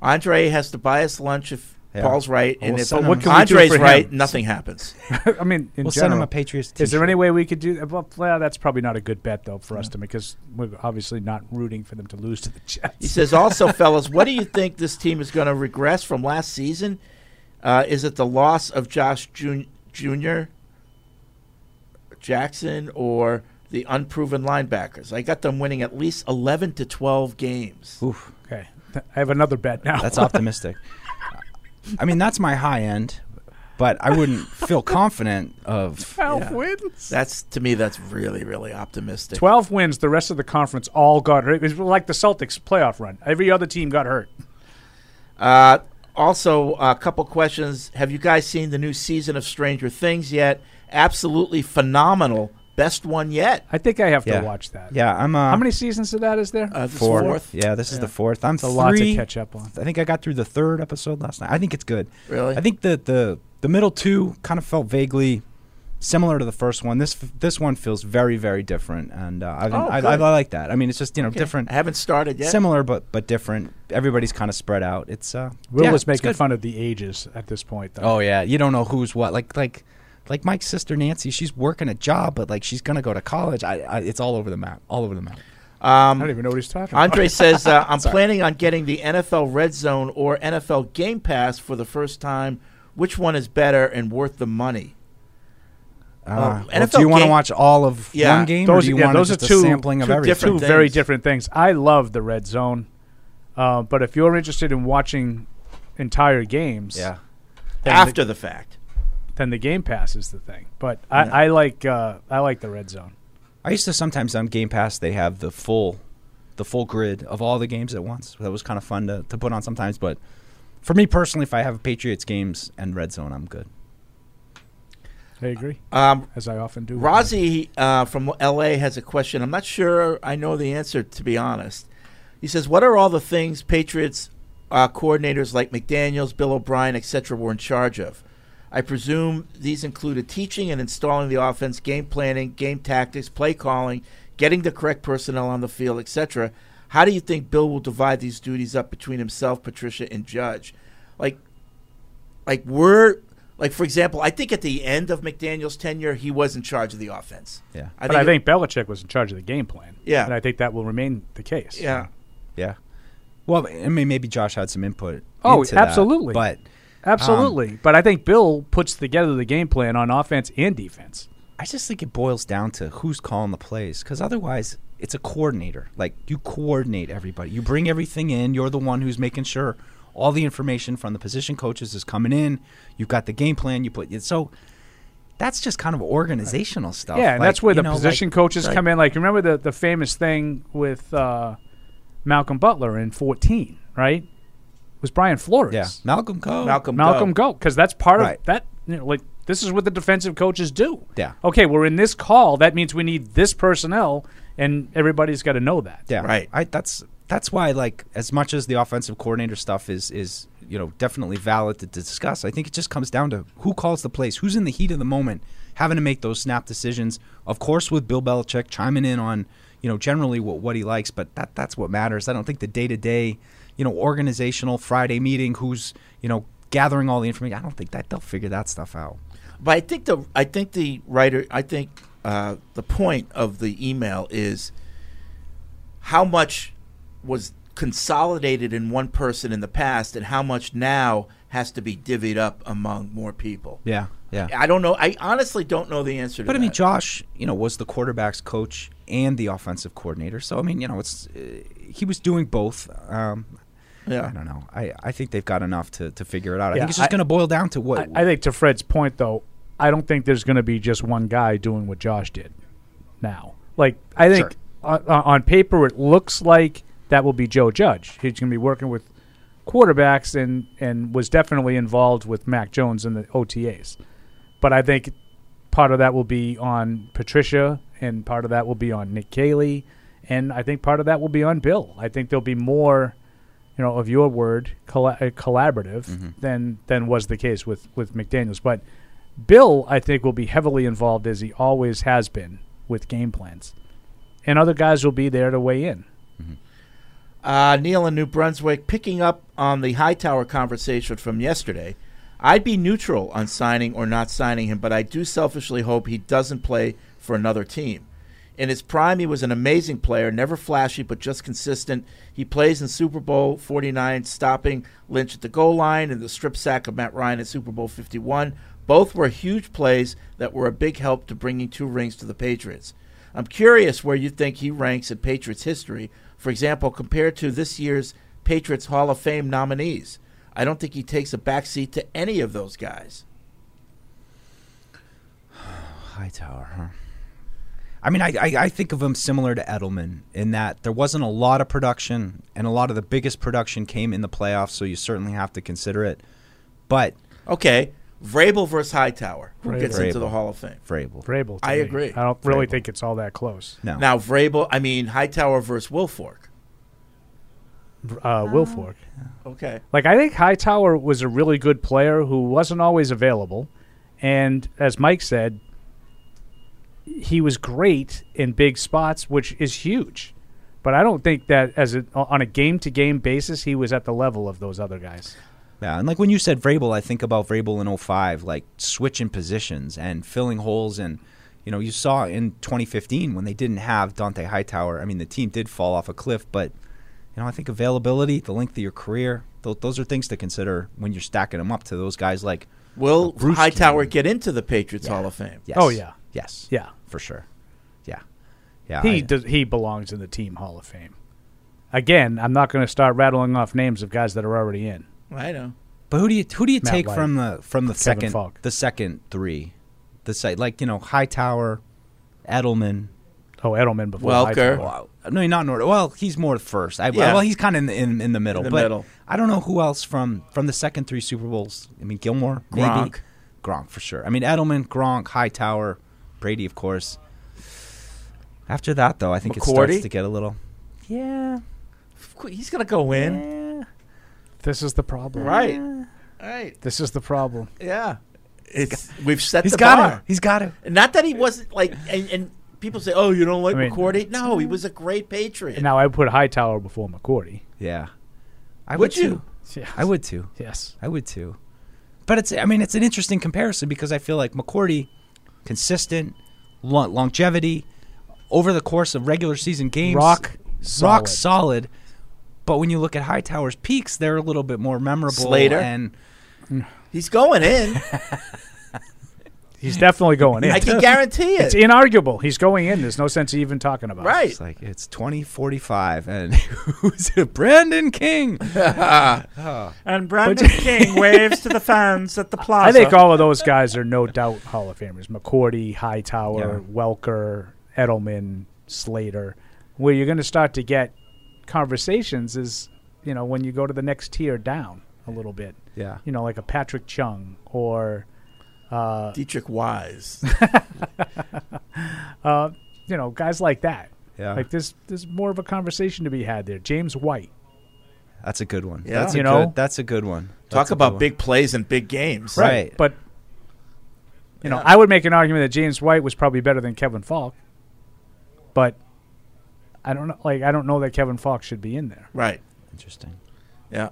S4: Andre has to buy us lunch if
S3: Yeah.
S4: Paul's right,
S3: Well,
S4: and
S3: we'll
S4: if
S3: send him- What can we do
S4: Andre's
S3: for him?
S4: right, nothing happens.
S2: I mean, in
S3: We'll
S2: general,
S3: send him a Patriots
S2: Is there any way we could do? that? Well, yeah, that's probably not a good bet though for us to make because we're obviously not rooting for them to lose to the Jets.
S4: He says, also, fellas, what do you think this team is going to regress from last season? Uh, is it the loss of Josh Jun- Jr. Jackson or the unproven linebackers? I got them winning at least 11 to 12 games.
S3: Oof.
S2: Okay. Th- I have another bet now.
S3: That's optimistic. I mean, that's my high end, but I wouldn't feel confident of.
S2: Twelve wins.
S4: That's to me. That's really, really optimistic.
S2: Twelve wins. The rest of the conference all got hurt. It was like the Celtics playoff run. Every other team got hurt.
S4: Uh, also, a couple questions. Have you guys seen the new season of Stranger Things yet? Absolutely phenomenal. Best one yet.
S2: I think I have
S3: Yeah.
S2: to watch that.
S3: Yeah, I'm. Uh,
S2: How many seasons of that is there?
S4: Uh, this
S3: Four. Yeah, this is the fourth. I'm
S2: It's a
S3: three.
S2: lot to catch up on.
S3: I think I got through the third episode last night. I think it's good.
S4: Really?
S3: I think the the the middle two kind of felt vaguely similar to the first one. This f- this one feels very very different, and uh, I've,
S4: Oh,
S3: I,
S4: good.
S3: I, I like that. I mean, it's just you know
S4: Okay.
S3: different.
S4: I haven't started yet.
S3: Similar but but different. Everybody's kind of spread out. It's uh.
S2: Will
S3: yeah,
S2: was
S3: it's
S2: making
S3: good.
S2: fun of the ages at this point. Though.
S3: Oh yeah, you don't know who's what. Like like like Mike's sister Nancy, she's working a job, but like she's gonna go to college. I, I it's all over the map, all over the map.
S4: Um,
S2: I don't even know what he's talking about.
S4: Andre says, uh, I'm planning on getting the NFL Red Zone or NFL Game Pass for the first time. Which one is better and worth the money?
S3: Uh,
S4: Um,
S3: well, do you want to
S4: Game-
S3: watch all of
S4: Yeah.
S3: one game, or
S2: Those,
S3: do you
S2: yeah,
S3: want
S2: those are
S3: just
S2: two
S3: a sampling of
S2: two
S3: everything?
S2: different- two very different things. I love the red zone, uh, but if you're interested in watching entire games,
S4: Yeah.
S2: then
S4: After the fact.
S2: then the Game Pass is the thing. But
S4: Yeah.
S2: I, I like uh, I like the red zone.
S3: I used to sometimes on Game Pass they have the full, the full grid of all the games at once. That was kind of fun to, to put on sometimes. But for me personally, if I have Patriots games and Red Zone, I'm good.
S2: I agree,
S4: Um,
S2: as I often do.
S4: Rozzy uh, from LA has a question. I'm not sure I know the answer, to be honest. He says, What are all the things Patriots uh, coordinators like McDaniels, Bill O'Brien, etc., were in charge of? I presume these included teaching and installing the offense, game planning, game tactics, play calling, getting the correct personnel on the field, etc. How do you think Bill will divide these duties up between himself, Patricia, and Judge? Like, like we're Like for example, I think at the end of McDaniel's tenure, he was in charge of the offense.
S3: Yeah,
S2: but I think Belichick was in charge of the game plan.
S4: Yeah.
S2: and I think that will remain the case.
S4: Yeah.
S3: Yeah. Well, I mean, maybe Josh had some input.
S2: Oh,
S3: into that,
S2: absolutely.
S3: but um,
S2: absolutely. but I think Bill puts together the game plan on offense and defense.
S3: I just think it boils down to who's calling the plays because otherwise it's a coordinator. Like you coordinate everybody, you bring everything in. You're the one who's making sure all the information from the position coaches is coming in. You've got the game plan. You put it so. That's just kind of organizational stuff.
S2: Yeah, and that's
S3: Like,
S2: where
S3: you
S2: the
S3: know,
S2: position
S3: like-
S2: coaches
S3: like-
S2: come in. Like, remember the, the famous thing with uh, Malcolm Butler in 14, right? Was Brian Flores. Yeah,
S3: Malcolm Go. Malcolm
S2: Malcolm, Malcolm
S3: Go.
S2: Go. Because that's part
S3: Right.
S2: of that. You know, like, this is what the defensive coaches do.
S3: Yeah.
S2: Okay, we're in this call. That means we need this personnel, and everybody's got to know that.
S3: Yeah, right. I, that's that's why like as much as the offensive coordinator stuff is is you know definitely valid to discuss. I think it just comes down to who calls the plays, who's in the heat of the moment, having to make those snap decisions. Of course, with Bill Belichick chiming in on you know generally what what he likes, but that that's what matters. I don't think the day to day you know organizational Friday meeting, who's you know gathering all the information. I don't think that they'll figure that stuff out.
S4: But I think the I think the writer I think uh, the point of the email is how much was consolidated in one person in the past, and how much now has to be divvied up among more people.
S3: Yeah, yeah.
S4: I don't know. I honestly don't know the answer to
S3: But I
S4: that.
S3: mean, Josh, you know, was the quarterbacks coach and the offensive coordinator. So I mean, you know, it's uh, he was doing both. Um,
S4: Yeah.
S3: I don't know. I, I think they've got enough to, to figure it out. I
S2: Yeah,
S3: think it's just
S2: I-
S3: going to boil down to what.
S2: I, I think to Fred's point, though, I don't think there's going to be just one guy doing what Josh did now. Like, I think on, uh, on paper, it looks like that will be Joe Judge. He's going to be working with quarterbacks and, and was definitely involved with Mac Jones in the OTAs. But I think part of that will be on Patricia, and part of that will be on Nick Cayley, and I think part of that will be on Bill. I think there'll be more, you know, of your word, colla- uh, collaborative than than was the case with with McDaniel's. But Bill, I think, will be heavily involved as he always has been with game plans, and other guys will be there to weigh in.
S4: Uh, Neil in New Brunswick, picking up on the Hightower conversation from yesterday, I'd be neutral on signing or not signing him, but I do selfishly hope he doesn't play for another team. In his prime, he was an amazing player, never flashy, but just consistent. He plays in Super Bowl 49, stopping Lynch at the goal line and the strip sack of Matt Ryan at Super Bowl 51. Both were huge plays that were a big help to bringing two rings to the Patriots. I'm curious where you think he ranks in Patriots history, for example, compared to this year's Patriots Hall of Fame nominees. I don't think he takes a backseat to any of those guys.
S3: Hightower, huh? I mean, I, I, I think of him similar to Edelman in that there wasn't a lot of production, and a lot of the biggest production came in the playoffs, so you certainly have to consider it. But.
S4: Okay. Vrabel versus Hightower, who gets into the Hall of Fame.
S3: Vrabel.
S2: Vrabel. to
S4: I
S2: me.
S4: agree.
S2: I don't really think it's all that close.
S4: Now Vrabel, I mean Hightower versus Wilfork.
S2: uh, Wilfork.
S4: Okay.
S2: Like I think Hightower was a really good player who wasn't always available, and as Mike said, he was great in big spots, which is huge. But I don't think that as a, on a game to game basis, he was at the level of those other guys.
S3: Yeah, and like when you said Vrabel, I think about Vrabel in 05, like switching positions and filling holes. And, you know, you saw in 2015 when they didn't have Dante Hightower. I mean, the team did fall off a cliff, but, you know, I think availability, the length of your career, tho- those are things to consider when you're stacking them up to those guys like.
S4: Will
S3: Brewski.
S4: Hightower get into the Patriots Hall of Fame?
S3: Yes. Yes.
S2: Oh, Yeah.
S3: For sure. Yeah. Yeah.
S2: he
S3: I-
S2: does, he belongs in the team Hall of Fame. Again, I'm not going to start rattling off names of guys that are already in.
S4: I know.
S3: But who do you who do you
S2: Matt
S3: take
S2: White.
S3: from the from the
S2: Kevin
S3: second
S2: Falk.
S3: the second three, the site like you know Hightower, Edelman.
S2: Oh, Edelman before Welker. Hightower.
S3: Well, no, not in order. Well, he's more the first. I,
S2: Yeah.
S3: Well, he's kind of in the, in, in the middle.
S2: the
S3: but
S2: middle.
S3: I don't know who else from from the second three Super Bowls. I mean Gilmore,
S2: Gronk.
S3: maybe Gronk for sure. I mean Edelman, Gronk, Hightower, Brady, of course. After that, though, I think it
S4: McCourty?
S3: starts to get a little. Yeah.
S4: He's going to go in.
S2: This is the problem.
S4: Right. Right.
S2: This is the problem.
S4: Yeah. It's we've set
S2: He's
S4: the
S2: got
S4: bar.
S2: it. He's got it.
S4: Not that he wasn't like and, and people say, "Oh, you don't like
S2: I mean-
S4: McCourty?" No, he was a great Patriot.
S2: And now I put Hightower before McCourty.
S3: Yeah. I
S4: Would
S3: would,
S4: you?
S3: too.
S2: Yes.
S3: I would too.
S2: Yes.
S3: I would too. But it's I mean it's an interesting comparison because I feel like McCourty, consistent, lo- longevity, over the course of regular season games,
S2: Rock
S3: rock
S2: solid.
S3: solid. But when you look at Hightower's peaks, they're a little bit more memorable.
S4: Slater?
S3: and
S4: he's going in.
S2: He's definitely going in.
S4: I can guarantee it.
S2: It's inarguable. He's going in. There's no sense of even talking about it.
S3: It's like it's twenty forty five, and who's it? Brandon King? Oh.
S20: And Brandon King waves to the fans at the plaza.
S2: I think all of those guys are no doubt Hall of Famers. McCourty, Hightower, Welker, Edelman, Slater. Where you're going to start to get conversations is, you know, when you go to the next tier down a little bit.
S3: Yeah.
S2: You know, like a Patrick Chung or uh,
S4: Dietrich Wise.
S2: uh, you know, guys like that.
S3: Yeah.
S2: Like there's there's more of a conversation to be had there. James White.
S3: That's a good one.
S2: Yeah.
S3: That's a
S2: You know?
S3: good, that's a good one.
S4: Talk
S3: That's a good
S4: about
S3: one.
S4: big plays and big games.
S3: Right.
S2: But you know, I would make an argument that James White was probably better than Kevin Falk. But I don't know like I don't know that Kevin Falk should be in there.
S4: Right.
S3: Interesting.
S4: Yeah.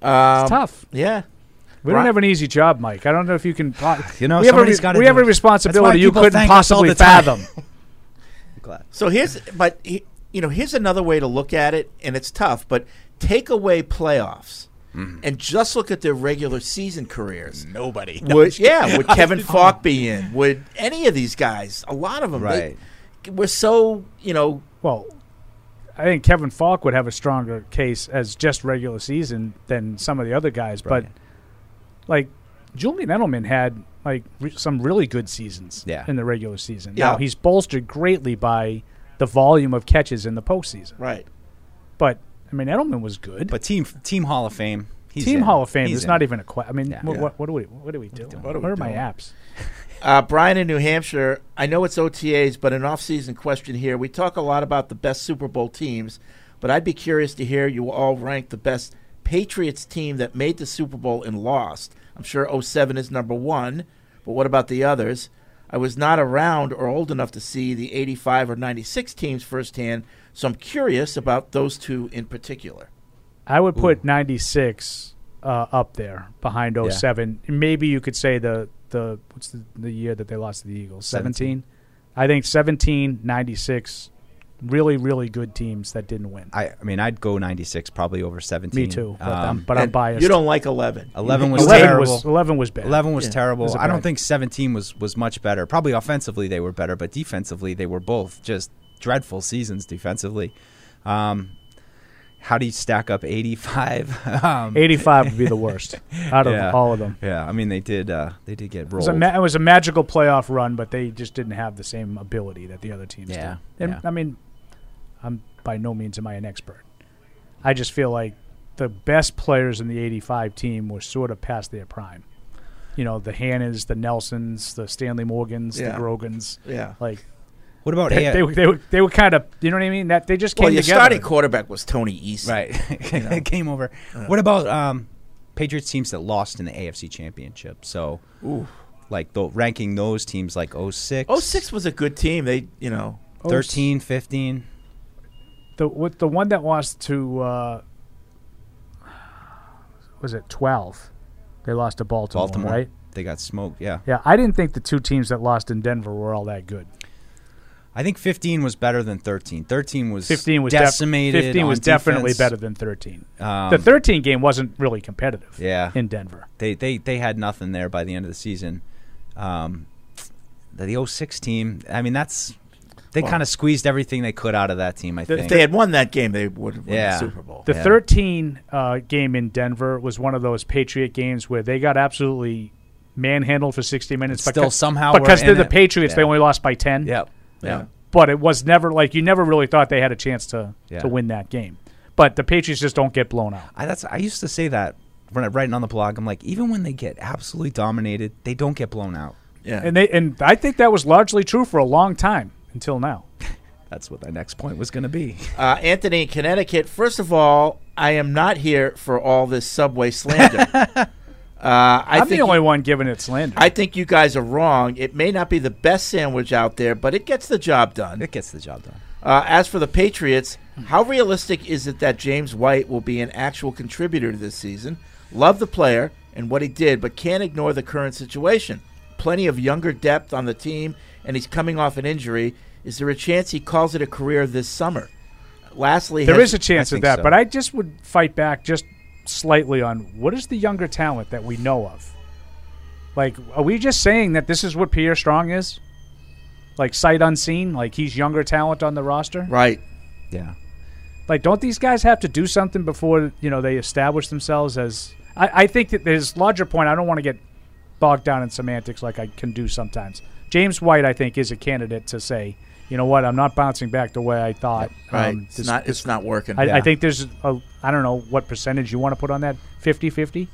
S4: Um,
S3: Um,
S2: it's tough.
S4: Yeah.
S2: We don't have an easy job, Mike. I don't know if you can. po-
S3: You know,
S2: we have a,
S3: somebody's gotta
S2: we
S3: do
S2: have a
S3: it. That's why
S2: responsibility you
S3: people
S2: couldn't
S3: thank us all
S2: possibly
S3: the time.
S2: fathom.
S4: So here's, but he- you know, here's another way to look at it, and it's tough. But take away playoffs,
S3: Mm-hmm.
S4: and just look at their regular season careers.
S3: Nobody.
S4: Would, yeah, would Kevin Falk be in? Would any of these guys? A lot of them.
S2: Right.
S4: They, we're so you know.
S2: Well, I think Kevin Falk would have a stronger case as just regular season than some of the other guys. But like Julian Edelman had like re- some really good seasons
S3: Yeah.
S2: in the regular season. Now
S3: Yeah.
S2: he's bolstered greatly by the volume of catches in the postseason.
S4: Right.
S2: But I mean, Edelman was good.
S3: But team team Hall of Fame. He's
S2: Team
S3: in.
S2: Hall of Fame
S3: He's
S2: is
S3: in.
S2: not even a question. I mean,
S3: Yeah.
S2: wha-
S3: Yeah.
S2: What, what do we what do we do? What,
S4: are we
S2: are my
S4: doing?
S2: apps?
S4: Uh, Brian in New Hampshire. I know it's OTAs, but an off-season question here. We talk a lot about the best Super Bowl teams, but I'd be curious to hear you all rank the best Patriots team that made the Super Bowl and lost. I'm sure 07 is number one, but what about the others? I was not around or old enough to see the 85 or 96 teams firsthand, so I'm curious about those two in particular.
S2: I would put 96 uh, up there behind 07. Maybe you could say the the what's the, the year that they lost to the Eagles? 17. I think 17, 96 really really good teams that didn't win.
S3: I, I mean, I'd go 96 probably over 17.
S2: Me too, but I'm- but I'm And biased.
S4: you don't like 11.
S3: 11 Um, was
S2: 11
S3: terrible.
S2: was- 11 was bad.
S3: 11 was
S2: Yeah. It was
S3: terrible.
S2: a
S3: I don't
S2: bad-
S3: think 17 was, was much better. Probably offensively they were better, but defensively they were both just dreadful seasons defensively. Um, how do you stack up 85? um,
S2: 85 would be the worst out of
S3: yeah.
S2: all of them.
S3: Yeah, I mean they did uh, they did get
S2: It
S3: rolled.
S2: was, a ma- it was a magical playoff run, but they just didn't have the same ability that the other teams
S3: Yeah,
S2: did. And
S3: yeah.
S2: I mean, I'm by no means am I an expert. I just feel like the best players in the 85 team were sort of past their prime. You know, the Hannas, the Nelsons, the Stanley Morgans,
S4: Yeah.
S2: the Grogans.
S4: Yeah.
S2: Like,
S3: What about
S2: they,
S3: A-
S2: they, were- they were they were kind of you know what I mean? That they just came
S4: Well, your
S2: together.
S4: starting quarterback was Tony East.
S3: Right.
S4: You know?
S3: Game over.
S4: Yeah.
S3: What about um, Patriots teams that lost in the AFC Championship? So,
S4: Ooh.
S3: like the, ranking those teams like 06,
S4: 06 was a good team. They, you know,
S3: 13, 15.
S2: the what the one that lost to uh, was it 12? They lost to Baltimore,
S3: Baltimore.
S2: right?
S3: They got smoked. Yeah.
S2: Yeah, I didn't think the two teams that lost in Denver were all that good.
S3: I think 15 was better than 13. 13 was
S2: 15 was def-
S3: decimated.
S2: 15 was
S3: on
S2: definitely
S3: defense.
S2: better than 13.
S3: Um,
S2: the 13 game wasn't really competitive.
S3: Yeah.
S2: in Denver.
S3: They they they had nothing there by the end of the season. Um, the, the 06 team, I mean that's they
S4: Well-
S3: kind of squeezed everything they could out of that team, I
S4: If
S3: think.
S4: they had won that game, they would have won
S3: Yeah.
S4: the Super Bowl.
S2: The
S3: Yeah.
S2: 13 uh, game in Denver was one of those Patriot games where they got absolutely manhandled for 60 minutes.
S3: And still
S2: becau-
S3: somehow were
S2: because they're
S3: in
S2: the
S3: it.
S2: Patriots, they
S3: Yeah.
S2: only lost by 10.
S3: Yep. Yeah.
S2: But it was never like you never really thought they had a chance to
S3: Yeah.
S2: to win that game. But the Patriots just don't get blown out.
S3: I, that's I used to say that when I writing on the blog. I'm like, even when they get absolutely dominated, they don't get blown out.
S4: Yeah.
S2: And they and I think that was largely true for a long time until now.
S3: That's what the next point was going to be.
S4: Uh, Anthony in Connecticut. First of all, I am not here for all this subway slander. uh, I
S2: I'm
S4: think
S2: the only one giving it slander.
S4: I think you guys are wrong. It may not be the best sandwich out there, but it gets the job done. It
S3: gets the job done.
S4: Uh, as for the Patriots, how realistic is it that James White will be an actual contributor to this season? Love the player and what he did, but can't ignore the current situation. Plenty of younger depth on the team, and he's coming off an injury. Is there a chance he calls it a career this summer? Lastly,
S2: There
S4: has-
S2: is a chance of that, but I just would fight back just slightly on what is the younger talent that we know of. Like, are we just saying that this is what Pierre Strong is? Like sight unseen, like he's younger talent on the roster.
S4: Right.
S3: Yeah.
S2: Like, don't these guys have to do something before you know they establish themselves as? I, I think that there's larger point. I don't want to get bogged down in semantics like I can do sometimes. James White, I think, is a candidate to say, you know what, I'm not bouncing back the way I thought. um,
S4: Right. It's not- it's not working.
S2: I, I
S4: Yeah.
S2: think there's a. I don't know what percentage you want to put on that. 50-50?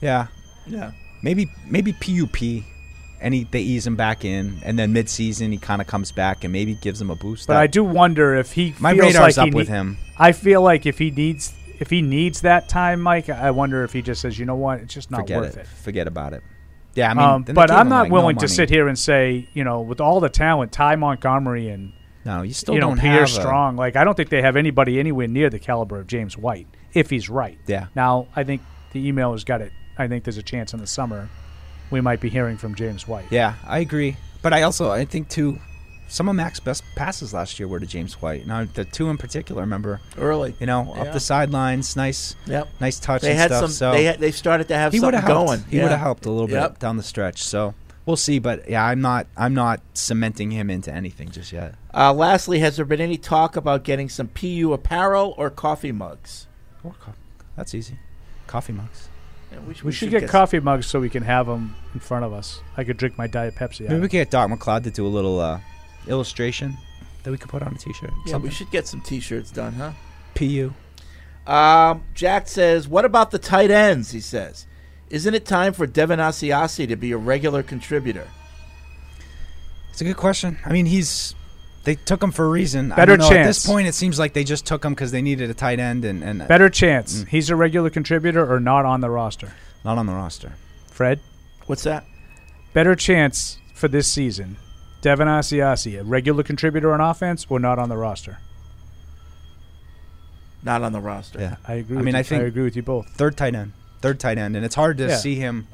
S3: Yeah.
S4: Yeah.
S3: Maybe maybe PUP, and he, they ease him back in, and then midseason he kind of comes back and maybe gives him a boost.
S2: But
S3: up.
S2: I do wonder if he.
S3: My
S2: feels
S3: radar's
S2: like he
S3: up with
S2: nee-
S3: him.
S2: I feel like if he needs if he needs that time, Mike. I wonder if he just says, you know what, it's just not
S3: forget
S2: worth it.
S3: Forget about it. Yeah, I mean,
S2: Um,
S3: then they
S2: but
S3: gave
S2: I'm
S3: him,
S2: not
S3: like, no
S2: willing to
S3: money.
S2: sit here and say, you know, with all the talent, Ty Montgomery and
S3: No, you still
S2: you know
S3: don't
S2: Pierre
S3: have a-
S2: Strong. Like, I don't think they have anybody anywhere near the caliber of James White, if he's right.
S3: Yeah.
S2: Now, I think the email has got it. I think there's a chance in the summer we might be hearing from James White.
S3: Yeah, I agree. But I also I think too, some of Mac's best passes last year were to James White. Now the two in particular, remember
S4: Early.
S3: you know,
S4: Yeah.
S3: up the sidelines, nice,
S4: Yep.
S3: nice touch.
S4: They
S3: and
S4: had
S3: stuff,
S4: some-
S3: So
S4: they had- they started to have
S3: he would've
S4: something
S3: helped.
S4: going.
S3: He
S4: Yeah.
S3: would have helped a little bit
S4: Yep.
S3: down the stretch. So we'll see. But yeah, I'm not I'm not cementing him into anything just yet.
S4: Uh, lastly, has there been any talk about getting some PU apparel or coffee mugs?
S3: Or co- that's easy. Coffee mugs.
S4: we,
S2: We, should, get, coffee mugs so we can have them in front of us. I could drink my Diet Pepsi. out
S3: Maybe
S2: of
S3: we could get Doc McLeod to do a little uh, illustration that we could put on a T-shirt.
S4: Yeah,
S3: something.
S4: we should get some T-shirts done, huh?
S3: PU.
S4: Um, Jack says, "What about the tight ends?" He says, "Isn't it time for Devin Asiasi to be a regular contributor?"
S3: It's a good question. I mean, he's they took him for a reason. I
S2: Better
S3: don't know. At this
S2: chance.
S3: point, it seems like they just took him because they needed a tight end and, and uh, Mm.
S2: Better chance he's a regular contributor or not on the roster.
S3: Not on the roster.
S2: Fred,
S4: what's that?
S2: Better chance for this season. Devin Asiasi, a regular contributor on offense or not on the roster.
S4: Not on the roster.
S3: Yeah,
S2: I agree
S3: I
S2: with
S3: mean,
S2: you.
S3: I think
S2: I agree with you both.
S3: Third tight end. Third tight end, and it's hard to
S2: Yeah.
S3: see him.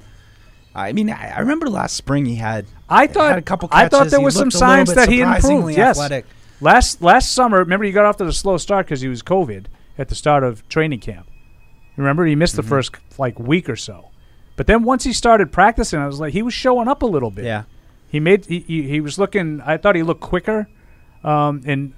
S3: I mean, I, I remember last spring he had.
S2: I thought
S3: had a couple.
S2: I thought
S3: catches.
S2: there
S3: He
S2: was some
S3: looked a little
S2: signs
S3: bit
S2: that he had improved.
S3: surprisingly
S2: Yes.
S3: athletic.
S2: Last last summer, remember he got off to the slow start because he was COVID at the start of training camp. Remember he
S3: Mm-hmm.
S2: missed the first like week or so, but then once he started practicing, I was like he was showing up a little bit.
S3: Yeah.
S2: He made he, he, he was looking. I thought he looked quicker, um, and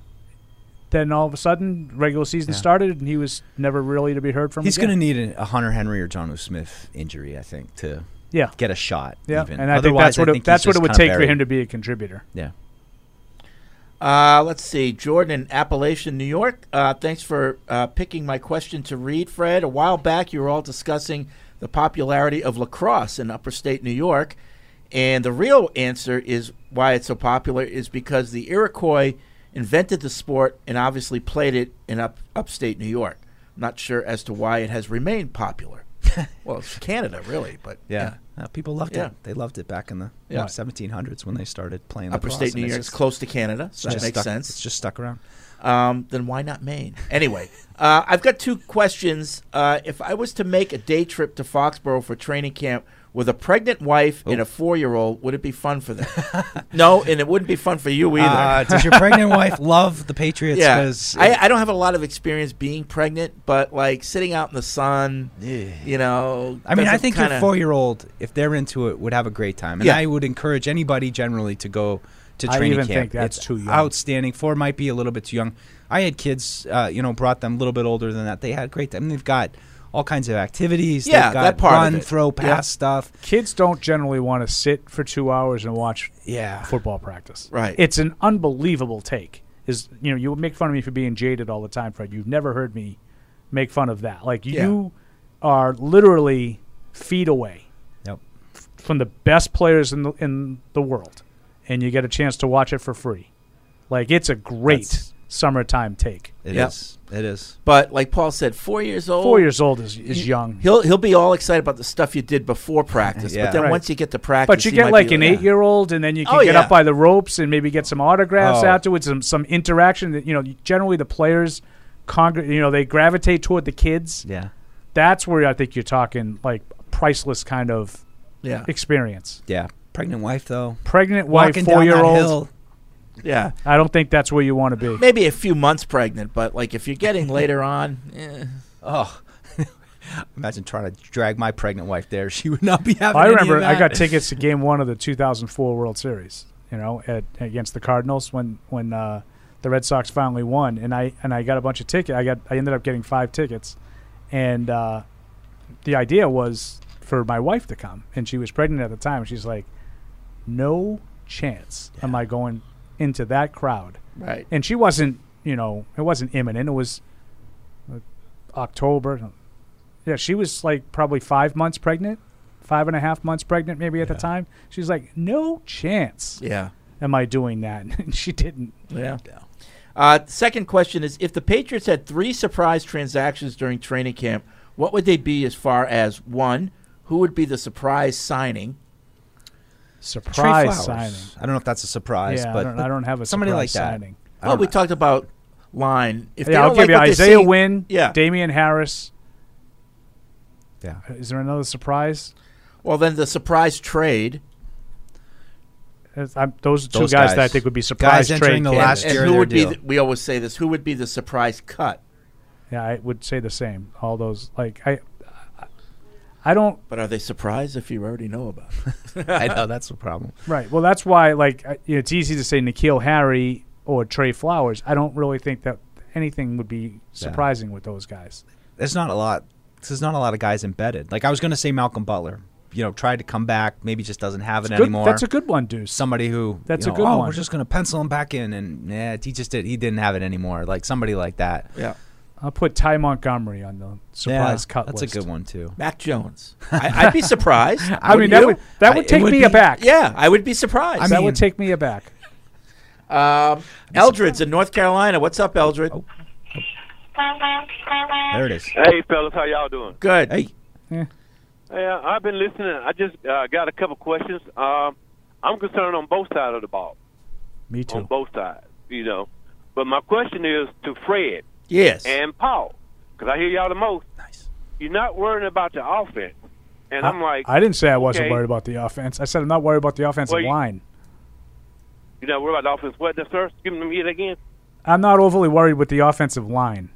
S2: then all of a sudden, regular season
S3: Yeah.
S2: started, and he was never really to be heard from.
S3: He's
S2: again.
S3: going to need a, a Hunter Henry or John Smith injury, I think, to
S2: Yeah.
S3: get a shot.
S2: Yeah,
S3: even.
S2: and I think
S3: Otherwise,
S2: that's what
S3: I
S2: it,
S3: think he's
S2: that's what
S3: just
S2: it would
S3: kinda
S2: take
S3: buried.
S2: for him to be a contributor.
S3: Yeah.
S4: Uh, let's see. Jordan in Appalachian, New York. Uh, thanks for uh, picking my question to read, Fred. A while back, you were all discussing the popularity of lacrosse in upper state New York. And the real answer is why it's so popular is because the Iroquois invented the sport and obviously played it in up, upstate New York. I'm not sure as to why it has remained popular. well, it's Canada, really, but
S3: Yeah. Uh, people loved
S4: Yeah.
S3: it. They loved it back in the
S4: Yeah.
S3: 1700s when they started playing
S4: Upper
S3: lacrosse,
S4: state New
S3: and it's
S4: York is
S3: just-
S4: close to Canada,
S3: it's
S4: so that
S3: just
S4: makes
S3: stuck-
S4: sense.
S3: It's just stuck around.
S4: Um, then why not Maine? Anyway, uh, I've got two questions. Uh, if I was to make a day trip to Foxborough for training camp with a pregnant wife and a four-year-old, would it be fun for them? no, and it wouldn't be fun for you either.
S3: Uh, does your pregnant wife love the Patriots?
S4: Yeah,
S3: 'Cause
S4: I, I don't have a lot of experience being pregnant, but like sitting out in the sun, you know.
S3: I mean, I
S4: doesn't
S3: think
S4: kinda-
S3: your four-year-old, if they're into it, would have a great time, and
S4: Yeah.
S3: I would encourage anybody generally to go to
S2: I
S3: training
S2: even
S3: camp.
S2: think that's
S3: It's
S2: too young.
S3: Outstanding. Four might be a little bit too young. I had kids, uh, you know, brought them a little bit older than that. They had a great time. they've got all kinds of activities.
S2: Yeah,
S3: they've got
S2: that part of
S3: run,
S2: it.
S3: throw, pass
S2: Yeah.
S3: stuff.
S2: Kids don't generally want to sit for two hours and watch
S3: yeah.
S2: football practice.
S3: Right.
S2: It's an unbelievable take. Is you know you make fun of me for being jaded all the time, Fred. You've never heard me make fun of that. Like
S3: Yeah.
S2: you are literally feet away
S3: Yep.
S2: f- from the best players in the in the world, and you get a chance to watch it for free. Like it's a great summertime take.
S3: It is.
S4: Yep.
S3: It is.
S4: But like Paul said, four years old.
S2: Four years old is- is
S4: you-
S2: young.
S4: He'll he'll be all excited about the stuff you did before practice,
S2: Yeah.
S4: but then
S2: Right.
S4: once you get to practice,
S2: But you
S4: he
S2: get
S4: might
S2: like
S4: be
S2: an eight year old, and then you can
S4: Oh,
S2: get
S4: yeah.
S2: up by the ropes and maybe get some autographs
S4: Oh.
S2: afterwards, some some interaction. That you know, generally the players, congr- you know, they gravitate toward the kids.
S3: Yeah,
S2: that's where I think you're talking like priceless kind of
S4: Yeah.
S2: experience.
S3: Yeah. Pregnant wife though.
S2: Pregnant wife,
S3: Walking down
S2: four
S3: that
S2: year old.
S3: hill.
S4: Yeah.
S2: I don't think that's where you want to be.
S4: Maybe a few months pregnant, but like if you're getting later on, eh.
S3: Oh. Imagine trying to drag my pregnant wife there. She would not be happy.
S2: I remember I got tickets to Game One of the 2004 World Series. You know, at, against the Cardinals when when uh, the Red Sox finally won, and I and I got a bunch of tickets. I got I ended up getting five tickets, and uh, the idea was for my wife to come, and she was pregnant at the time. She's like, "No chance am I going into that crowd."
S4: Right.
S2: And she wasn't, you know, it wasn't imminent. It was uh, October. Yeah, she was like probably five months pregnant, five and a half months pregnant, maybe at the time. She's like, no chance.
S4: Yeah.
S2: Am I doing that? And she didn't.
S4: Yeah. Uh, second question is if the Patriots had three surprise transactions during training camp, what would they be as far as one, who would be the surprise signing?
S2: Surprise signing.
S3: I don't know if that's a surprise,
S2: Yeah, I
S3: but
S2: don't-
S3: but
S2: I don't have a
S3: somebody
S2: surprise
S3: like that.
S2: signing.
S3: I
S4: Well,
S3: don't
S4: we talked about line. If they
S2: yeah, I'll
S4: don't
S2: give
S4: like
S2: you
S4: what they
S2: Isaiah
S4: see-
S2: Wynn,
S4: Yeah.
S2: Damian Harris.
S3: Yeah.
S2: Is there another surprise?
S4: Well, then the surprise trade.
S2: That's- I'm- those are two guys, that I think would be surprise trade. candidates.
S4: And who would be? The, we always say this. Who would be the surprise cut?
S2: Yeah, I would say the same. All those like I, I- I don't.
S4: But are they surprised if you already know about? It?
S3: I know that's the problem.
S2: Right. Well, that's why like I, you know, it's easy to say Nikhil Harry or Trey Flowers. I don't really think that anything would be surprising with those guys.
S3: there's not a lot. There's not a lot of guys embedded. Like I was going to say Malcolm Butler. You know, tried to come back, maybe just doesn't have it
S2: It's good-
S3: anymore.
S2: that's a good one, Deuce.
S3: Somebody who
S2: That's
S3: you
S2: a
S3: know,
S2: good
S3: oh,
S2: one.
S3: We're just going to pencil him back in, and yeah, he just did. He didn't have it anymore. Like somebody like that.
S4: Yeah,
S2: I'll put Ty Montgomery on the surprise
S3: Yeah,
S2: cut
S3: That's
S2: list.
S3: a good one too.
S4: Mac Jones. I, I'd be surprised.
S2: I mean, that
S4: you?
S2: would that would
S4: I- it
S2: take me
S4: be-
S2: aback.
S4: Yeah, I would be surprised.
S2: that would take me aback.
S4: Um, Eldred's in North Carolina. What's up, Eldred?
S3: Oh. There it is.
S10: Hey, fellas, how y'all doing?
S4: Good. Hey.
S10: Yeah, I've been listening. I just uh, got a couple questions. Um, I'm concerned on both sides of the ball.
S2: Me
S10: On both sides, you know. But my question is to Fred.
S4: Yes.
S10: And Paul, because I hear y'all the most. Nice. You're not worrying about the offense, and I'm like,
S2: I didn't say I wasn't
S10: okay,
S2: worried about the offense. I said I'm not worried about the offensive
S10: Well, you-
S2: line.
S10: You're not worried about the offense. What, sir? Give me it again.
S2: I'm not overly worried with the offensive line.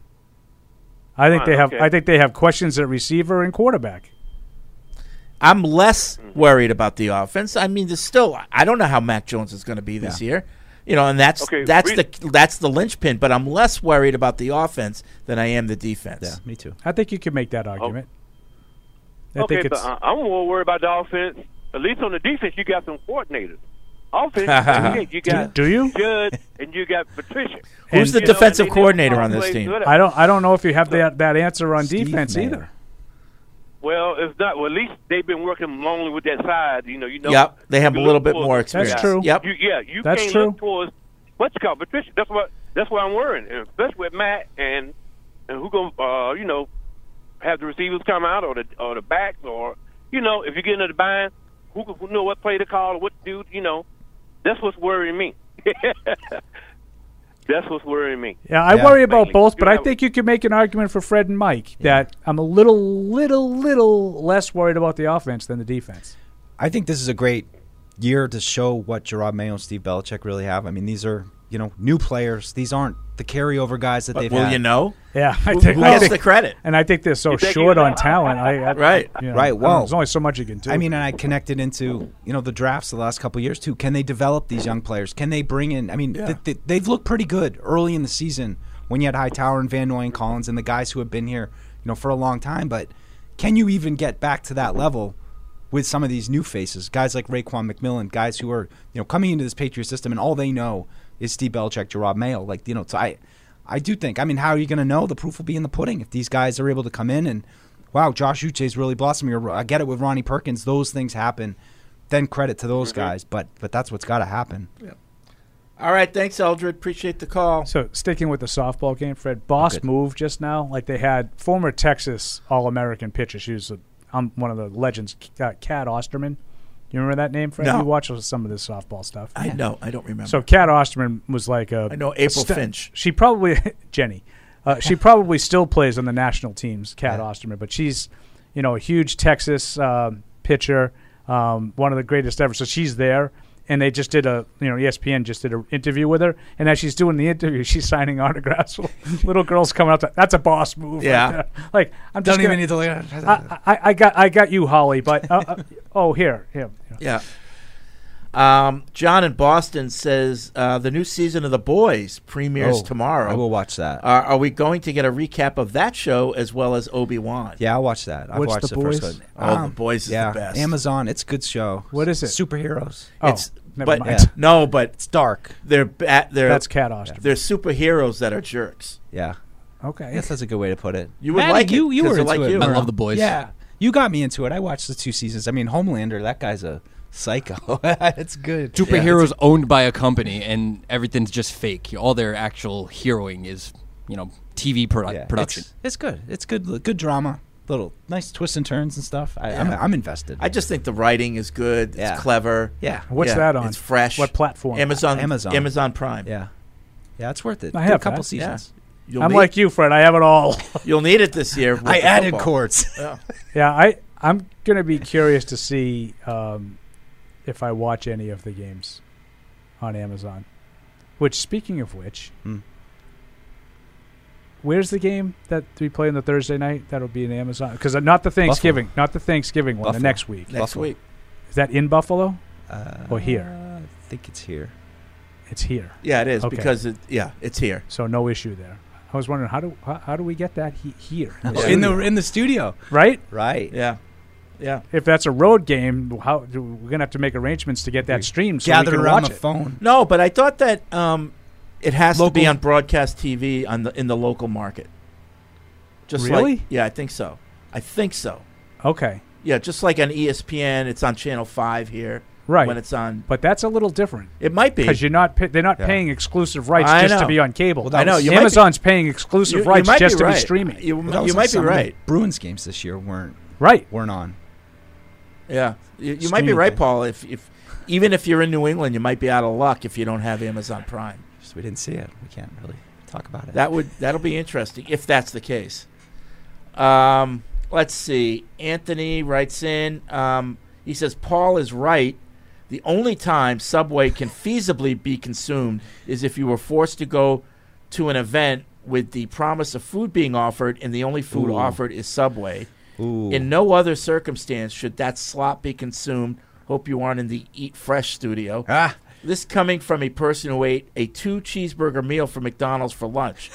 S2: I think
S10: Fine,
S2: they have
S10: okay.
S2: I think they have questions at receiver and quarterback.
S4: I'm less worried about the offense. I mean, there's still I don't know how Mac Jones is going to be this year. You know, and that's
S10: Okay,
S4: that's
S10: re-
S4: the that's the linchpin. But I'm less worried about the offense than I am the defense. Yeah,
S3: me too.
S2: I think you can make that argument. I
S10: okay,
S2: think
S10: but
S2: it's
S10: I- I'm more worried about the offense. At least on the defense, you got some coordinators. Offense, like you said, you got
S2: Do you?
S10: Judd and you got Patricia.
S4: Who's
S10: And,
S4: the
S10: you know,
S4: defensive
S10: and they-
S4: coordinator on this
S10: they-
S4: team?
S2: I don't I don't know if you have that, that answer on defense either.
S10: Well, it's not. Well, at least they've been working lonely with that side. You know, you know.
S4: Yep, they have
S10: You
S4: a
S10: look
S4: little bit
S10: towards-
S4: more experience.
S10: Yeah.
S4: true. Yep.
S10: You, yeah, you
S4: That's
S10: can't look
S4: true.
S10: towards what you call Patricia. That's what. That's why I'm worrying, and especially with Matt and and who gonna uh, you know have the receivers come out or the or the backs or you know if you get into the bind, who who know what play to call or what to do. You know, that's what's worrying me. that's what's worrying me.
S2: Yeah, I worry about
S10: Mainly.
S2: both,
S10: You
S2: but I
S10: have-
S2: think you can make an argument for Fred and Mike that I'm a little little little less worried about the offense than the defense.
S3: I think this is a great year to show what Gerard Mayo and Steve Belichick really have. I mean, these are you know new players. These aren't the carryover guys that
S4: But
S3: they've.
S4: will
S3: had.
S4: you know?
S2: Yeah, I
S3: Who-
S2: think,
S3: who
S2: I
S3: gets
S2: think-
S3: the credit?
S2: and I think they're so
S3: You think
S2: short
S3: you-
S2: on talent. I, I
S3: Right.
S2: you know, I
S3: right.
S2: don't
S3: Well,
S2: know, there's only so much you can do.
S3: I mean, and I connected into you know the drafts the last couple of years too. Can they develop these young players? Can they bring in? I mean,
S2: Yeah.
S3: th- th- they've looked pretty good early in the season when you had Hightower and Van Noy and Collins and the guys who have been here you know for a long time. But can you even get back to that level? With some of these new faces, guys like Raquan McMillan, guys who are you know coming into this Patriot system, and all they know is Steve Belichick, Gerard Mayo. Like you know, so I, I do think. I mean, how are you going to know? The proof will be in the pudding. If these guys are able to come in and wow, Josh Uche's really blossoming. Or I get it with Ronnie Perkins; those things happen. Then credit to those
S4: Mm-hmm.
S3: guys, but but that's what's got to happen.
S4: All right, thanks, Eldred. Appreciate the call.
S2: So sticking with the softball game,
S4: Oh,
S2: Fred, Boss moved just now. Like they had former Texas All-American pitcher. She was a, I'm one of the legends, uh, Kat Osterman. You remember that name, Fred?
S4: No.
S2: You watched some of this softball stuff.
S4: I know. I don't remember.
S2: So Kat Osterman was like a.
S4: I know
S2: a
S4: April Finch.
S2: She probably Jenny. Uh, she probably still plays on the national teams, Kat Osterman, but she's you know, a huge Texas um, pitcher, um, one of the greatest ever. So she's there, and they just did a, you know, E ESPN just did an interview with her, and as she's doing the interview, she's signing autographs. Little girls coming up to that's a boss move. right
S18: Yeah.
S2: there. like I'm just
S18: Don't even
S2: gonna-
S18: need to look
S2: I, I, I got I got you, Holly, but uh, uh, oh here, here.
S4: Yeah. Um, John in Boston says uh, the new season of The Boys premieres
S3: Oh,
S4: tomorrow. Uh,
S3: I will watch that.
S4: Are, are we going to get a recap of that show as well as Obi Wan?
S3: Yeah, I'll watch that. I've
S4: What's
S3: watched
S4: The
S3: the,
S4: Boys?
S3: first one.
S4: Oh, The Boys is the
S3: yeah.
S4: best.
S3: Amazon, it's a good show.
S2: What is it? Oh,
S3: Superheroes.
S4: it's but no, but
S3: it's dark.
S4: They're ba- they're
S3: That's Cat Ostrich.
S4: They're superheroes that are jerks.
S3: Yeah.
S2: Okay.
S3: Yes, that's a good way to put it.
S4: You would
S3: Maddie,
S4: like it,
S3: you. You
S4: 'cause
S3: were
S4: they're
S3: into
S4: like
S3: it.
S4: you. I
S3: Merle.
S4: love The Boys.
S3: Yeah, you got me into it. I watched the two seasons. I mean, Homelander. That guy's a psycho. it's good.
S21: Superheroes owned by a company, and everything's just fake. All their actual heroing is, you know, TV produ- production.
S3: It's, it's good. It's good. Good drama. Little nice twists and turns and stuff. I, I'm,
S4: Yeah.
S3: I'm invested.
S4: I just think the writing is good.
S3: Yeah.
S4: It's clever.
S3: Yeah.
S2: What's that on?
S4: It's fresh.
S2: What platform?
S4: Amazon.
S2: Amazon.
S4: Amazon Prime.
S3: Yeah. Yeah, it's worth it. Do
S2: I
S3: a
S2: have
S3: couple
S2: that.
S3: seasons.
S2: Yeah. I'm like you, Fred. I have it all.
S4: You'll need it this year. with
S3: I
S4: the
S3: added
S4: football.
S3: courts.
S4: Yeah.
S2: yeah, I I'm gonna be curious to see um, if I watch any of the games on Amazon. Which, speaking of which, where's the game that we play on the Thursday night? That'll be in Amazon because not the Thanksgiving, not the Thanksgiving one. The
S3: Buffalo.
S2: next week.
S3: Next Buffalo. week.
S2: Is that in Buffalo
S3: Uh,
S2: or here?
S3: I think it's here.
S2: It's here.
S4: Yeah, it is
S2: Okay.
S4: because it, yeah, it's here.
S2: So no issue there. I was wondering how do how, how do we get that he, here
S4: Yeah. Oh, In the-
S3: in the studio,
S2: right?
S3: Right.
S4: Yeah, yeah.
S2: If that's a road game, how do, we're gonna have to make arrangements to get that streamed. So we can watch it.
S4: No, but I thought that um, it has to be
S2: Local-
S4: on broadcast TV on the in the local market. Just like
S2: Really?
S4: yeah, I think so. I think so.
S2: Okay,
S4: Yeah, just like on E ESPN, it's on channel five here.
S2: Right.
S4: when it's on,
S2: but that's a little different.
S4: It might be.
S2: because you're not pa- they're not
S4: Yeah.
S2: paying exclusive rights
S4: I
S2: just to
S4: know.
S2: be on cable.
S4: Well, that I know, was- you might be-
S2: Amazon's paying exclusive
S4: You- you
S2: rights
S4: might be
S2: just to
S4: right.
S2: be streaming.
S4: You-
S3: Well, that
S4: you
S3: was
S4: might
S3: like
S4: be
S3: some of the
S4: right.
S3: Bruins games this year weren't
S2: right.
S3: Weren't on.
S4: yeah, you, you might be
S3: Streaming
S4: right,
S3: thing.
S4: Paul. If if even if you're in New England, you might be out of luck if you don't have Amazon Prime.
S3: So we didn't see it. We can't really talk about it.
S4: That would that'll be interesting if that's the case. Um, let's see. Anthony writes in. Um, he says Paul is right. The only time Subway can feasibly be consumed is if you were forced to go to an event with the promise of food being offered, and the only food
S3: Ooh.
S4: offered is Subway.
S3: Ooh.
S4: In no other circumstance should that slop be consumed. Hope you aren't in the Eat Fresh studio.
S3: Ah.
S4: This coming from a person who ate a two cheeseburger meal from McDonald's for lunch.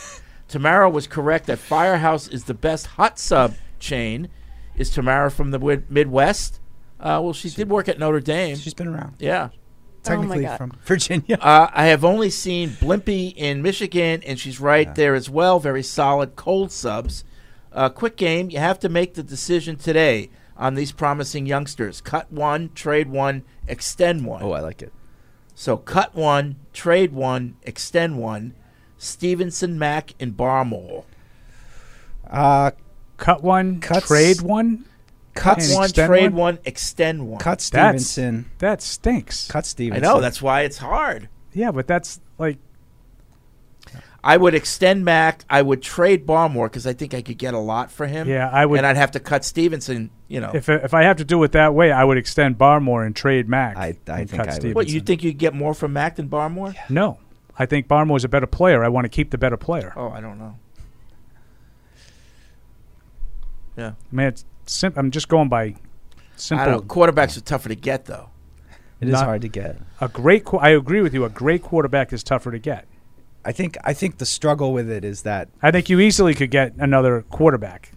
S4: Tamara was correct that Firehouse is the best hot sub chain. Is Tamara from the Wid- Midwest? Uh, well, she did work at Notre Dame. She's
S3: been around.
S4: Yeah.
S3: Technically
S4: God.
S3: from Virginia.
S4: Uh, I have only seen Blimpie in Michigan, and she's right there as well. Very solid cold subs. Uh, quick game. You have to make the decision today on these promising youngsters. Cut one, trade one, extend one. Oh,
S3: I like it.
S4: So cut one, trade one, extend one. Stevenson, Mack, and Barmore.
S3: Uh,
S2: cut one, trade one,
S4: Cut
S2: and
S4: one,
S2: extend
S4: trade one? extend one.
S3: Cut
S2: That's-
S3: Stevenson.
S2: that stinks.
S3: Cut
S4: I
S3: Stevenson.
S4: know that's why it's hard.
S2: Yeah, but that's like
S4: I would extend Mack. I would trade Barmore because I think I could get a lot for him.
S2: Yeah, I would-
S4: and I'd have to cut Stevenson. You know,
S2: if if I have to do it that way, I would extend Barmore and trade Mac. I,
S3: I think
S2: and cut
S3: I
S2: Stevenson.
S4: What you think you'd get more from Mack than Barmore?
S2: No, I think Barmore's a better player. I want to keep the better player.
S4: Oh, I don't know. Yeah,
S2: Man, it's sim- I'm just going by simple.
S4: I don't. know. Quarterbacks are tougher to get though.
S3: It is
S2: Not-
S3: hard to get.
S2: A great, qu- I agree with you. A great quarterback is tougher to get.
S3: I think I think the struggle with it is that
S2: I think you easily could get another quarterback.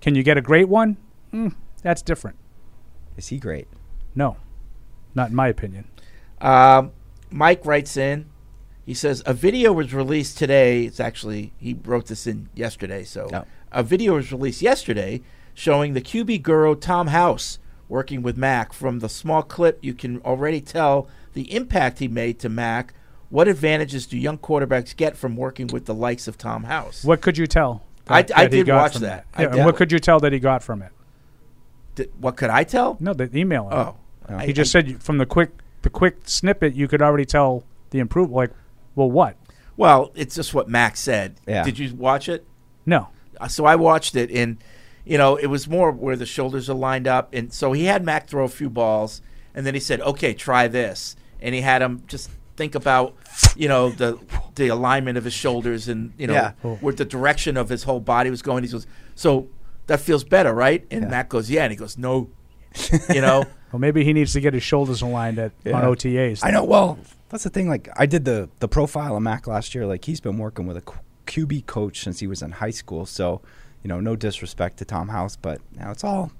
S2: Can you get a great one? Mm, that's different.
S3: is he great?
S2: No, not in my opinion.
S4: Um, Mike writes in. He says a video was released today. It's actually he wrote this in yesterday. So a video was released yesterday showing the QB guru Tom House working with Mac. From the small clip, you can already tell the impact he made to Mac. What advantages do young quarterbacks get from working with the likes of Tom House?
S2: What could you tell?
S4: I- I
S2: he
S4: did
S2: got
S4: watch
S2: from
S4: that. I
S2: Yeah, and
S4: did.
S2: what could you tell that he got from it?
S4: Did, what could I tell?
S2: No, the email.
S4: Oh,
S2: he
S4: I-
S2: just said you- from the quick the quick snippet, you could already tell the improve. Like, well, what?
S4: Well, it's just what Max said.
S2: Yeah.
S4: Did you watch it?
S2: No.
S4: Uh, So I watched it, and you know, it was more where the shoulders are lined up. And so he had Mac throw a few balls, and then he said, okay, try this. And he had him just think about, you know, the the alignment of his shoulders and, you know,
S3: Yeah.
S4: where the direction of his whole body was going. He goes, so that feels better, right? And Mac goes, yeah. And he goes, no. You know?
S2: Well, maybe he needs to get his shoulders aligned at on
S3: Yeah.
S2: OTAs.
S3: I know. Well, that's the thing. Like, I did the the profile of Mac last year. Like, he's been working with a Q- QB coach since he was in high school. So, you know, no disrespect to Tom House, but now it's all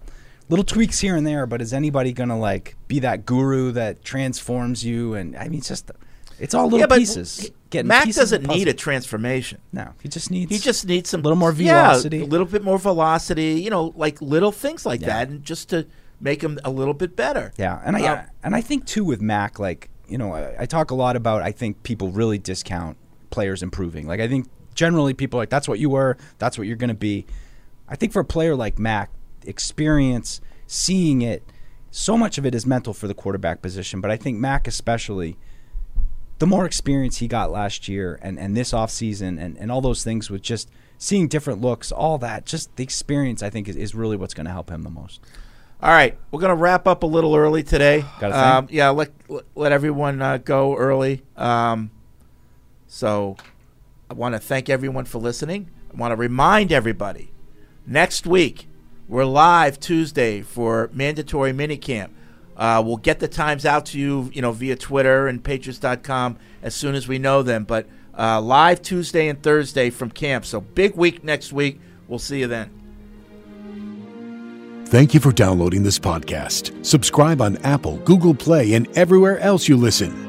S3: little tweaks here and there. But is anybody gonna like be that guru that transforms you? And I mean, it's just it's all little
S4: Yeah, but
S3: pieces. Getting
S4: Mac
S3: pieces of the
S4: doesn't need
S3: puzzle.
S4: a transformation.
S3: No, he just needs
S4: he just needs some
S3: little more
S4: yeah,
S3: velocity.
S4: a little bit more velocity. You know, like little things like that, and just to make him a little bit better.
S3: Yeah, and I
S4: Uh,
S3: and I think too with Mac, like you know, I, I talk a lot about. I think people really discount players improving. Like I think generally people are like that's what you were, that's what you're going to be. I think for a player like Mac, experience, seeing it, so much of it is mental for the quarterback position. But I think Mac especially, the more experience he got last year and, and this offseason and, and all those things with just seeing different looks, all that, just the experience I think is, is really what's going to help him the most.
S4: All right, we're gonna wrap up a little early today.
S3: Got a thing?
S4: um, yeah, let let- let everyone uh, go early. Um, so, I want to thank everyone for listening. I want to remind everybody, next week we're live Tuesday for mandatory minicamp. Uh, we'll get the times out to you, you know, via Twitter and Patriots.com as soon as we know them. But uh, live Tuesday and Thursday from camp. So big week next week. We'll see you then.
S1: Thank you for downloading this podcast. Subscribe on Apple, Google Play, and everywhere else you listen.